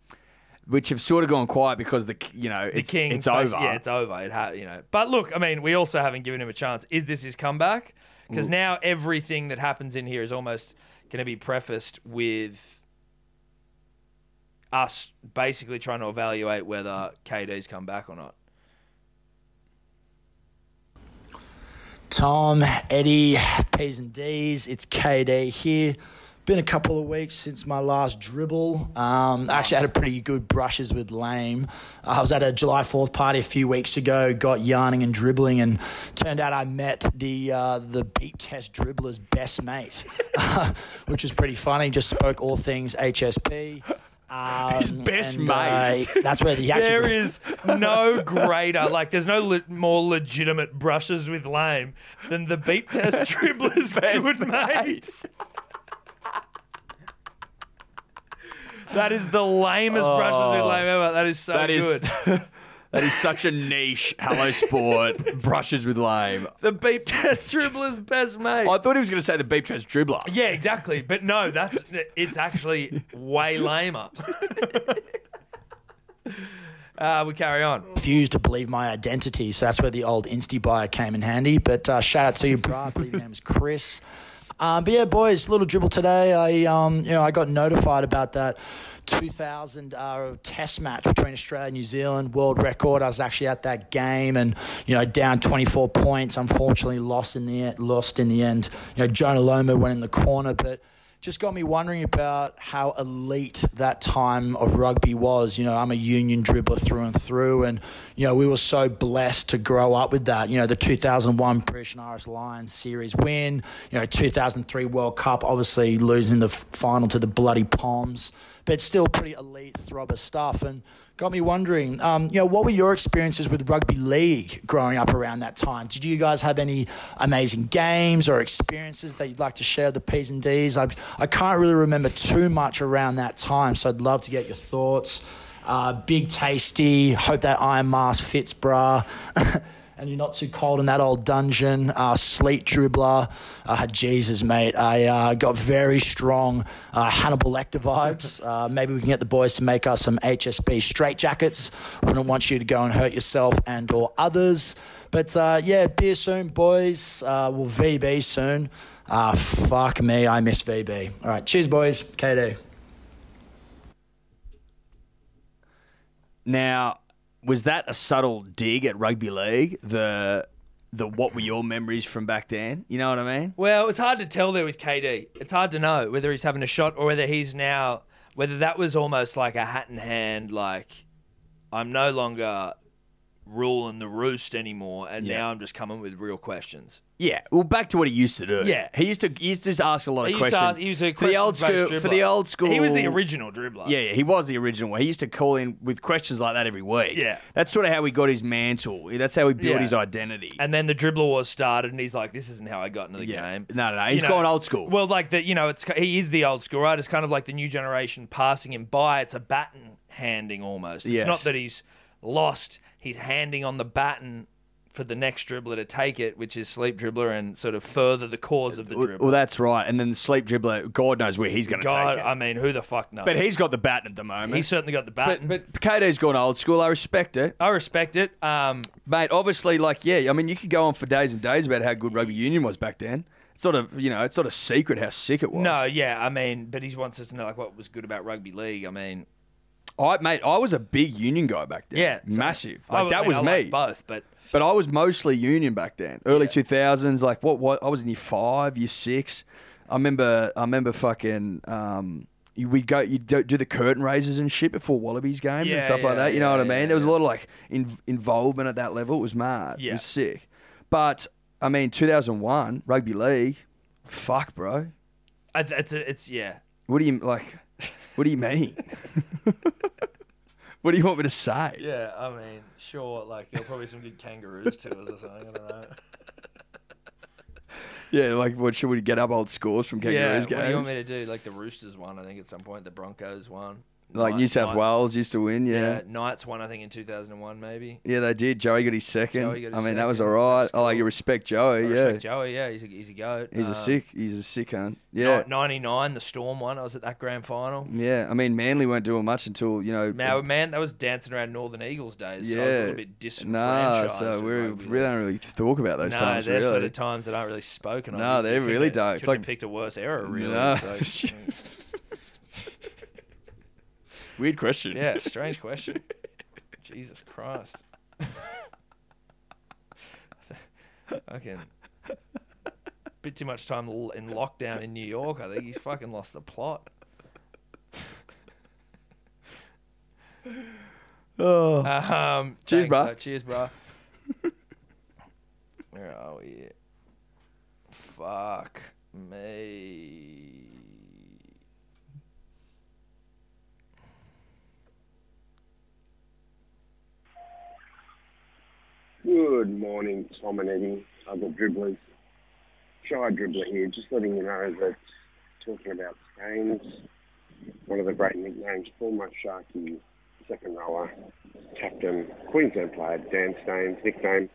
Speaker 4: which have sort of gone quiet because the you know
Speaker 2: The
Speaker 4: it's,
Speaker 2: king.
Speaker 4: it's
Speaker 2: basi-
Speaker 4: over.
Speaker 2: Yeah, it's over. It ha- you know. But look, I mean, we also haven't given him a chance. Is this his comeback? Because now everything that happens in here is almost going to be prefaced with us basically trying to evaluate whether KD's come back or not.
Speaker 9: Tom, Eddie, P's and D's. It's KD here. Been a couple of weeks since my last dribble. Um, I actually had a pretty good brushes with Lame. I was at a July 4th party a few weeks ago, got yarning and dribbling, and turned out I met the uh, the beat test dribbler's best mate, which was pretty funny. Just spoke all things HSP. Um, His
Speaker 4: best mate.
Speaker 9: that's where the actual.
Speaker 2: There is no greater, like, there's no le- more legitimate brushes with lame than the beat test dribblers good mates. that is the lamest brushes with lame ever. That is so
Speaker 4: That is
Speaker 2: good.
Speaker 4: that is such a niche. Hello, sport brushes with lame.
Speaker 2: The beat test dribblers best mate.
Speaker 4: I thought he was going to say the beep test dribbler.
Speaker 2: yeah, exactly. But no, that's it's actually way lamer. uh, we carry on.
Speaker 9: refuse to believe my identity. So that's where the old Insti buyer came in handy. But uh, shout out to you, Brad. I believe your name is Chris. Um, but yeah, boys, little dribble today. I um, you know I got notified about that 2000 uh, test match between Australia and New Zealand world record. I was actually at that game and you know down 24 points. Unfortunately, lost in the end, lost in the end. You know Jonah Loma went in the corner, but just got me wondering about how elite that time of rugby was. You know, I'm a union dribbler through and through, and you know we were so blessed to grow up with that. You know, the 2001 British and Irish Lions series win. You know, 2003 World Cup, obviously losing the f- final to the bloody Palms, but still pretty elite throbber stuff. And got me wondering, um, you know, what were your experiences with rugby league growing up around that time? Did you guys have any amazing games or experiences that you'd like to share with the P's and D's? I, I can't really remember too much around that time, so I'd love to get your thoughts. Uh, big tasty, hope that iron mask fits, brah. and you're not too cold in that old dungeon. Uh, sleet dribbler. Uh, Jesus, mate. I uh, got very strong uh, Hannibal Lecter vibes. Uh, maybe we can get the boys to make us some HSB straight jackets. Wouldn't want you to go and hurt yourself and or others. But uh, yeah, beer soon, boys. Uh, we'll VB soon. Uh, fuck me, I miss VB. All right, cheers, boys. KD.
Speaker 4: Now, was that a subtle dig at rugby league? The the what were your memories from back then? You know what I mean?
Speaker 2: Well, it's hard to tell there with KD. It's hard to know whether he's having a shot or whether he's now whether that was almost like a hat in hand, like I'm no longer ruling the roost anymore, and
Speaker 4: Yeah.
Speaker 2: now I'm just coming with real questions.
Speaker 4: Yeah. Well, back to what he used to do.
Speaker 2: Yeah.
Speaker 4: He used to he used to just ask a lot
Speaker 2: He used
Speaker 4: of questions.
Speaker 2: to ask, he was a
Speaker 4: for the old school
Speaker 2: questions-based
Speaker 4: for the
Speaker 2: dribbler.
Speaker 4: old school.
Speaker 2: He was the original dribbler.
Speaker 4: Yeah, yeah, he was the original one. He used to call in with questions like that every week.
Speaker 2: Yeah.
Speaker 4: That's sort of how he got his mantle. That's how he built
Speaker 2: Yeah.
Speaker 4: his identity.
Speaker 2: And then the dribbler was started, and he's like, "This isn't how I got into the
Speaker 4: Yeah.
Speaker 2: game."
Speaker 4: No, no, no.
Speaker 2: You
Speaker 4: He's
Speaker 2: know,
Speaker 4: gone old school.
Speaker 2: Well, like the you know, it's he is the old school, right? It's kind of like the new generation passing him by. It's a baton handing almost. It's
Speaker 4: Yes.
Speaker 2: not that he's lost; he's handing on the baton for the next dribbler to take it, which is sleep dribbler, and sort of further the cause of the
Speaker 4: Well,
Speaker 2: dribbler.
Speaker 4: well, that's right. And then the sleep dribbler, God knows where he's going to
Speaker 2: God,
Speaker 4: take it.
Speaker 2: I mean, who the fuck knows?
Speaker 4: but he's got the bat at the moment.
Speaker 2: he's certainly got the
Speaker 4: but
Speaker 2: baton. But,
Speaker 4: but Picato's gone old school. I respect it,
Speaker 2: I respect it. Um,
Speaker 4: mate. Obviously, like yeah, I mean, you could go on for days and days about how good rugby union was back then. It's not a you know, it's not a secret how sick it was.
Speaker 2: no, yeah, I mean, but he wants us to know like what was good about rugby league. I mean,
Speaker 4: I mate, I was a big union guy back then.
Speaker 2: yeah, so-
Speaker 4: massive.
Speaker 2: I
Speaker 4: Like that
Speaker 2: mean,
Speaker 4: was
Speaker 2: I
Speaker 4: me.
Speaker 2: like both, but
Speaker 4: But I was mostly union back then, early two thousands. Like what? What? I was in year five, year six. I remember. I remember fucking. Um, you- we'd go. You'd do, do the curtain raisers and shit before Wallabies games
Speaker 2: Yeah,
Speaker 4: and stuff
Speaker 2: yeah,
Speaker 4: like that. You know
Speaker 2: yeah,
Speaker 4: what I mean?
Speaker 2: yeah,
Speaker 4: there was
Speaker 2: yeah.
Speaker 4: a lot of like in, involvement at that level. It was mad. It
Speaker 2: Yeah.
Speaker 4: was sick. But I mean, two thousand one rugby league. Fuck, bro.
Speaker 2: I, it's it's yeah.
Speaker 4: What do you like? What do you mean? what do you want me to say?
Speaker 2: Yeah, I mean, sure, like there were probably some good kangaroos tours or something. I don't know.
Speaker 4: Yeah, like what should we get up old scores from
Speaker 2: yeah,
Speaker 4: Kangaroos
Speaker 2: what do you
Speaker 4: games?
Speaker 2: want me to do? Like the Roosters won, I think at some point. The Broncos won.
Speaker 4: Like
Speaker 2: Knight-
Speaker 4: New South
Speaker 2: Knight-
Speaker 4: Wales used to win,
Speaker 2: Yeah.
Speaker 4: yeah.
Speaker 2: Knights won, I think, in 2001, maybe.
Speaker 4: Yeah, they did. Joey got his second.
Speaker 2: Joey got his
Speaker 4: I mean, that was all
Speaker 2: second.
Speaker 4: right.
Speaker 2: That was
Speaker 4: I like you
Speaker 2: cool.
Speaker 4: respect
Speaker 2: I
Speaker 4: Joey, Oh, yeah.
Speaker 2: respect Joey, yeah, he's a, he's a goat.
Speaker 4: He's
Speaker 2: Um,
Speaker 4: a sick. He's a sick cunt.
Speaker 2: ni-
Speaker 4: Yeah.
Speaker 2: 99, the Storm won. I was at that grand final.
Speaker 4: Yeah. I mean, Manly weren't doing much until you know.
Speaker 2: Man, man, that was dancing around Northern Eagles days. So I was a little bit
Speaker 4: Nah,
Speaker 2: disenfranchised.
Speaker 4: so
Speaker 2: with
Speaker 4: we
Speaker 2: rugby
Speaker 4: really
Speaker 2: league.
Speaker 4: don't really talk about those
Speaker 2: no,
Speaker 4: times.
Speaker 2: they're
Speaker 4: Really.
Speaker 2: sort of times that aren't really spoken.
Speaker 4: No,
Speaker 2: on.
Speaker 4: they
Speaker 2: You couldn't
Speaker 4: really
Speaker 2: have-
Speaker 4: don't. It's
Speaker 2: couldn't have
Speaker 4: like-
Speaker 2: picked a worse era, really.
Speaker 4: No.
Speaker 2: It's like,
Speaker 4: Weird question.
Speaker 2: Yeah, strange question. Jesus Christ. fucking bit too much time l- in lockdown in New York. I think he's fucking lost the plot.
Speaker 4: Oh.
Speaker 2: Um,
Speaker 4: Cheers,
Speaker 2: thanks,
Speaker 4: bruh.
Speaker 2: though. Cheers, bro. Where are we? at? Fuck me.
Speaker 10: Good morning, Tom and Eddie, other dribblers. Shy dribbler here, just letting you know that talking about Staines, one of the great nicknames, former Sharky second rower, captain, Queensland player, Dan Staines, nickname,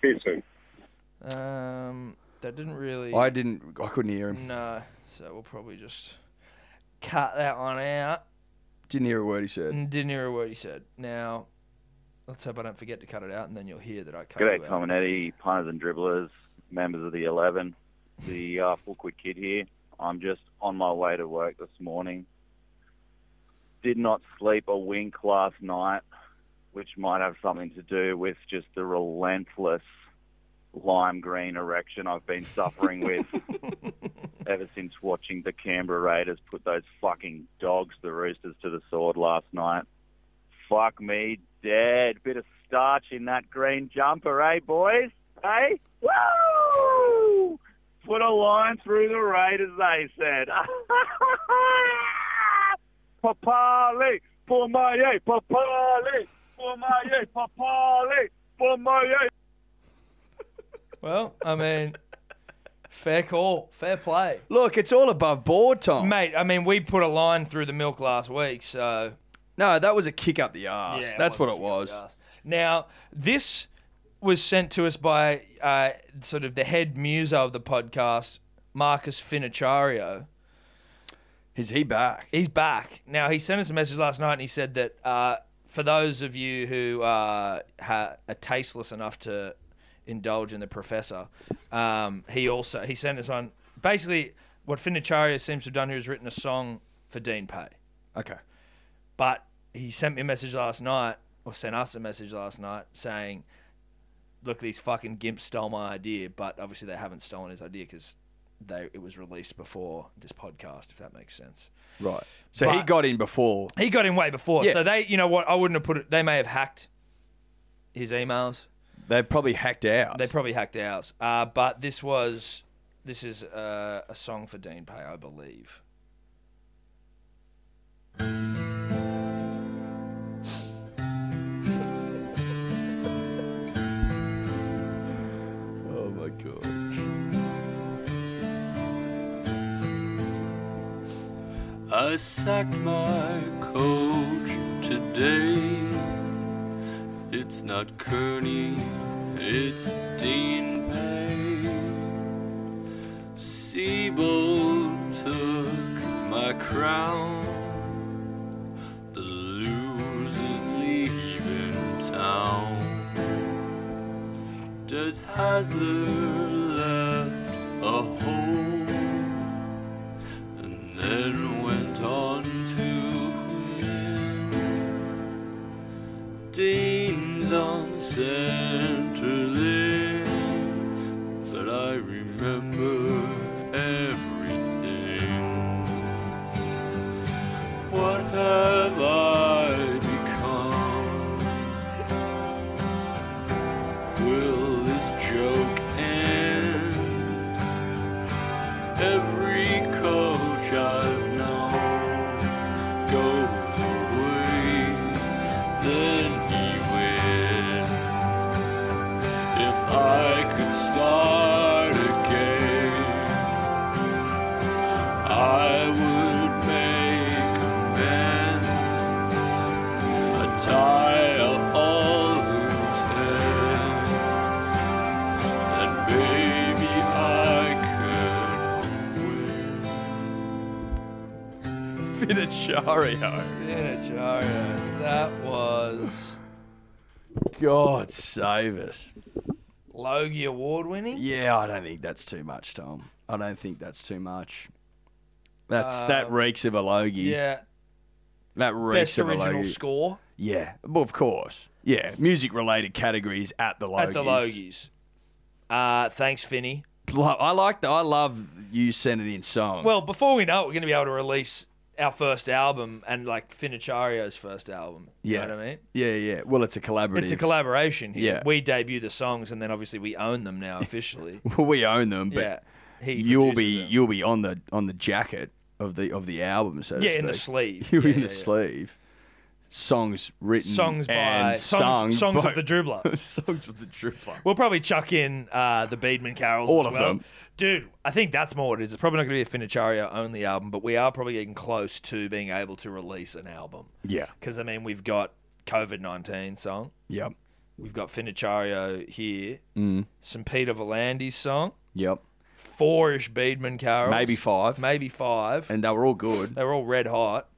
Speaker 10: see you soon.
Speaker 2: Um, that didn't really.
Speaker 4: I didn't. I couldn't hear him.
Speaker 2: No, so we'll probably just cut that one out.
Speaker 4: Didn't hear a word he said.
Speaker 2: And didn't hear a word he said. Now, let's hope I don't forget to cut it out, and then you'll hear that I cut
Speaker 11: Good
Speaker 2: you
Speaker 11: day,
Speaker 2: out.
Speaker 11: Tom and Eddie, punters and dribblers, members of the 11. the uh, Fullwood Kid here. I'm just on my way to work this morning. Did not sleep a wink last night, which might have something to do with just the relentless lime green erection I've been suffering with ever since watching the Canberra Raiders put those fucking dogs, the Roosters, to the sword last night. Fuck me dead. Bit of starch in that green jumper, eh, boys? Hey? Woo! Put a line through the Raiders, they said. Ah, Papali, Pumaye, Papali, Pumaye, Papali, Pumaye.
Speaker 2: Well, I mean, fair call, fair play.
Speaker 4: Look, it's all above board, Tom.
Speaker 2: Mate, I mean, we put a line through the milk last week, so.
Speaker 4: No, that was a kick up the arse.
Speaker 2: Yeah, it
Speaker 4: That's what
Speaker 2: was
Speaker 4: it was.
Speaker 2: Now, this was sent to us by uh, sort of the head muso of the podcast, Marcus Finichario.
Speaker 4: Is he back?
Speaker 2: He's back. Now, he sent us a message last night and he said that uh, for those of you who uh, ha- are tasteless enough to indulge in the professor, um, he also he sent us one. Basically, what Finichario seems to have done here is written a song for Dean Pay.
Speaker 4: Okay.
Speaker 2: But he sent me a message last night, or sent us a message last night, saying, "Look, these fucking gimps stole my idea." But obviously, they haven't stolen his idea because they it was released before this podcast, if that makes sense.
Speaker 4: Right. So he
Speaker 2: But-
Speaker 4: got in before.
Speaker 2: He got in way before,
Speaker 4: Yeah.
Speaker 2: so they, you know what? I wouldn't have put it. They may have hacked his emails.
Speaker 4: They probably hacked out.
Speaker 2: They probably hacked ours. Uh, but this was this is uh, a song for Dean Pay, I believe.
Speaker 4: Oh my god.
Speaker 12: I sacked my coach today. It's not Kearney, it's Dean Pay. Siebel took my crown. The losers leaving town. Does Hasler left a hole? and then went on to Queen. Dean's on Centerland, but I remember everything. What have I become? Will this joke end? Every coach I've known goes away, then he wins. If I could start again, I would make amends. A tie of all loose ends, and baby I could.
Speaker 4: Finichario.
Speaker 2: Finichario. That was
Speaker 4: God save us.
Speaker 2: Logie Award winning.
Speaker 4: Yeah, I don't think that's too much, Tom. I don't think that's too much. That's that
Speaker 2: Uh,
Speaker 4: reeks of a logie.
Speaker 2: Yeah.
Speaker 4: That reeks
Speaker 2: Best
Speaker 4: of a
Speaker 2: original
Speaker 4: logie.
Speaker 2: score
Speaker 4: Yeah, well, of course. Yeah, music related categories at the logies.
Speaker 2: at the Logies. Uh, thanks, Finny.
Speaker 4: Lo- I like the. I love you sending in songs.
Speaker 2: Well, before we know it, we're going to be able to release our first album and like Finichario's first album. You
Speaker 4: yeah.
Speaker 2: know what I mean?
Speaker 4: Yeah, yeah. Well, it's a collaborative.
Speaker 2: It's a collaboration here.
Speaker 4: Yeah.
Speaker 2: We debut the songs and then obviously we own them now officially.
Speaker 4: we own them, but
Speaker 2: Yeah, he
Speaker 4: you'll be you'll be on the on the jacket of the of the album, so to
Speaker 2: Yeah, in the
Speaker 4: speak.
Speaker 2: sleeve.
Speaker 4: You'll be
Speaker 2: Yeah,
Speaker 4: in
Speaker 2: yeah,
Speaker 4: the
Speaker 2: yeah.
Speaker 4: sleeve. Songs written,
Speaker 2: Songs by-
Speaker 4: and
Speaker 2: songs-
Speaker 4: sung
Speaker 2: songs
Speaker 4: by-
Speaker 2: of the dribbler.
Speaker 4: songs of the dribbler.
Speaker 2: We'll probably chuck in uh, the Beedman carols
Speaker 4: All
Speaker 2: as
Speaker 4: of
Speaker 2: well.
Speaker 4: them.
Speaker 2: dude. I think that's more what it is. It's probably not going to be a Finichario only album, but we are probably getting close to being able to release an album.
Speaker 4: Yeah.
Speaker 2: because I mean we've got COVID nineteen song,
Speaker 4: Yep.
Speaker 2: we've got Finichario here,
Speaker 4: Mm.
Speaker 2: some Peter Volandi's song,
Speaker 4: Yep.
Speaker 2: four-ish Beedman carols,
Speaker 4: Maybe five.
Speaker 2: maybe five,
Speaker 4: and they were all good.
Speaker 2: They were all red hot,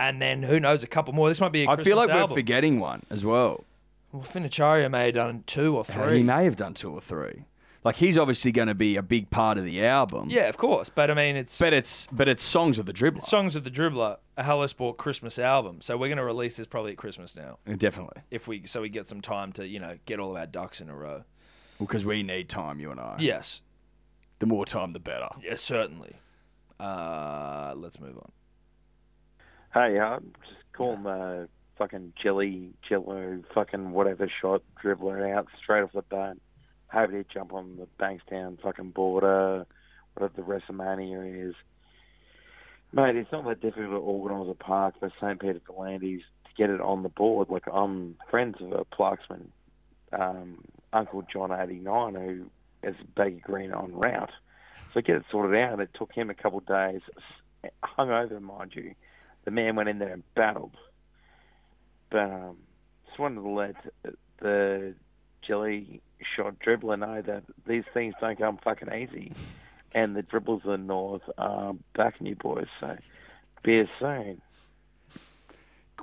Speaker 2: and then who knows a couple more. This might be. a
Speaker 4: I feel
Speaker 2: Christmas
Speaker 4: like
Speaker 2: album.
Speaker 4: we're forgetting one as well.
Speaker 2: Well, Finichario may have done two or
Speaker 4: Uh,
Speaker 2: three.
Speaker 4: He may have done two or three. Like he's obviously going to be a big part of the album.
Speaker 2: Yeah, of course. But I mean, it's
Speaker 4: but it's but it's songs of the dribbler.
Speaker 2: Songs of the Dribbler, a Hello Sport Christmas album. So we're going to release this probably at Christmas now,
Speaker 4: Definitely,
Speaker 2: if we so we get some time to you know get all of our ducks in a row.
Speaker 4: because we need time, you and I.
Speaker 2: Yes.
Speaker 4: The more time, the better.
Speaker 2: Yeah, certainly. Uh, let's move on.
Speaker 13: Hey, uh, just call him uh, fucking Chili, Chillo, fucking whatever shot dribbler out straight off the bat. Happy to jump on the Bankstown fucking border, whatever the WrestleMania is. Mate, it's not that difficult to organise a park for St. Peter Delandy's to get it on the board. Like, I'm friends of a Plaxman, um, Uncle John 89, who is Baggy Green on route. So get it sorted out. It took him a couple of days, s- hungover, mind you. The man went in there and battled. But um, just wanted to let the jelly shot dribbler know that these things don't come fucking easy. And the dribblers of the North are backing you boys. So be it soon.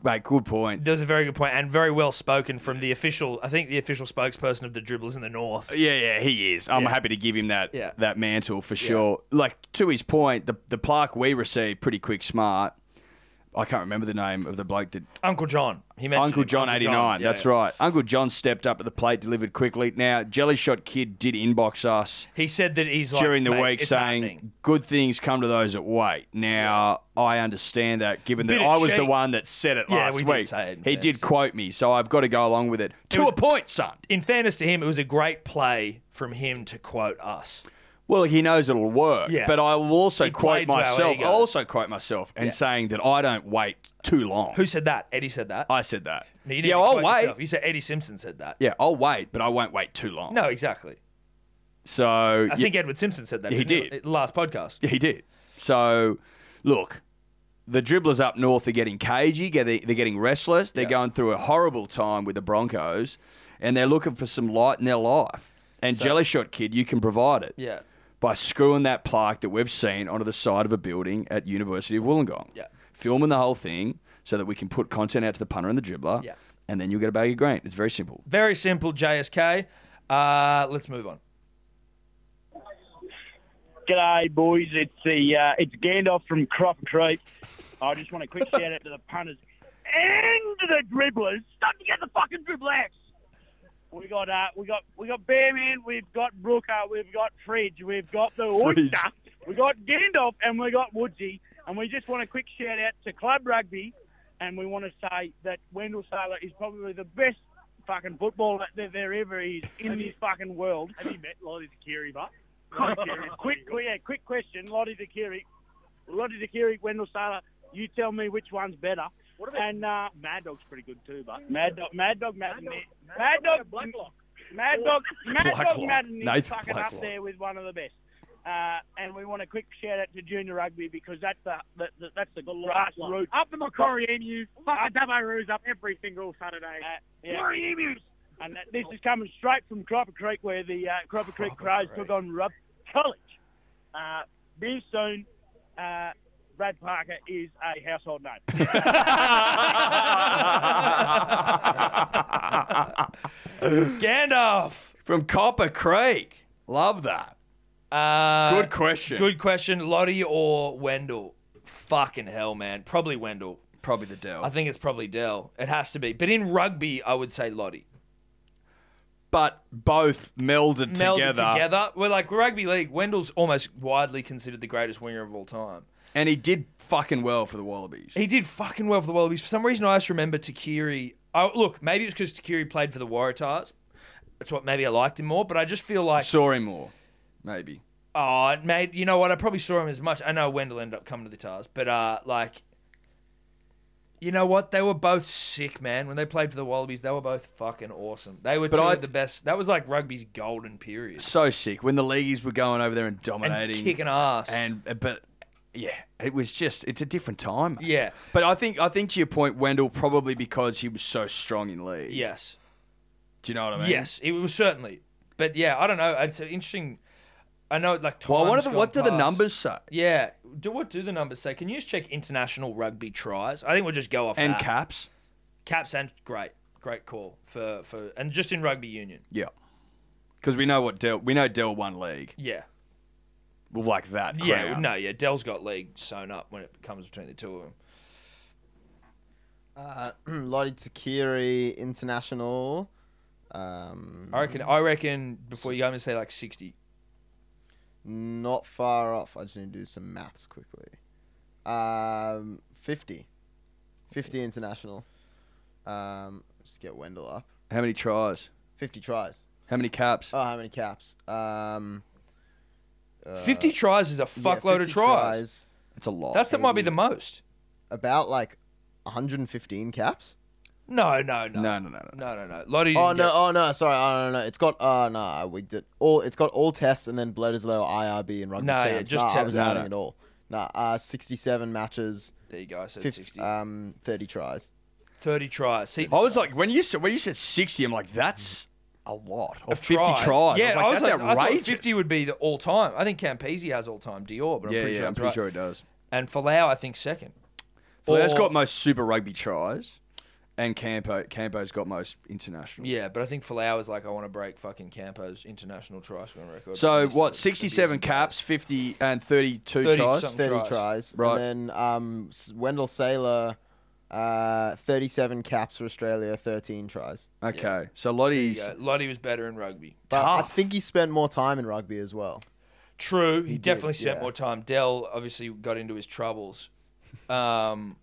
Speaker 4: Mate, good point.
Speaker 2: That was a very good point and very well spoken from the official. I think the official spokesperson of the Dribblers in the North.
Speaker 4: Yeah, yeah, he is. I'm
Speaker 2: Yeah.
Speaker 4: happy to give him that
Speaker 2: Yeah.
Speaker 4: that mantle for sure. Like to his point, the the plaque we received, pretty quick, smart. I can't remember the name of the bloke that
Speaker 2: Uncle John. He mentioned
Speaker 4: Uncle
Speaker 2: him.
Speaker 4: John eighty nine.
Speaker 2: yeah,
Speaker 4: That's
Speaker 2: yeah.
Speaker 4: right. Uncle John stepped up at the plate, delivered quickly. Now Jelly Shot Kid did inbox us
Speaker 2: He said that he's like,
Speaker 4: during the
Speaker 2: "Mate,
Speaker 4: week
Speaker 2: it's
Speaker 4: saying
Speaker 2: happening."
Speaker 4: good things come to those that wait. Now I understand that, given
Speaker 2: Bit
Speaker 4: that
Speaker 2: of
Speaker 4: I was the
Speaker 2: cheek.
Speaker 4: one that said it
Speaker 2: Yeah,
Speaker 4: last
Speaker 2: we
Speaker 4: week.
Speaker 2: did say it, in
Speaker 4: he did quote me, so I've got to go along with it. To a point, son.
Speaker 2: In fairness to him, it was a great play from him to quote us.
Speaker 4: Well, he knows it'll work,
Speaker 2: Yeah.
Speaker 4: but I will also
Speaker 2: He
Speaker 4: quote
Speaker 2: played to our
Speaker 4: myself. I
Speaker 2: ego.
Speaker 4: also quote myself and
Speaker 2: Yeah.
Speaker 4: saying that I don't wait too long.
Speaker 2: Who said that? Eddie said that.
Speaker 4: I said that.
Speaker 2: No, you didn't
Speaker 4: yeah,
Speaker 2: even
Speaker 4: I'll
Speaker 2: quote
Speaker 4: wait.
Speaker 2: yourself. You said Eddie Simpson said that.
Speaker 4: Yeah, I'll wait, but I won't wait too long.
Speaker 2: No, exactly.
Speaker 4: So
Speaker 2: I think Edward Simpson said that.
Speaker 4: Yeah, Oh, he
Speaker 2: didn't
Speaker 4: did.
Speaker 2: Last podcast.
Speaker 4: Yeah, he did. So, look, the dribblers up north are getting cagey. get- They're getting restless. They're going through a horrible time with the Broncos, and they're looking for some light in their life. And Jelly Shot Kid, you can provide it
Speaker 2: Yeah.
Speaker 4: by screwing that plaque that we've seen onto the side of a building at University of Wollongong.
Speaker 2: Yeah.
Speaker 4: Filming the whole thing so that we can put content out to the punter and the dribbler.
Speaker 2: Yeah.
Speaker 4: And then you'll get a bag of grain. It's very simple.
Speaker 2: Very simple, JSK. Uh, let's move on.
Speaker 14: G'day, boys. It's the uh, it's Gandalf from Crop Creek. I just want a quick shout out to the punters and to the dribblers. Stop to get the fucking dribble out. We got uh, we got we got Bearman, we've got Brooker, we've got Fridge, we've got the
Speaker 15: Fridge.
Speaker 14: Oyster, we got Gandalf, and we got Woodsy. And we just want a quick shout out to Club Rugby, and we want to say that Wendell Saylor is probably the best fucking footballer that there ever is in this fucking world. Have you met Lottie Zakiri, but? quick, quick, yeah, quick question, Lottie Zakiri. Lottie Zakiri, Wendell Saylor, you tell me which one's better. What about and, uh, Mad Dog's pretty good too, but Mad Dog, Mad Dog, Mad, Mad Dog, Blacklock, Mad Dog, Mad
Speaker 4: Blacklock.
Speaker 14: Dog, Madden is
Speaker 4: Nathan
Speaker 14: fucking up
Speaker 4: Blacklock.
Speaker 14: there with one of the best. Uh, and we want a quick shout out to junior rugby because that's the, the, the that's the grassroots.
Speaker 16: Up the Macquarie Emu. Fucking Dubbo Roos up every single Saturday. Macquarie Emus.
Speaker 14: Uh, And that, this is coming straight from Cropper Creek, where the uh, Cropper Creek Crows took on Rub College. Uh, be soon. Uh, Brad Parker is a household name.
Speaker 2: Gandalf
Speaker 4: from Copper Creek. Love that.
Speaker 2: Uh,
Speaker 4: Good question.
Speaker 2: Good question. Lottie or Wendell? Fucking hell, man. Probably Wendell.
Speaker 4: Probably the Dell.
Speaker 2: I think it's probably Dell. It has to be. But in rugby, I would say Lottie.
Speaker 4: But both melded,
Speaker 2: Melded
Speaker 4: together.
Speaker 2: together. We're like rugby league. Wendell's almost widely considered the greatest winger of all time.
Speaker 4: And he did fucking well for the Wallabies.
Speaker 2: He did fucking well for the Wallabies. For some reason, I just remember Takiri. Oh, look, maybe it was because Takiri played for the Waratahs. That's what maybe I liked him more. But I just feel like
Speaker 4: Saw him more, maybe.
Speaker 2: Oh, mate, you know what? I probably saw him as much. I know Wendell ended up coming to the Tars, but uh, like, you know what? They were both sick, man. When they played for the Wallabies, they were both fucking awesome. They were
Speaker 4: But
Speaker 2: two
Speaker 4: I
Speaker 2: of the best. That was like rugby's golden period.
Speaker 4: So sick when the leagues were going over there and dominating,
Speaker 2: kicking ass.
Speaker 4: and uh, but yeah, it was just it's a different time. mate.
Speaker 2: Yeah.
Speaker 4: but I think I think to your point, Wendell probably because he was so strong in league.
Speaker 2: Yes.
Speaker 4: Do you know what I mean?
Speaker 2: Yes, it was certainly. But yeah, I don't know. It's an interesting. I know, like,
Speaker 4: Well, what,
Speaker 2: time's
Speaker 4: are the, what do
Speaker 2: gone
Speaker 4: the
Speaker 2: past.
Speaker 4: numbers say?
Speaker 2: Yeah. Do what do the numbers say? Can you just check international rugby tries? I think we'll just go off
Speaker 4: And
Speaker 2: that.
Speaker 4: caps.
Speaker 2: Caps and great, great call for for and just in rugby union.
Speaker 4: Yeah.
Speaker 6: because we know what Dell. We know Dell won league.
Speaker 2: Yeah.
Speaker 6: Well, like that.
Speaker 2: Yeah,
Speaker 6: crown.
Speaker 2: no, yeah. Dell's got league sewn up when it comes between the two of them.
Speaker 3: Uh, Lottie Takiri International. Um,
Speaker 2: I reckon. I reckon before you go, I'm gonna say like sixty.
Speaker 3: Not far off. I just need to do some maths quickly. Um, 50. 50 international. Um, just get Wendell up.
Speaker 6: How many tries?
Speaker 3: 50 tries.
Speaker 6: How many caps?
Speaker 3: Oh, how many caps? Um, uh,
Speaker 2: 50 tries is a fuckload of
Speaker 3: 50
Speaker 2: tries.
Speaker 6: That's a lot.
Speaker 2: That's what might be the most.
Speaker 3: About like 115 caps.
Speaker 2: No, Oh, no, no,
Speaker 6: Oh, no, no, no,
Speaker 2: no, no, no. Lottie.
Speaker 3: Oh no!
Speaker 2: didn't get-
Speaker 3: Oh no! Sorry. Oh no! no. It's got. Oh no! I wigged it. All. It's got all tests and then Bledisloe, IRB, and rugby.
Speaker 2: No, yeah,
Speaker 3: champs.
Speaker 2: just
Speaker 3: Nah, I was
Speaker 2: tests.
Speaker 3: adding
Speaker 2: No,
Speaker 3: it all. No. Uh, sixty-seven matches.
Speaker 2: There you go. I said 60.
Speaker 3: Um, thirty tries.
Speaker 2: Thirty tries. See,
Speaker 6: I was like, when you said when you said sixty, I'm like, that's a lot. Or
Speaker 2: Of
Speaker 6: fifty tries.
Speaker 2: Yeah,
Speaker 6: I was like, that's
Speaker 2: I thought
Speaker 6: outrageous.
Speaker 2: fifty would be the all time. I think Campese has all time Dior, but I'm
Speaker 6: yeah,
Speaker 2: pretty
Speaker 6: yeah,
Speaker 2: sure
Speaker 6: I'm
Speaker 2: that's
Speaker 6: pretty
Speaker 2: right.
Speaker 6: sure it does.
Speaker 2: And Falau, I think second.
Speaker 6: So
Speaker 2: Or-
Speaker 6: that's got most Super Rugby tries, and Campo Campo's got most international.
Speaker 2: Yeah, but I think Falau is like, I want to break fucking Campo's international try scoring record.
Speaker 6: So what? Sixty-seven caps, fifty and thirty-two
Speaker 2: 30
Speaker 6: tries.
Speaker 2: something
Speaker 3: Thirty tries.
Speaker 6: Right.
Speaker 3: And then um, S- Wendell Saylor, uh, thirty-seven caps for Australia. Thirteen tries.
Speaker 6: okay. So
Speaker 2: There you
Speaker 6: Lottie's
Speaker 2: go. Lottie was better in rugby.
Speaker 3: But I think he spent more time in rugby as well.
Speaker 2: True, he,
Speaker 3: He did,
Speaker 2: definitely spent
Speaker 3: yeah.
Speaker 2: more time. Dell obviously got into his troubles. Um,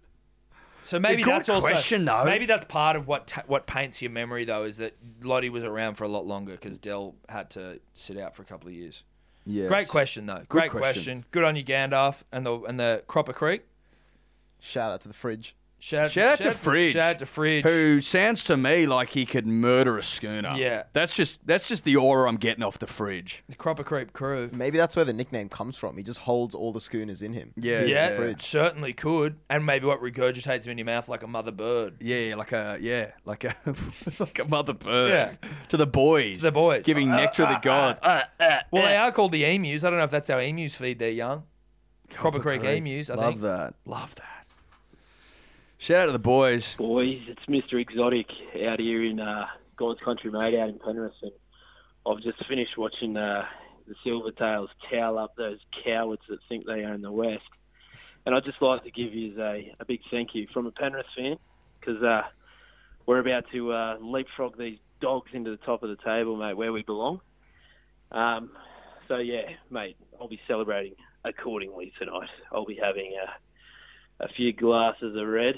Speaker 2: so
Speaker 6: It's a
Speaker 2: maybe
Speaker 6: good
Speaker 2: that's also
Speaker 6: question, though.
Speaker 2: maybe that's part of what ta- what paints your memory though is that Lottie was around for a lot longer because Dell had to sit out for a couple of years.
Speaker 6: Yes.
Speaker 2: Great question though.
Speaker 6: Good
Speaker 2: Great
Speaker 6: question.
Speaker 2: question. Good on you, Gandalf and the and the Cropper Creek.
Speaker 3: Shout out to the fridge.
Speaker 2: Shout,
Speaker 6: Shout out to Fridge.
Speaker 2: Shout out to Fridge.
Speaker 6: Who sounds to me like he could murder a schooner.
Speaker 2: Yeah.
Speaker 6: That's just that's just the aura I'm getting off the fridge.
Speaker 2: The Cropper Creep crew.
Speaker 3: Maybe that's where the nickname comes from. He just holds all the schooners in him.
Speaker 6: Yeah,
Speaker 3: He's the
Speaker 2: yeah,
Speaker 3: fridge.
Speaker 2: certainly could, and maybe what regurgitates him in your mouth like a mother bird.
Speaker 6: Yeah, like a yeah, like a like a mother bird.
Speaker 2: Yeah.
Speaker 6: To the boys. To
Speaker 2: the boys.
Speaker 6: Giving
Speaker 2: Uh,
Speaker 6: nectar to
Speaker 2: uh,
Speaker 6: the gods.
Speaker 2: uh, Well, they are called the emus. I don't know if that's how emus feed their young. Cropper Creek emus. I
Speaker 6: Love
Speaker 2: think.
Speaker 6: that. Love that. Shout out to the boys.
Speaker 15: Boys, it's Mr. Exotic out here in uh, God's country, mate, out in Penrith. And I've just finished watching uh, the Silvertails towel up those cowards that think they own the West. And I'd just like to give you a, a big thank you from a Penrith fan because uh, we're about to uh, leapfrog these dogs into the top of the table, mate, where we belong. Um, so, yeah, mate, I'll be celebrating accordingly tonight. I'll be having uh, a few glasses of red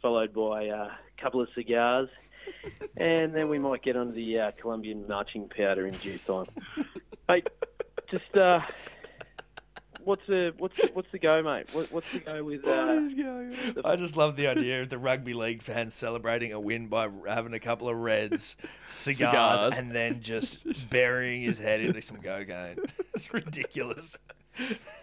Speaker 15: followed by uh, a couple of cigars, and then we might get onto the uh, Colombian marching powder in due time. hey, just uh, what's the what's the, what's the go, mate? What, what's the go with? Uh,
Speaker 2: I just love the idea of the rugby league fans celebrating a win by having a couple of reds, cigars,
Speaker 6: Cigars.
Speaker 2: and then just burying his head into some cocaine. It's ridiculous.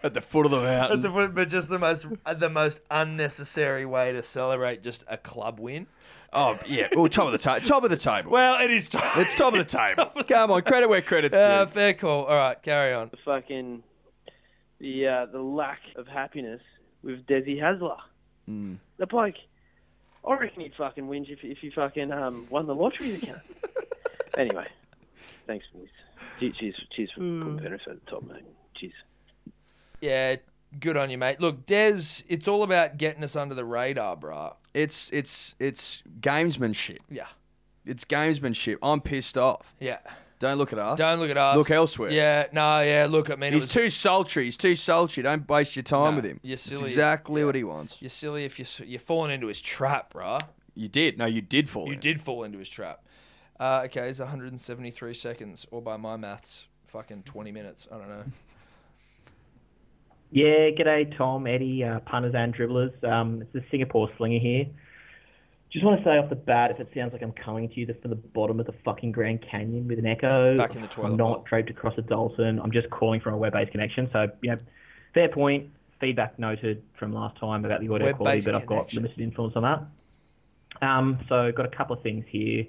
Speaker 6: At the foot of the
Speaker 2: At
Speaker 6: mountain.
Speaker 2: the foot- but just the most uh, the most unnecessary way to celebrate just a club win.
Speaker 6: Oh yeah, well top of the table. Top of the table.
Speaker 2: Well, it is. Top,
Speaker 6: it's top of the table. Come on, credit where credit's due.
Speaker 2: Uh, fair call. All right, carry on.
Speaker 15: the fucking the uh, the lack of happiness with Desi Hasler. The bloke, I reckon he'd fucking whinge if if he fucking um, won the lottery again. anyway, thanks, boys. Che- Cheers, cheers for
Speaker 17: Hmm.
Speaker 15: putting Penrith at the top, mate. Cheers.
Speaker 2: Yeah, good on you, mate. Look, Des, it's all about getting us under the radar, bruh.
Speaker 6: It's it's it's gamesmanship.
Speaker 2: Yeah.
Speaker 6: It's gamesmanship. I'm pissed off.
Speaker 2: Yeah.
Speaker 6: Don't look at us.
Speaker 2: Don't look at us.
Speaker 6: Look elsewhere.
Speaker 2: Yeah, no, yeah. Look, I mean,
Speaker 6: He's
Speaker 2: it was,
Speaker 6: too sultry. He's too sultry. Don't waste your time
Speaker 2: No,
Speaker 6: with him.
Speaker 2: you're
Speaker 6: It's
Speaker 2: silly.
Speaker 6: exactly what he wants.
Speaker 2: you're silly if you're you're falling into his trap, bruh.
Speaker 6: You did. No, you did fall
Speaker 2: You
Speaker 6: in.
Speaker 2: did fall into his trap. Uh, okay, it's 173 seconds, or by my maths, fucking 20 minutes. I don't know.
Speaker 17: Yeah, g'day Tom, Eddie, uh, punters and dribblers. Um, it's the Singapore Slinger here. Just want to say off the bat, if it sounds like I'm coming to you from the bottom of the fucking Grand Canyon with an echo,
Speaker 2: Back in the toilet
Speaker 17: I'm not draped across a Dalton. I'm just calling from a web-based connection. So, you know, fair point. Feedback noted from last time about the audio quality,
Speaker 18: Web-based
Speaker 17: but I've got
Speaker 18: connection.
Speaker 17: limited influence on that. Um, so, got a couple of things here.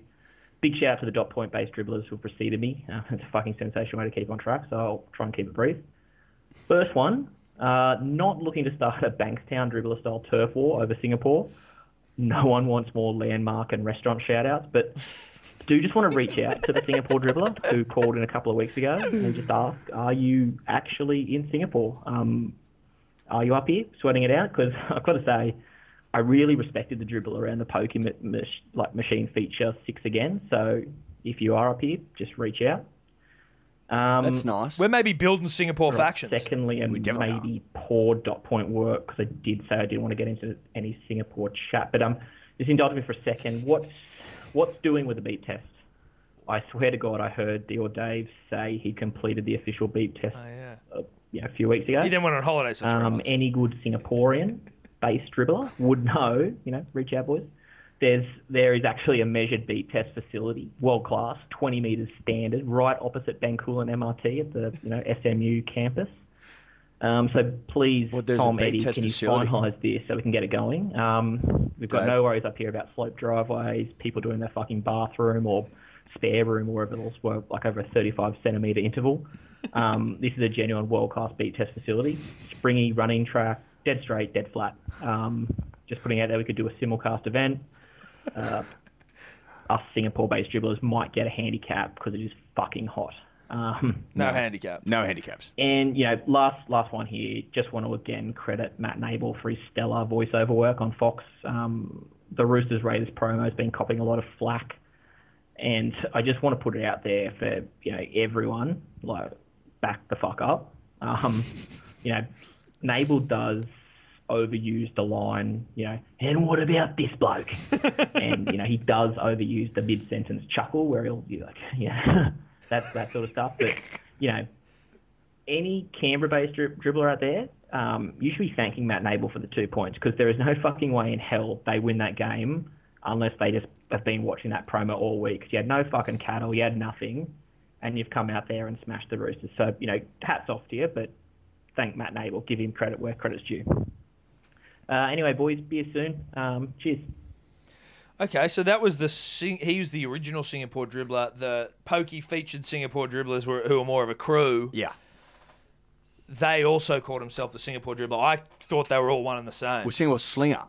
Speaker 17: Big shout out to the dot point-based dribblers who preceded me. Uh, it's a fucking sensational way to keep on track, so I'll try and keep it brief. First one, uh, not looking to start a Bankstown dribbler style turf war over Singapore. No one wants more landmark and restaurant shout outs, but do just want to reach out to the Singapore dribbler who called in a couple of weeks ago and just ask, "Are you actually in Singapore? Um, are you up here sweating it out?" Because I've got to say, I really respected the dribbler and the poking ma- mach- like machine feature six again. So if you are up here, just reach out. Um,
Speaker 4: That's nice.
Speaker 2: We're maybe building Singapore
Speaker 17: Right.
Speaker 2: factions.
Speaker 17: Secondly, and maybe poor dot point work because I did say I didn't want to get into any Singapore chat, but um, just indulge me for a second. What's what's doing with the beep test? I swear to God, I heard the or Dave say he completed the official beep test.
Speaker 2: Oh, yeah.
Speaker 17: Uh, yeah, a few weeks ago.
Speaker 2: He then went on holiday for three
Speaker 17: Um,
Speaker 2: months.
Speaker 17: any good Singaporean-based dribbler would know. You know, reach out, boys. There's there is actually a measured beat test facility, world class, 20 meters standard, right opposite Bankulan MRT at the you know SMU campus. Um, so please,
Speaker 4: there's a
Speaker 17: Tom
Speaker 4: beat
Speaker 17: Eddie,
Speaker 4: test
Speaker 17: can you
Speaker 4: facility?
Speaker 17: finalise this so we can get it going? Um, we've got
Speaker 4: Dave.
Speaker 17: no worries up here about slope driveways, people doing their fucking bathroom or spare room or wherever else, were like over a 35 centimetre interval. Um, this is a genuine world class beat test facility. Springy running track, dead straight, dead flat. Um, just putting out there, we could do a simulcast event. Uh, us Singapore based dribblers might get a handicap because it is fucking hot. Um,
Speaker 2: No, handicap.
Speaker 6: No handicaps.
Speaker 17: and you know, last last one here. Just want to again credit Matt Nable for his stellar voiceover work on Fox. Um, the Roosters Raiders promo has been copying a lot of flack, and I just want to put it out there for you know everyone, like back the fuck up. Um, you know, Nable does overuse the line, you know, and what about this bloke? and you know, he does overuse the mid sentence chuckle where he'll be like, yeah, that's that sort of stuff. But you know any Canberra-based dri- dribbler out there, um, you should be thanking Matt Nable for the two points because there is no fucking way in hell they win that game unless they just have been watching that promo all week. 'Cause You had no fucking cattle, you had nothing, and you've come out there and smashed the Roosters. So you know, hats off to you, but thank Matt Nable, give him credit where credit's due. Uh, anyway, boys, be here soon. Um, cheers.
Speaker 2: Okay, so that was the Sing- he was the original Singapore dribbler. The pokey featured Singapore dribblers were who are more of a crew.
Speaker 4: Yeah.
Speaker 2: They also called himself the Singapore dribbler. I thought they were all one and the same.
Speaker 4: We're seeing a slinger.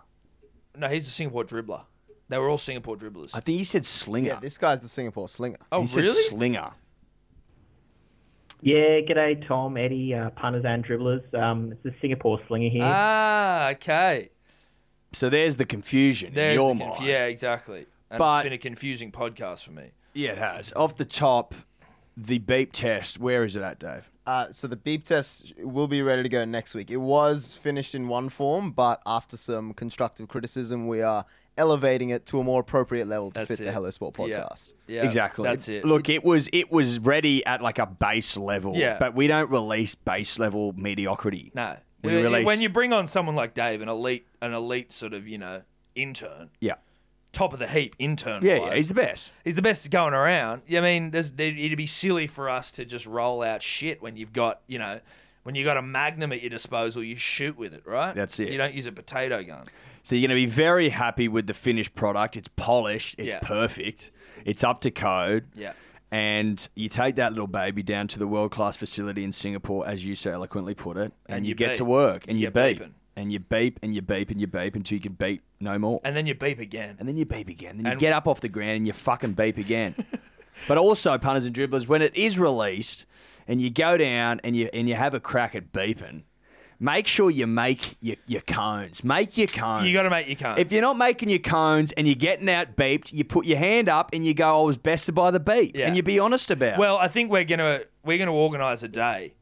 Speaker 2: no, he's the Singapore dribbler. They were all Singapore dribblers.
Speaker 4: I think he said slinger.
Speaker 3: Yeah, this guy's the Singapore slinger.
Speaker 2: Oh,
Speaker 4: he said
Speaker 2: really?
Speaker 4: slinger.
Speaker 17: Yeah, g'day, Tom, Eddie, uh, punters and dribblers. Um, it's the Singapore slinger here.
Speaker 2: Ah, okay.
Speaker 4: So there's the confusion
Speaker 2: There's
Speaker 4: in your
Speaker 2: the conf-
Speaker 4: mind.
Speaker 2: Yeah, exactly. And
Speaker 4: But-
Speaker 2: it's been a confusing podcast for me.
Speaker 4: Yeah, it has. Off the top, the beep test. Where is it at, Dave?
Speaker 3: Uh, so the beep test will be ready to go next week. It was finished in one form, but after some constructive criticism, we are elevating it to a more appropriate level to
Speaker 4: That's
Speaker 3: fit the
Speaker 4: it.
Speaker 3: Hello Sport
Speaker 4: Yeah.
Speaker 3: podcast.
Speaker 4: exactly. Look, it was it was ready at like a base level.
Speaker 2: Yeah.
Speaker 4: But we don't release base level mediocrity.
Speaker 2: No.
Speaker 4: We
Speaker 2: When-
Speaker 4: release
Speaker 2: When you bring on someone like Dave, an elite, an elite sort of, you know, intern,
Speaker 4: Yeah.
Speaker 2: top of the heap intern.
Speaker 4: Yeah,
Speaker 2: wise.
Speaker 4: yeah, he's the best.
Speaker 2: He's the best going around. I mean, there's, there, it'd be silly for us to just roll out shit when you've got, you know, when you got a magnum at your disposal, you shoot with it, right?
Speaker 4: That's it.
Speaker 2: You don't use a potato gun.
Speaker 4: So you're going to be very happy with the finished product. It's polished. It's
Speaker 2: Yeah.
Speaker 4: perfect. It's up to code.
Speaker 2: Yeah.
Speaker 4: And you take that little baby down to the world class facility in Singapore, as you so eloquently put it, and,
Speaker 2: And
Speaker 4: you,
Speaker 2: you
Speaker 4: get
Speaker 2: beep.
Speaker 4: to work and you,
Speaker 2: You're
Speaker 4: beep.
Speaker 2: beeping.
Speaker 4: And you beep and you beep and you beep until you can beep no more.
Speaker 2: And then you beep again.
Speaker 4: And then you beep again. Then you
Speaker 2: And-
Speaker 4: get up off the ground and you fucking beep again. but also, punters and dribblers, when it is released and you go down and you and you have a crack at beeping, make sure you make your, your cones. Make your cones.
Speaker 2: You got to make your cunt.
Speaker 4: If you're not making your cones and you're getting out beeped, you put your hand up and you go, I was bested by the beep.
Speaker 2: Yeah.
Speaker 4: And you be honest about it.
Speaker 2: Well, I think we're gonna we're gonna organise a day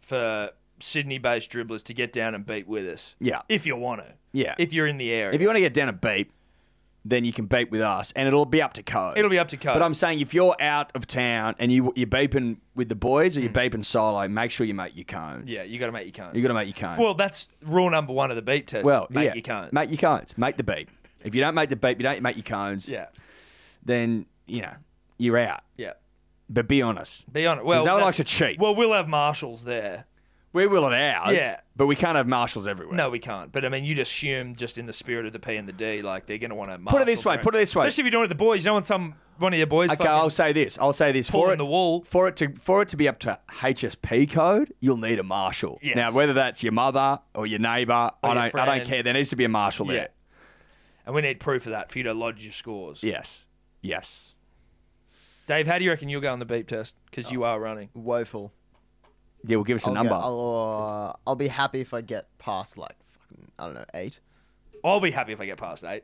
Speaker 2: for Sydney-based dribblers to get down and beat with us.
Speaker 4: Yeah.
Speaker 2: if you want to.
Speaker 4: Yeah.
Speaker 2: if you're in the area.
Speaker 4: If you want to get down and beep, then you can beep with us and it'll be up to code.
Speaker 2: It'll be up to code.
Speaker 4: But I'm saying if you're out of town and you, you're beeping with the boys or you're beeping solo, make sure you make your cones.
Speaker 2: Mm. yeah, you got to make your cunt.
Speaker 4: you got to make your cones.
Speaker 2: Well, that's rule number one of the beat test.
Speaker 4: Well,
Speaker 2: make
Speaker 4: yeah.
Speaker 2: your cunt.
Speaker 4: Make your cones. Make the beep. If you don't make the beep, you don't make your cones.
Speaker 2: Yeah.
Speaker 4: Then, you know, you're out.
Speaker 2: Yeah.
Speaker 4: But be honest.
Speaker 2: Be honest. Well,
Speaker 4: no one
Speaker 2: that-
Speaker 4: likes to cheat.
Speaker 2: Well, we'll have marshals there.
Speaker 4: We will at ours.
Speaker 2: Yeah.
Speaker 4: But we can't have marshals everywhere.
Speaker 2: No, we can't. But I mean, you'd assume just in the spirit of the P and the D, like they're going to want to.
Speaker 4: Put it this way, put it this way.
Speaker 2: Especially if you're doing it with the boys. You don't want some one of your boys.
Speaker 4: Okay,
Speaker 2: fucking-
Speaker 4: I'll say this. I'll say this for
Speaker 2: pulling
Speaker 4: it,
Speaker 2: the wall.
Speaker 4: for it to for it to be up to HSP code. You'll need a marshal.
Speaker 2: Yes.
Speaker 4: Now, whether that's your mother or your neighbour,
Speaker 2: Or
Speaker 4: I
Speaker 2: your
Speaker 4: don't I
Speaker 2: friend.
Speaker 4: don't care. There needs to be a marshal
Speaker 2: Yeah.
Speaker 4: there.
Speaker 2: and we need proof of that for you to lodge your scores.
Speaker 4: Yes, yes.
Speaker 2: Dave, how do you reckon you'll go on the beep test? Because you are running.
Speaker 4: Uh,
Speaker 3: Woeful.
Speaker 4: Yeah, well, give us a
Speaker 3: I'll go-
Speaker 4: number.
Speaker 3: I'll, uh, I'll be happy if I get past like fucking, I don't know eight.
Speaker 2: I'll be happy if I get past eight.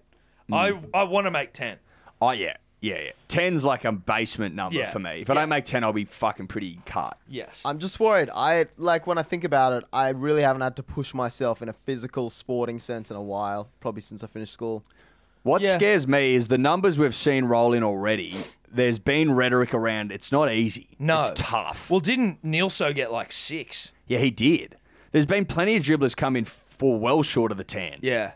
Speaker 2: I, I want to make 10.
Speaker 4: Mm. Oh yeah, yeah, yeah. Ten's like a basement number
Speaker 2: Yeah.
Speaker 4: for me. If I
Speaker 2: Yeah.
Speaker 4: don't make ten, I'll be fucking pretty cut.
Speaker 2: Yes.
Speaker 3: I'm just worried. I like when I think about it, I really haven't had to push myself in a physical sporting sense in a while. Probably since I finished school.
Speaker 4: What
Speaker 3: Yeah.
Speaker 4: scares me is the numbers we've seen roll in already. There's been rhetoric around it's not easy.
Speaker 2: No.
Speaker 4: It's tough.
Speaker 2: Well, didn't Nilso get like six?
Speaker 4: Yeah, he did. There's been plenty of dribblers come in for well short of the 10.
Speaker 2: Yeah.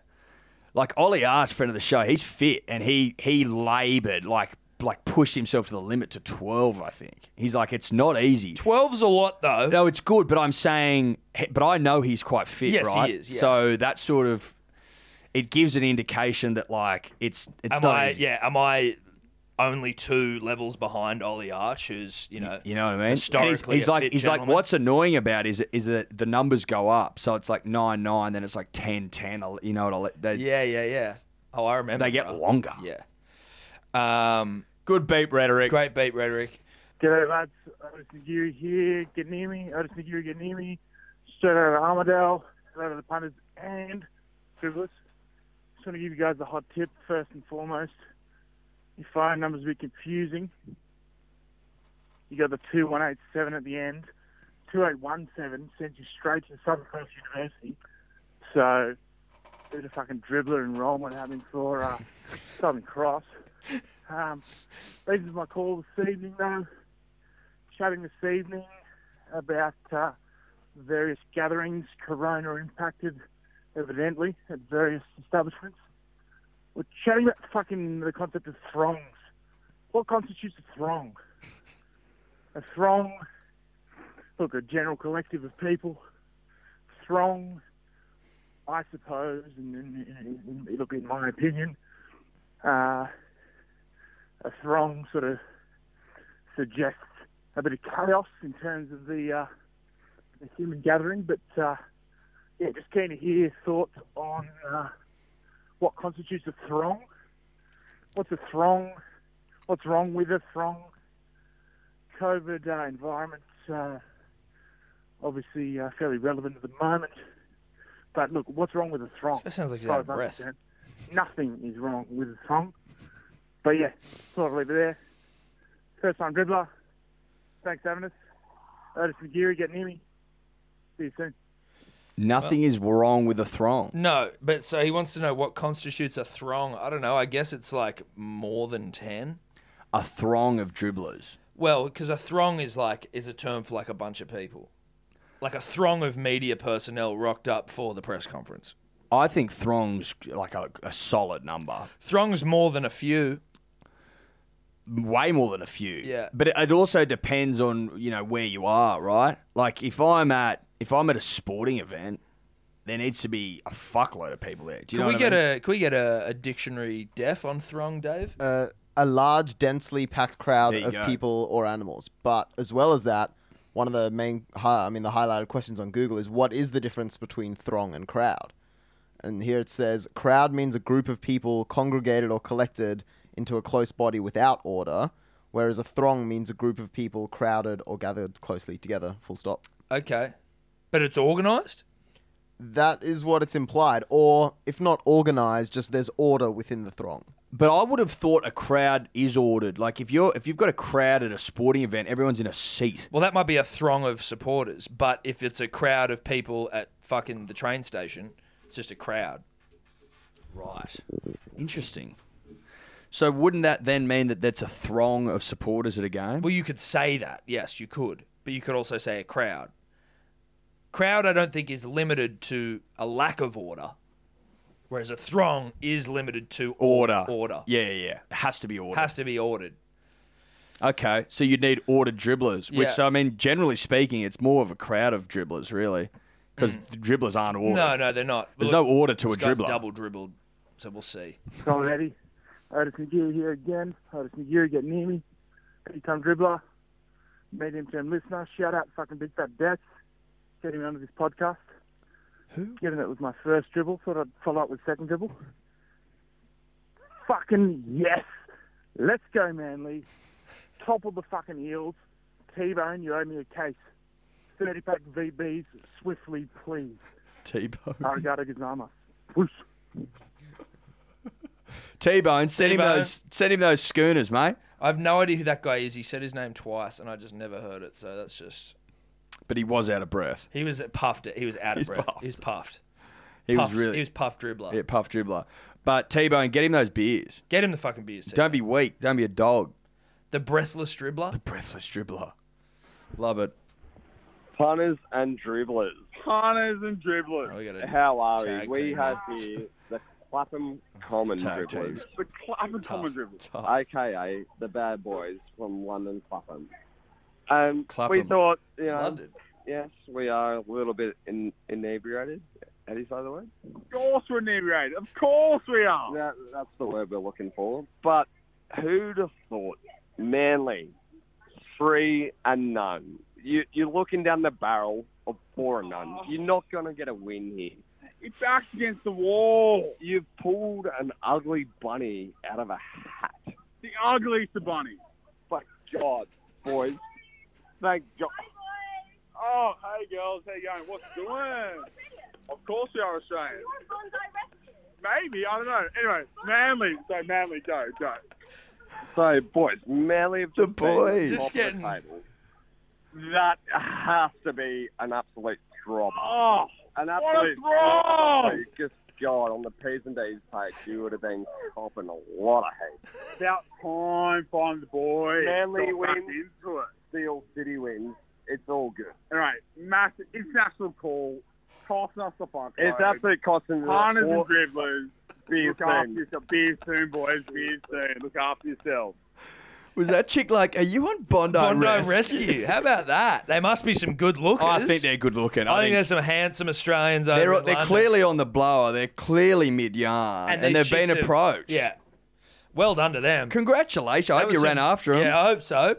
Speaker 4: Like Ollie Arch, friend of the show, he's fit and he he laboured, like like pushed himself to the limit to 12, I think. He's like, it's not easy.
Speaker 2: 12's a lot, though.
Speaker 4: No, it's good, but I'm saying, but I know he's quite fit,
Speaker 2: Yes, he
Speaker 4: right?
Speaker 2: is, yes.
Speaker 4: So that sort of, it gives an indication that like, it's, it's
Speaker 2: am
Speaker 4: not
Speaker 2: I,
Speaker 4: easy.
Speaker 2: Yeah, am I only two levels behind Ollie Arch, who's, you know,
Speaker 4: You know what I mean? And he's-
Speaker 2: historically
Speaker 4: he's,
Speaker 2: a
Speaker 4: like
Speaker 2: fit
Speaker 4: he's
Speaker 2: gentleman?
Speaker 4: like what's annoying about is is that the numbers go up. So it's like 9 9 then it's like 10 10 ele- you know what I'll, they,
Speaker 2: Yeah, yeah, yeah. Oh, I remember.
Speaker 4: they get
Speaker 2: bro.
Speaker 4: longer.
Speaker 2: Yeah. Um,
Speaker 4: Good beep rhetoric.
Speaker 2: Great beep rhetoric.
Speaker 16: G'day, lads. Otis Nagiri here. Good near me. Otis Nagiri, good near me. Straight out of Armadale, straight out of the punters and dribblers. Just want to give you guys a hot tip first and foremost. Your phone number's a bit confusing. You got the 2187 at the end. 2817 sends you straight to Southern Cross University. So, there's a fucking dribbler enrollment happening for uh, Southern Cross. Um, this is my call this evening, though. Chatting this evening about uh, various gatherings, corona impacted, evidently, at various establishments. We're chatting about fucking the concept of throngs. What constitutes a throng? A throng, look, a general collective of people. Throng, I suppose, and, and, and, and look, in my opinion, uh, a throng sort of suggests a bit of chaos in terms of the, uh, the human gathering. But uh, yeah, just keen to hear thoughts on uh, what constitutes a throng. What's a throng? What's wrong with a throng? COVID uh, environment, uh, obviously uh, fairly relevant at the moment. But look, what's wrong with a throng?
Speaker 2: That sounds like he's
Speaker 16: As far
Speaker 2: out of
Speaker 16: as I'm
Speaker 2: breath.
Speaker 16: concerned, Nothing is wrong with a throng. But yeah, thought I'd leave it there. First time dribbler. Thanks, having us. Otis McGeary, get near me. See you soon.
Speaker 4: Nothing is wrong with a throng.
Speaker 2: No, but so he wants to know what constitutes a throng. I don't know. I guess it's like more than 10.
Speaker 4: A throng of dribblers.
Speaker 2: Well, because a throng is like is a term for like a bunch of people, like a throng of media personnel rocked up for the press conference.
Speaker 4: I think throngs like a, a solid number.
Speaker 2: Throngs more than a few.
Speaker 4: Way more than a few.
Speaker 2: Yeah.
Speaker 4: But it, it also depends on, you know, where you are, right? Like if I'm at if I'm at a sporting event, there needs to be a fuckload of people there. Do
Speaker 2: Can
Speaker 4: you know
Speaker 2: we,
Speaker 4: what I
Speaker 2: get
Speaker 4: mean?
Speaker 2: a, can we get a a dictionary def on throng, Dave?
Speaker 3: Uh, a large, densely packed crowd
Speaker 2: There you
Speaker 3: of
Speaker 2: go.
Speaker 3: people or animals. But as well as that, one of the main, hi- I mean, the highlighted questions on Google is what is the difference between throng and crowd? And here it says crowd means a group of people congregated or collected into a close body without order, whereas a throng means a group of people crowded or gathered closely together. Full stop.
Speaker 2: Okay, but it's organised.
Speaker 3: That is what it's implied, or if not organized, just there's order within the throng.
Speaker 4: But I would have thought a crowd is ordered. Like if you're if you've got a crowd at a sporting event, everyone's in a seat.
Speaker 2: Well, that might be a throng of supporters, but if it's a crowd of people at fucking the train station, it's just a crowd.
Speaker 4: Right. Interesting. So wouldn't that then mean that that's a throng of supporters at a game?
Speaker 2: Well, you could say that. Yes, you could, but you could also say a crowd. Crowd, I don't think is limited to a lack of order, whereas a throng is limited to
Speaker 4: order.
Speaker 2: Order
Speaker 4: Yeah, yeah, yeah. It has to be order.
Speaker 2: has to be ordered.
Speaker 4: okay, so you'd need ordered dribblers, which
Speaker 2: Yeah.
Speaker 4: I mean, generally speaking, it's more of a crowd of dribblers, really, because dribblers aren't ordered.
Speaker 2: Mm. No, no, they're not.
Speaker 4: There's no order to
Speaker 2: this
Speaker 4: a
Speaker 2: guy's
Speaker 4: dribbler.
Speaker 2: Double dribbled, so we'll see.
Speaker 16: Solid Eddie. Otis McGeary here again. Otis McGeary, get near me. Anytime dribbler. Medium term listener. Shout out fucking Big Fat Death. Getting me onto this podcast.
Speaker 4: Who?
Speaker 16: Given it was my first dribble, thought I'd follow up with second dribble. Fucking yes. Let's go, Manly. toppled the fucking heels. T-Bone, you owe me a case. 30 pack VBs, swiftly, please.
Speaker 19: T-Bone.
Speaker 16: Arigato gozaimasu.
Speaker 4: T-Bone, send him
Speaker 2: T-Bone.
Speaker 4: those. Send him those schooners, mate.
Speaker 2: I have no idea who that guy is. He said his name twice, and I just never heard it. So that's just
Speaker 4: But he was out of breath.
Speaker 2: he was puffed. He was out of
Speaker 4: He's
Speaker 2: breath. He was puffed.
Speaker 4: He
Speaker 2: Puffed.
Speaker 4: was really.
Speaker 2: He was puffed dribbler.
Speaker 4: Yeah, puff dribbler. But T-Bone, get him those beers.
Speaker 2: Get him the fucking beers. T.
Speaker 4: Don't be weak. Don't be a dog.
Speaker 2: The breathless dribbler. The
Speaker 4: breathless dribbler. Love it.
Speaker 10: Punters and dribblers.
Speaker 16: Punters and dribblers.
Speaker 10: How are we?
Speaker 16: Tag
Speaker 10: We
Speaker 16: team.
Speaker 10: have here the Clapham Common
Speaker 16: Tag
Speaker 10: Dribblers.
Speaker 16: teams. The Clapham
Speaker 10: Tough.
Speaker 16: Common Dribblers.
Speaker 10: AKA the bad boys from London Clapham. Um,
Speaker 16: Clapham.
Speaker 10: We thought, you know,
Speaker 16: London.
Speaker 10: yes, we are a little bit in, inebriated. How do you say the word?
Speaker 16: Of course we're inebriated. Of course we are.
Speaker 10: That, that's the word we're looking for. But who'd have thought Manly, three and none. You, you're looking down the barrel of four and none. You're not going to get a win here.
Speaker 16: It's backed Oh. against the wall.
Speaker 10: You've pulled an ugly bunny out of a hat.
Speaker 16: The ugliest of bunnies.
Speaker 10: Fuck God, boys. Thank God.
Speaker 16: Oh, hey girls, how you going? What's doing? Of course we are Australian. Maybe, I don't know. Anyway, Manly. So Manly, go, go.
Speaker 10: So, boys, Manly have the
Speaker 16: boys. Just getting-
Speaker 10: Table. That has to be an absolute drop.
Speaker 16: Oh,
Speaker 10: an
Speaker 16: what a
Speaker 10: absolute
Speaker 16: throw!
Speaker 10: Just God, on the P's and D's page, you would have been copping a lot of hate.
Speaker 16: About time, find the boy.
Speaker 10: Manly
Speaker 16: Got back
Speaker 10: wins.
Speaker 16: into it.
Speaker 10: Steel City wins. It's all good.
Speaker 16: All right, massive international call, costing us the fuck.
Speaker 10: It's absolute costing.
Speaker 16: Harness and
Speaker 10: all-
Speaker 16: dribblers.
Speaker 10: Beer
Speaker 16: Look after
Speaker 10: soon.
Speaker 16: yourself. Beer soon, boys. Beer soon. Look after yourself.
Speaker 4: Was that chick like? Are you on Bondi,
Speaker 2: Bondo
Speaker 4: Rescue?
Speaker 2: Oh, Rescue. How about that? They must be some good lookers.
Speaker 4: I think they're good looking.
Speaker 2: I, think, there's some handsome Australians over
Speaker 4: They're,
Speaker 2: in
Speaker 4: they're
Speaker 2: London.
Speaker 4: clearly on the blower. They're clearly mid yarn, and,
Speaker 2: these
Speaker 4: they've
Speaker 2: chicks
Speaker 4: been
Speaker 2: have-
Speaker 4: approached.
Speaker 2: yeah. Well done to them.
Speaker 4: Congratulations. I
Speaker 2: That
Speaker 4: hope
Speaker 2: was
Speaker 4: you ran
Speaker 2: some-
Speaker 4: after them.
Speaker 2: Yeah, I hope so.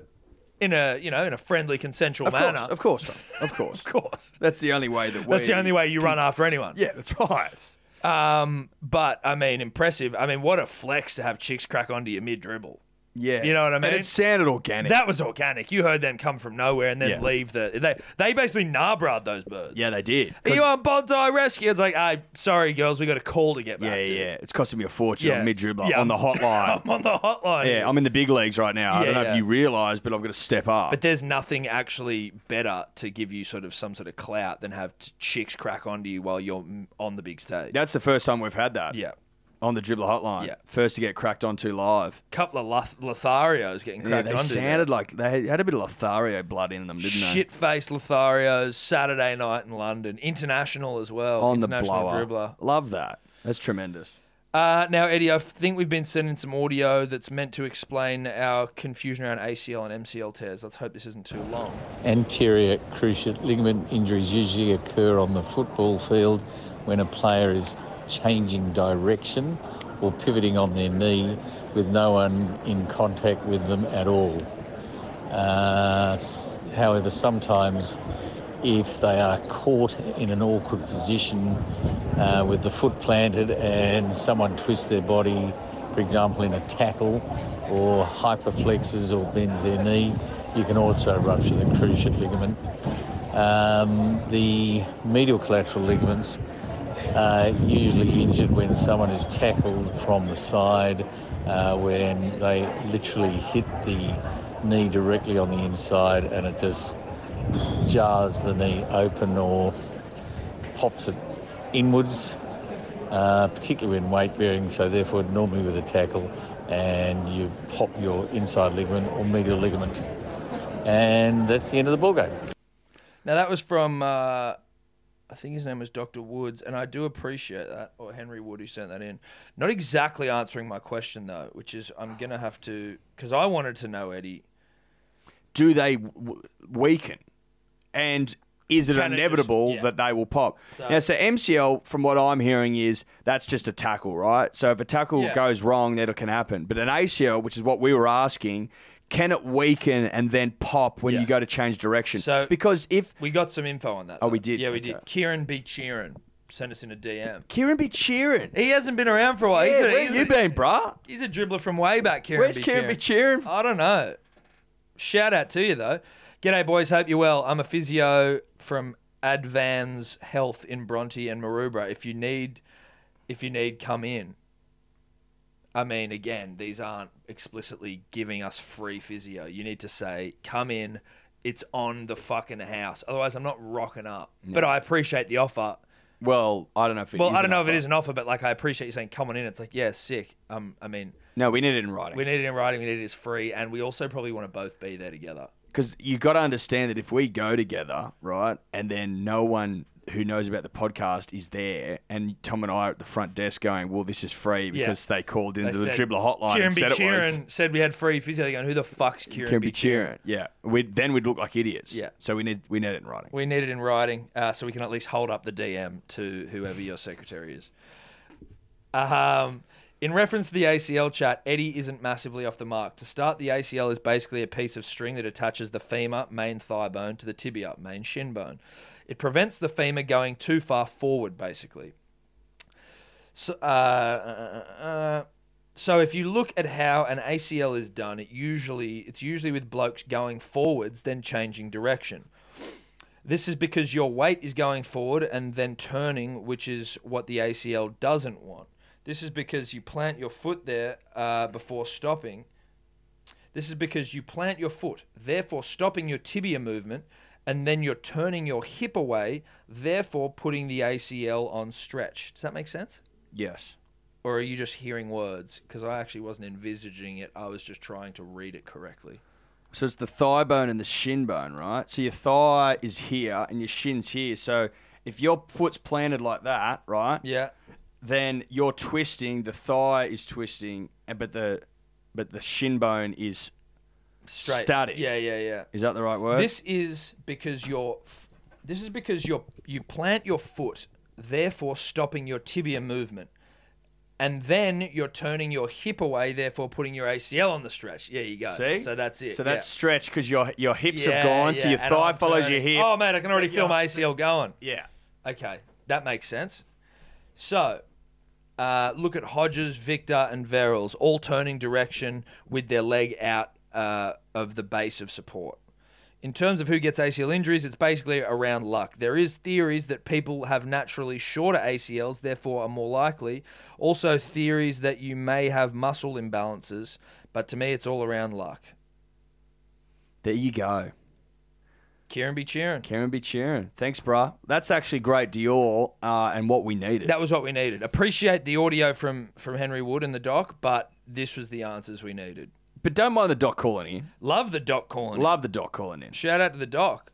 Speaker 2: In a you know in a friendly, consensual
Speaker 4: of
Speaker 2: manner.
Speaker 4: course, of course, Tom, of course, of
Speaker 2: course.
Speaker 4: That's the only way that we.
Speaker 2: That's the only way you run after anyone.
Speaker 4: Yeah, that's right.
Speaker 2: Um, but I mean, impressive. I mean, what a flex to have chicks crack onto you mid dribble.
Speaker 4: Yeah,
Speaker 2: You know what I mean?
Speaker 4: And it sounded organic.
Speaker 2: That was organic. You heard them come from nowhere and then
Speaker 4: Yeah.
Speaker 2: leave the. They they basically narbrad those birds.
Speaker 4: yeah, they did.
Speaker 2: Are you on Bondi Rescue? It's like, hey, sorry, girls, we got a call to get back
Speaker 4: Yeah,
Speaker 2: to.
Speaker 4: yeah. It's costing me a fortune
Speaker 2: Yeah.
Speaker 4: on mid dribbler
Speaker 2: Yeah,
Speaker 4: on the
Speaker 2: I'm-
Speaker 4: hotline.
Speaker 2: I'm on the hotline.
Speaker 4: yeah, I'm in the big leagues right now. I
Speaker 2: Yeah,
Speaker 4: don't know
Speaker 2: yeah.
Speaker 4: if you realise, but I've got to step up.
Speaker 2: But there's nothing actually better to give you sort of some sort of clout than have t- chicks crack onto you while you're mm, on the big stage.
Speaker 4: That's the first time we've had that.
Speaker 2: Yeah.
Speaker 4: On the dribbler hotline.
Speaker 2: Yeah.
Speaker 4: First to get cracked onto live.
Speaker 2: couple of Loth- Lotharios getting
Speaker 4: Yeah,
Speaker 2: cracked
Speaker 4: they
Speaker 2: onto.
Speaker 4: sounded like they had a bit of Lothario blood in them, didn't they?
Speaker 2: Shit faced Lotharios, Saturday night in London, international as well.
Speaker 4: on the
Speaker 2: Oh, international
Speaker 4: blower.
Speaker 2: dribbler.
Speaker 4: Love that. That's tremendous.
Speaker 2: Uh, now, Eddie, I think we've been sending some audio that's meant to explain our confusion around ACL and MCL tears. Let's hope this isn't too long.
Speaker 18: Anterior cruciate ligament injuries usually occur on the football field when a player is changing direction or pivoting on their knee with no one in contact with them at all. Uh, s- however, sometimes if they are caught in an awkward position uh, with the foot planted and someone twists their body, for example, in a tackle or hyperflexes or bends their knee, you can also rupture the cruciate ligament. Um, the medial collateral ligaments are usually injured when someone is tackled from the side, uh, when they literally hit the knee directly on the inside and it just jars the knee open or pops it inwards, uh, particularly when weight bearing. So, therefore, normally with a tackle, and you pop your inside ligament or medial ligament. And that's the end of the ball game.
Speaker 2: Now, that was from, uh, I think his name was Dr. Woods, and I do appreciate that, or Henry Wood, who sent that in. Not exactly answering my question, though, which is I'm going to have to, because I wanted to know, Eddie,
Speaker 4: Do they w- weaken? And is it
Speaker 2: Can it just-
Speaker 4: inevitable that they will pop?
Speaker 2: So-
Speaker 4: now, so MCL, from what I'm hearing, is that's just a tackle, right? So if a tackle
Speaker 2: Yeah.
Speaker 4: goes wrong, that can happen. But an ACL, which is what we were asking, can it weaken and then pop when you go to change direction? So because if
Speaker 2: we got some info on that.
Speaker 4: Oh, we
Speaker 2: though.
Speaker 4: did?
Speaker 2: Yeah, we
Speaker 4: Okay.
Speaker 2: did. Kieran B. Cheeran sent us in a DM.
Speaker 4: Kieran be cheering.
Speaker 2: He hasn't been around for a while.
Speaker 4: Yeah,
Speaker 2: he's a,
Speaker 4: where
Speaker 2: he's
Speaker 4: you
Speaker 2: a-
Speaker 4: been, bruh?
Speaker 2: He's a dribbler from way back, Kieran
Speaker 4: Where's
Speaker 2: B.
Speaker 4: Kieran
Speaker 2: Cheeran? I don't know. Shout out to you, though. G'day, boys. Hope you're well. I'm a physio from Advans Health in Bronte and Maroubra. If you need, if you need, come in. I mean, again, these aren't explicitly giving us free physio. You need to say, come in. It's on the fucking house. Otherwise, I'm not rocking up.
Speaker 4: No.
Speaker 2: But I appreciate the offer.
Speaker 4: Well, I don't know if it
Speaker 2: well,
Speaker 4: is
Speaker 2: I don't
Speaker 4: an
Speaker 2: know if it
Speaker 4: offer.
Speaker 2: is an offer, but like I appreciate you saying, come on in. It's like, yeah, sick. Um, I mean,
Speaker 4: No, we need it in writing.
Speaker 2: we need it in writing. We need it as free, and we also probably want to both be there together.
Speaker 4: because you've got to understand that if we go together, right, and then no one who knows about the podcast is there, and Tom and I are at the front desk going, "Well, this is free
Speaker 2: Yeah.
Speaker 4: because they called into
Speaker 2: They
Speaker 4: the
Speaker 2: said-
Speaker 4: dribbler hotline
Speaker 2: Kieran
Speaker 4: and said
Speaker 2: B.
Speaker 4: it was."
Speaker 2: Sheeran said we had free physio. They're going, who the fuck's Kieran,
Speaker 4: Kieran
Speaker 2: B.
Speaker 4: be cheering. Yeah, we'd, then we'd look like idiots.
Speaker 2: Yeah.
Speaker 4: so we need we need it in writing.
Speaker 2: We need it in writing uh, so we can at least hold up the DM to whoever your secretary is. Um, in reference to the ACL chat, Eddie isn't massively off the mark. To start, the ACL is basically a piece of string that attaches the femur, main thigh bone, to the tibia, main shin bone. It prevents the femur going too far forward, basically. So, uh, uh, uh, so if you look at how an ACL is done, it usually it's usually with blokes going forwards, then changing direction. This is because your weight is going forward and then turning, which is what the ACL doesn't want. This is because you plant your foot there uh, before stopping. This is because you plant your foot, therefore stopping your tibia movement, and then you're turning your hip away, therefore putting the ACL on stretch. Does that make sense?
Speaker 4: Yes.
Speaker 2: Or are you just hearing words? Because I actually wasn't envisaging it, I was just trying to read it correctly.
Speaker 4: So it's the thigh bone and the shin bone, right? So your thigh is here and your shin's here. So if your foot's planted like that, right?
Speaker 2: Yeah.
Speaker 4: Then you're twisting. The thigh is twisting, and but the but the shin bone is
Speaker 2: Straight.
Speaker 4: static.
Speaker 2: Yeah, yeah, yeah.
Speaker 4: Is that the right word?
Speaker 2: This is because you're. This is because you're you plant your foot, therefore stopping your tibia movement, and then you're turning your hip away, therefore putting your ACL on the stretch. Yeah, you go.
Speaker 4: See?
Speaker 2: So that's it.
Speaker 4: So
Speaker 2: yeah.
Speaker 4: that's stretch because your your hips
Speaker 2: Yeah,
Speaker 4: have gone, so
Speaker 2: yeah,
Speaker 4: your
Speaker 2: and
Speaker 4: thigh
Speaker 2: I'm
Speaker 4: follows your
Speaker 2: turning.
Speaker 4: hip.
Speaker 2: Oh man, I can already feel my ACL going.
Speaker 4: Yeah.
Speaker 2: Okay, that makes sense. So, uh, look at Hodges, Victor, and Verrills all turning direction with their leg out uh, of the base of support. In terms of who gets ACL injuries, it's basically around luck. There is theories that people have naturally shorter ACLs, therefore are more likely. Also theories that you may have muscle imbalances, but to me it's all around luck.
Speaker 4: There you go.
Speaker 2: Kieran be cheering.
Speaker 4: Karen be cheering. Thanks, bruh. That's actually great, Dior, uh, and what we needed.
Speaker 2: That was what we needed. Appreciate the audio from from Henry Wood and the doc, but this was the answers we needed.
Speaker 4: But don't mind the doc calling in.
Speaker 2: Love the doc calling.
Speaker 4: Love the doc calling in.
Speaker 2: Shout out to the doc.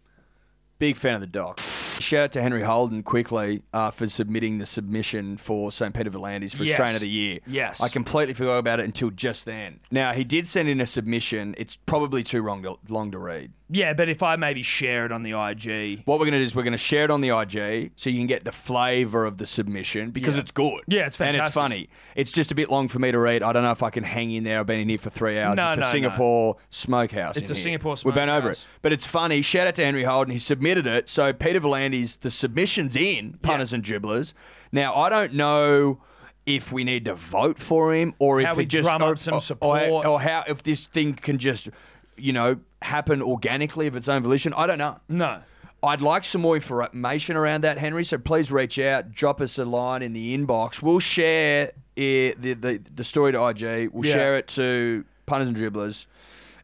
Speaker 4: Big fan of the doc. Shout out to Henry Holden quickly uh, for submitting the submission for St. Peter Volandis for
Speaker 2: Yes.
Speaker 4: Australian of the Year.
Speaker 2: Yes.
Speaker 4: I completely forgot about it until just then. Now, he did send in a submission. It's probably too wrong to, long to read.
Speaker 2: Yeah, but if I maybe share it on the IG.
Speaker 4: What we're going to do is we're going to share it on the IG so you can get the flavour of the submission because
Speaker 2: Yeah.
Speaker 4: it's good.
Speaker 2: Yeah, it's
Speaker 4: And
Speaker 2: fantastic.
Speaker 4: it's funny. It's just a bit long for me to read. I don't know if I can hang in there. I've been in here for three hours.
Speaker 2: No,
Speaker 4: it's a
Speaker 2: no, no.
Speaker 4: Singapore smokehouse.
Speaker 2: It's
Speaker 4: in
Speaker 2: a
Speaker 4: here.
Speaker 2: Singapore
Speaker 4: We've been over it.
Speaker 2: smokehouse.
Speaker 4: But it's funny. Shout out to Henry Holden. He submitted it. So Peter Volandis, the submission's in, punters and dribblers. Now, I don't know if we need to vote for him or
Speaker 2: How
Speaker 4: if
Speaker 2: we
Speaker 4: it just oh,
Speaker 2: drum
Speaker 4: or,
Speaker 2: up some
Speaker 4: or-
Speaker 2: support.
Speaker 4: or, how if this thing can just you know happen organically of its own volition. I don't know.
Speaker 2: No.
Speaker 4: I'd like some more information around that, Henry. So please reach out, drop us a line in the inbox. We'll share it, the, the the story to IG. We'll
Speaker 2: Yeah.
Speaker 4: share it to punters and dribblers.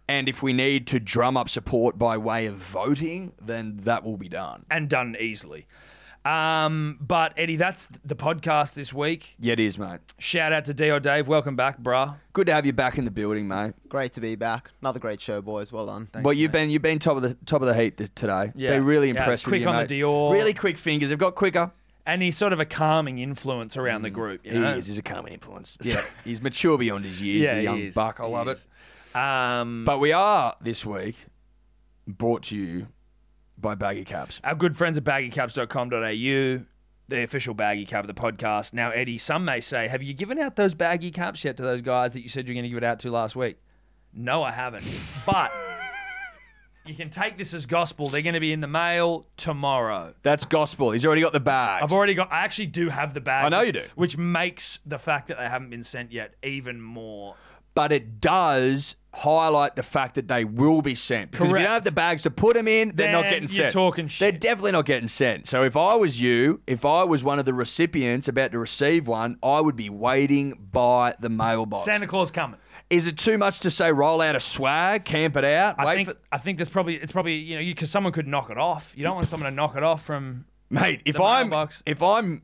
Speaker 4: And if we need to drum up support by way of voting, then that will be done.
Speaker 2: And done easily. Um, but Eddie, that's the podcast this week.
Speaker 4: Yeah, it is, mate.
Speaker 2: Shout out to D or Dave. Welcome back, bruh.
Speaker 4: Good to have you back in the building, mate.
Speaker 3: Great to be back. Another great show, boys. Well done.
Speaker 4: well, you've been you've been top of the top of the heat th- today.
Speaker 2: Yeah.
Speaker 4: Been really
Speaker 2: Yeah,
Speaker 4: impressed with
Speaker 2: quick
Speaker 4: you,
Speaker 2: on
Speaker 4: mate.
Speaker 2: the Dior.
Speaker 4: Really quick fingers. They've got quicker. Mm.
Speaker 2: And he's sort of a calming influence around the group. You
Speaker 4: He
Speaker 2: know?
Speaker 4: is. He's a calming influence. Yeah, he's mature beyond his years.
Speaker 2: Yeah,
Speaker 4: the
Speaker 2: he
Speaker 4: young
Speaker 2: is.
Speaker 4: buck. I
Speaker 2: He
Speaker 4: love
Speaker 2: is. it. Um,
Speaker 4: but we are this week brought to you by Baggy Caps.
Speaker 2: Our good friends at baggycaps.com.au, the official baggy cap of the podcast. Now, Eddie, some may say, have you given out those baggy caps yet to those guys that you said you're going to give it out to last week? No, I haven't. But you can take this as gospel. They're going to be in the mail tomorrow.
Speaker 4: That's gospel. He's already got the bag.
Speaker 2: I've already got. I actually do have the bags.
Speaker 4: I know you do.
Speaker 2: Which makes the fact that they haven't been sent yet even more.
Speaker 4: but it does highlight the fact that they will be sent. Because if you
Speaker 2: Correct.
Speaker 4: don't have the bags to put them in, they're not
Speaker 2: Then
Speaker 4: getting
Speaker 2: you're
Speaker 4: sent.
Speaker 2: talking
Speaker 4: They're definitely not getting sent. So if I was you, if I was one of the recipients about to receive one, I would be waiting by the mailbox.
Speaker 2: Santa Claus coming.
Speaker 4: Is it too much to say roll out a swag, camp it out?
Speaker 2: I
Speaker 4: wait
Speaker 2: think
Speaker 4: for-
Speaker 2: I think there's probably it's probably you know because someone could knock it off. You don't want someone to knock it off from
Speaker 4: Mate, if
Speaker 2: the
Speaker 4: I'm
Speaker 2: mailbox.
Speaker 4: if I'm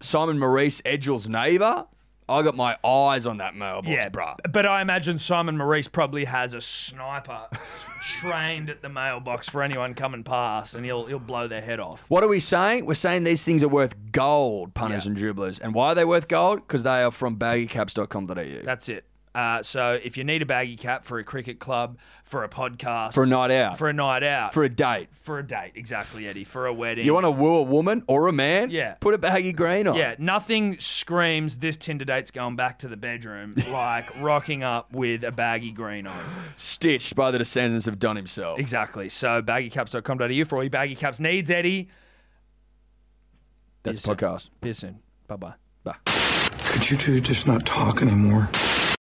Speaker 4: Simon Maurice Edgel's neighbour, I got my eyes on that mailbox,
Speaker 2: yeah,
Speaker 4: bruh.
Speaker 2: But I imagine Simon Maurice probably has a sniper trained at the mailbox for anyone coming past, and he'll he'll blow their head off.
Speaker 4: What are we saying? We're saying these things are worth gold, punters and dribblers. And why are they worth gold? Because they are from baggycaps.com.au.
Speaker 2: That's it. Uh, so if you need a baggy cap for a cricket club, for a podcast,
Speaker 4: For a night out.
Speaker 2: for a night out,
Speaker 4: For a date.
Speaker 2: for a date, exactly, Eddie, for a wedding.
Speaker 4: You want to woo a woman or a man?
Speaker 2: Yeah.
Speaker 4: Put a baggy green on.
Speaker 2: Yeah, nothing screams this Tinder date's going back to the bedroom like rocking up with a baggy green on.
Speaker 4: Stitched by the descendants of Don himself.
Speaker 2: Exactly. So baggycaps.com.au for all your baggy caps needs, Eddie.
Speaker 4: That's podcast.
Speaker 2: Be soon. Bye bye.
Speaker 4: Bye.
Speaker 20: Could you two just not talk anymore?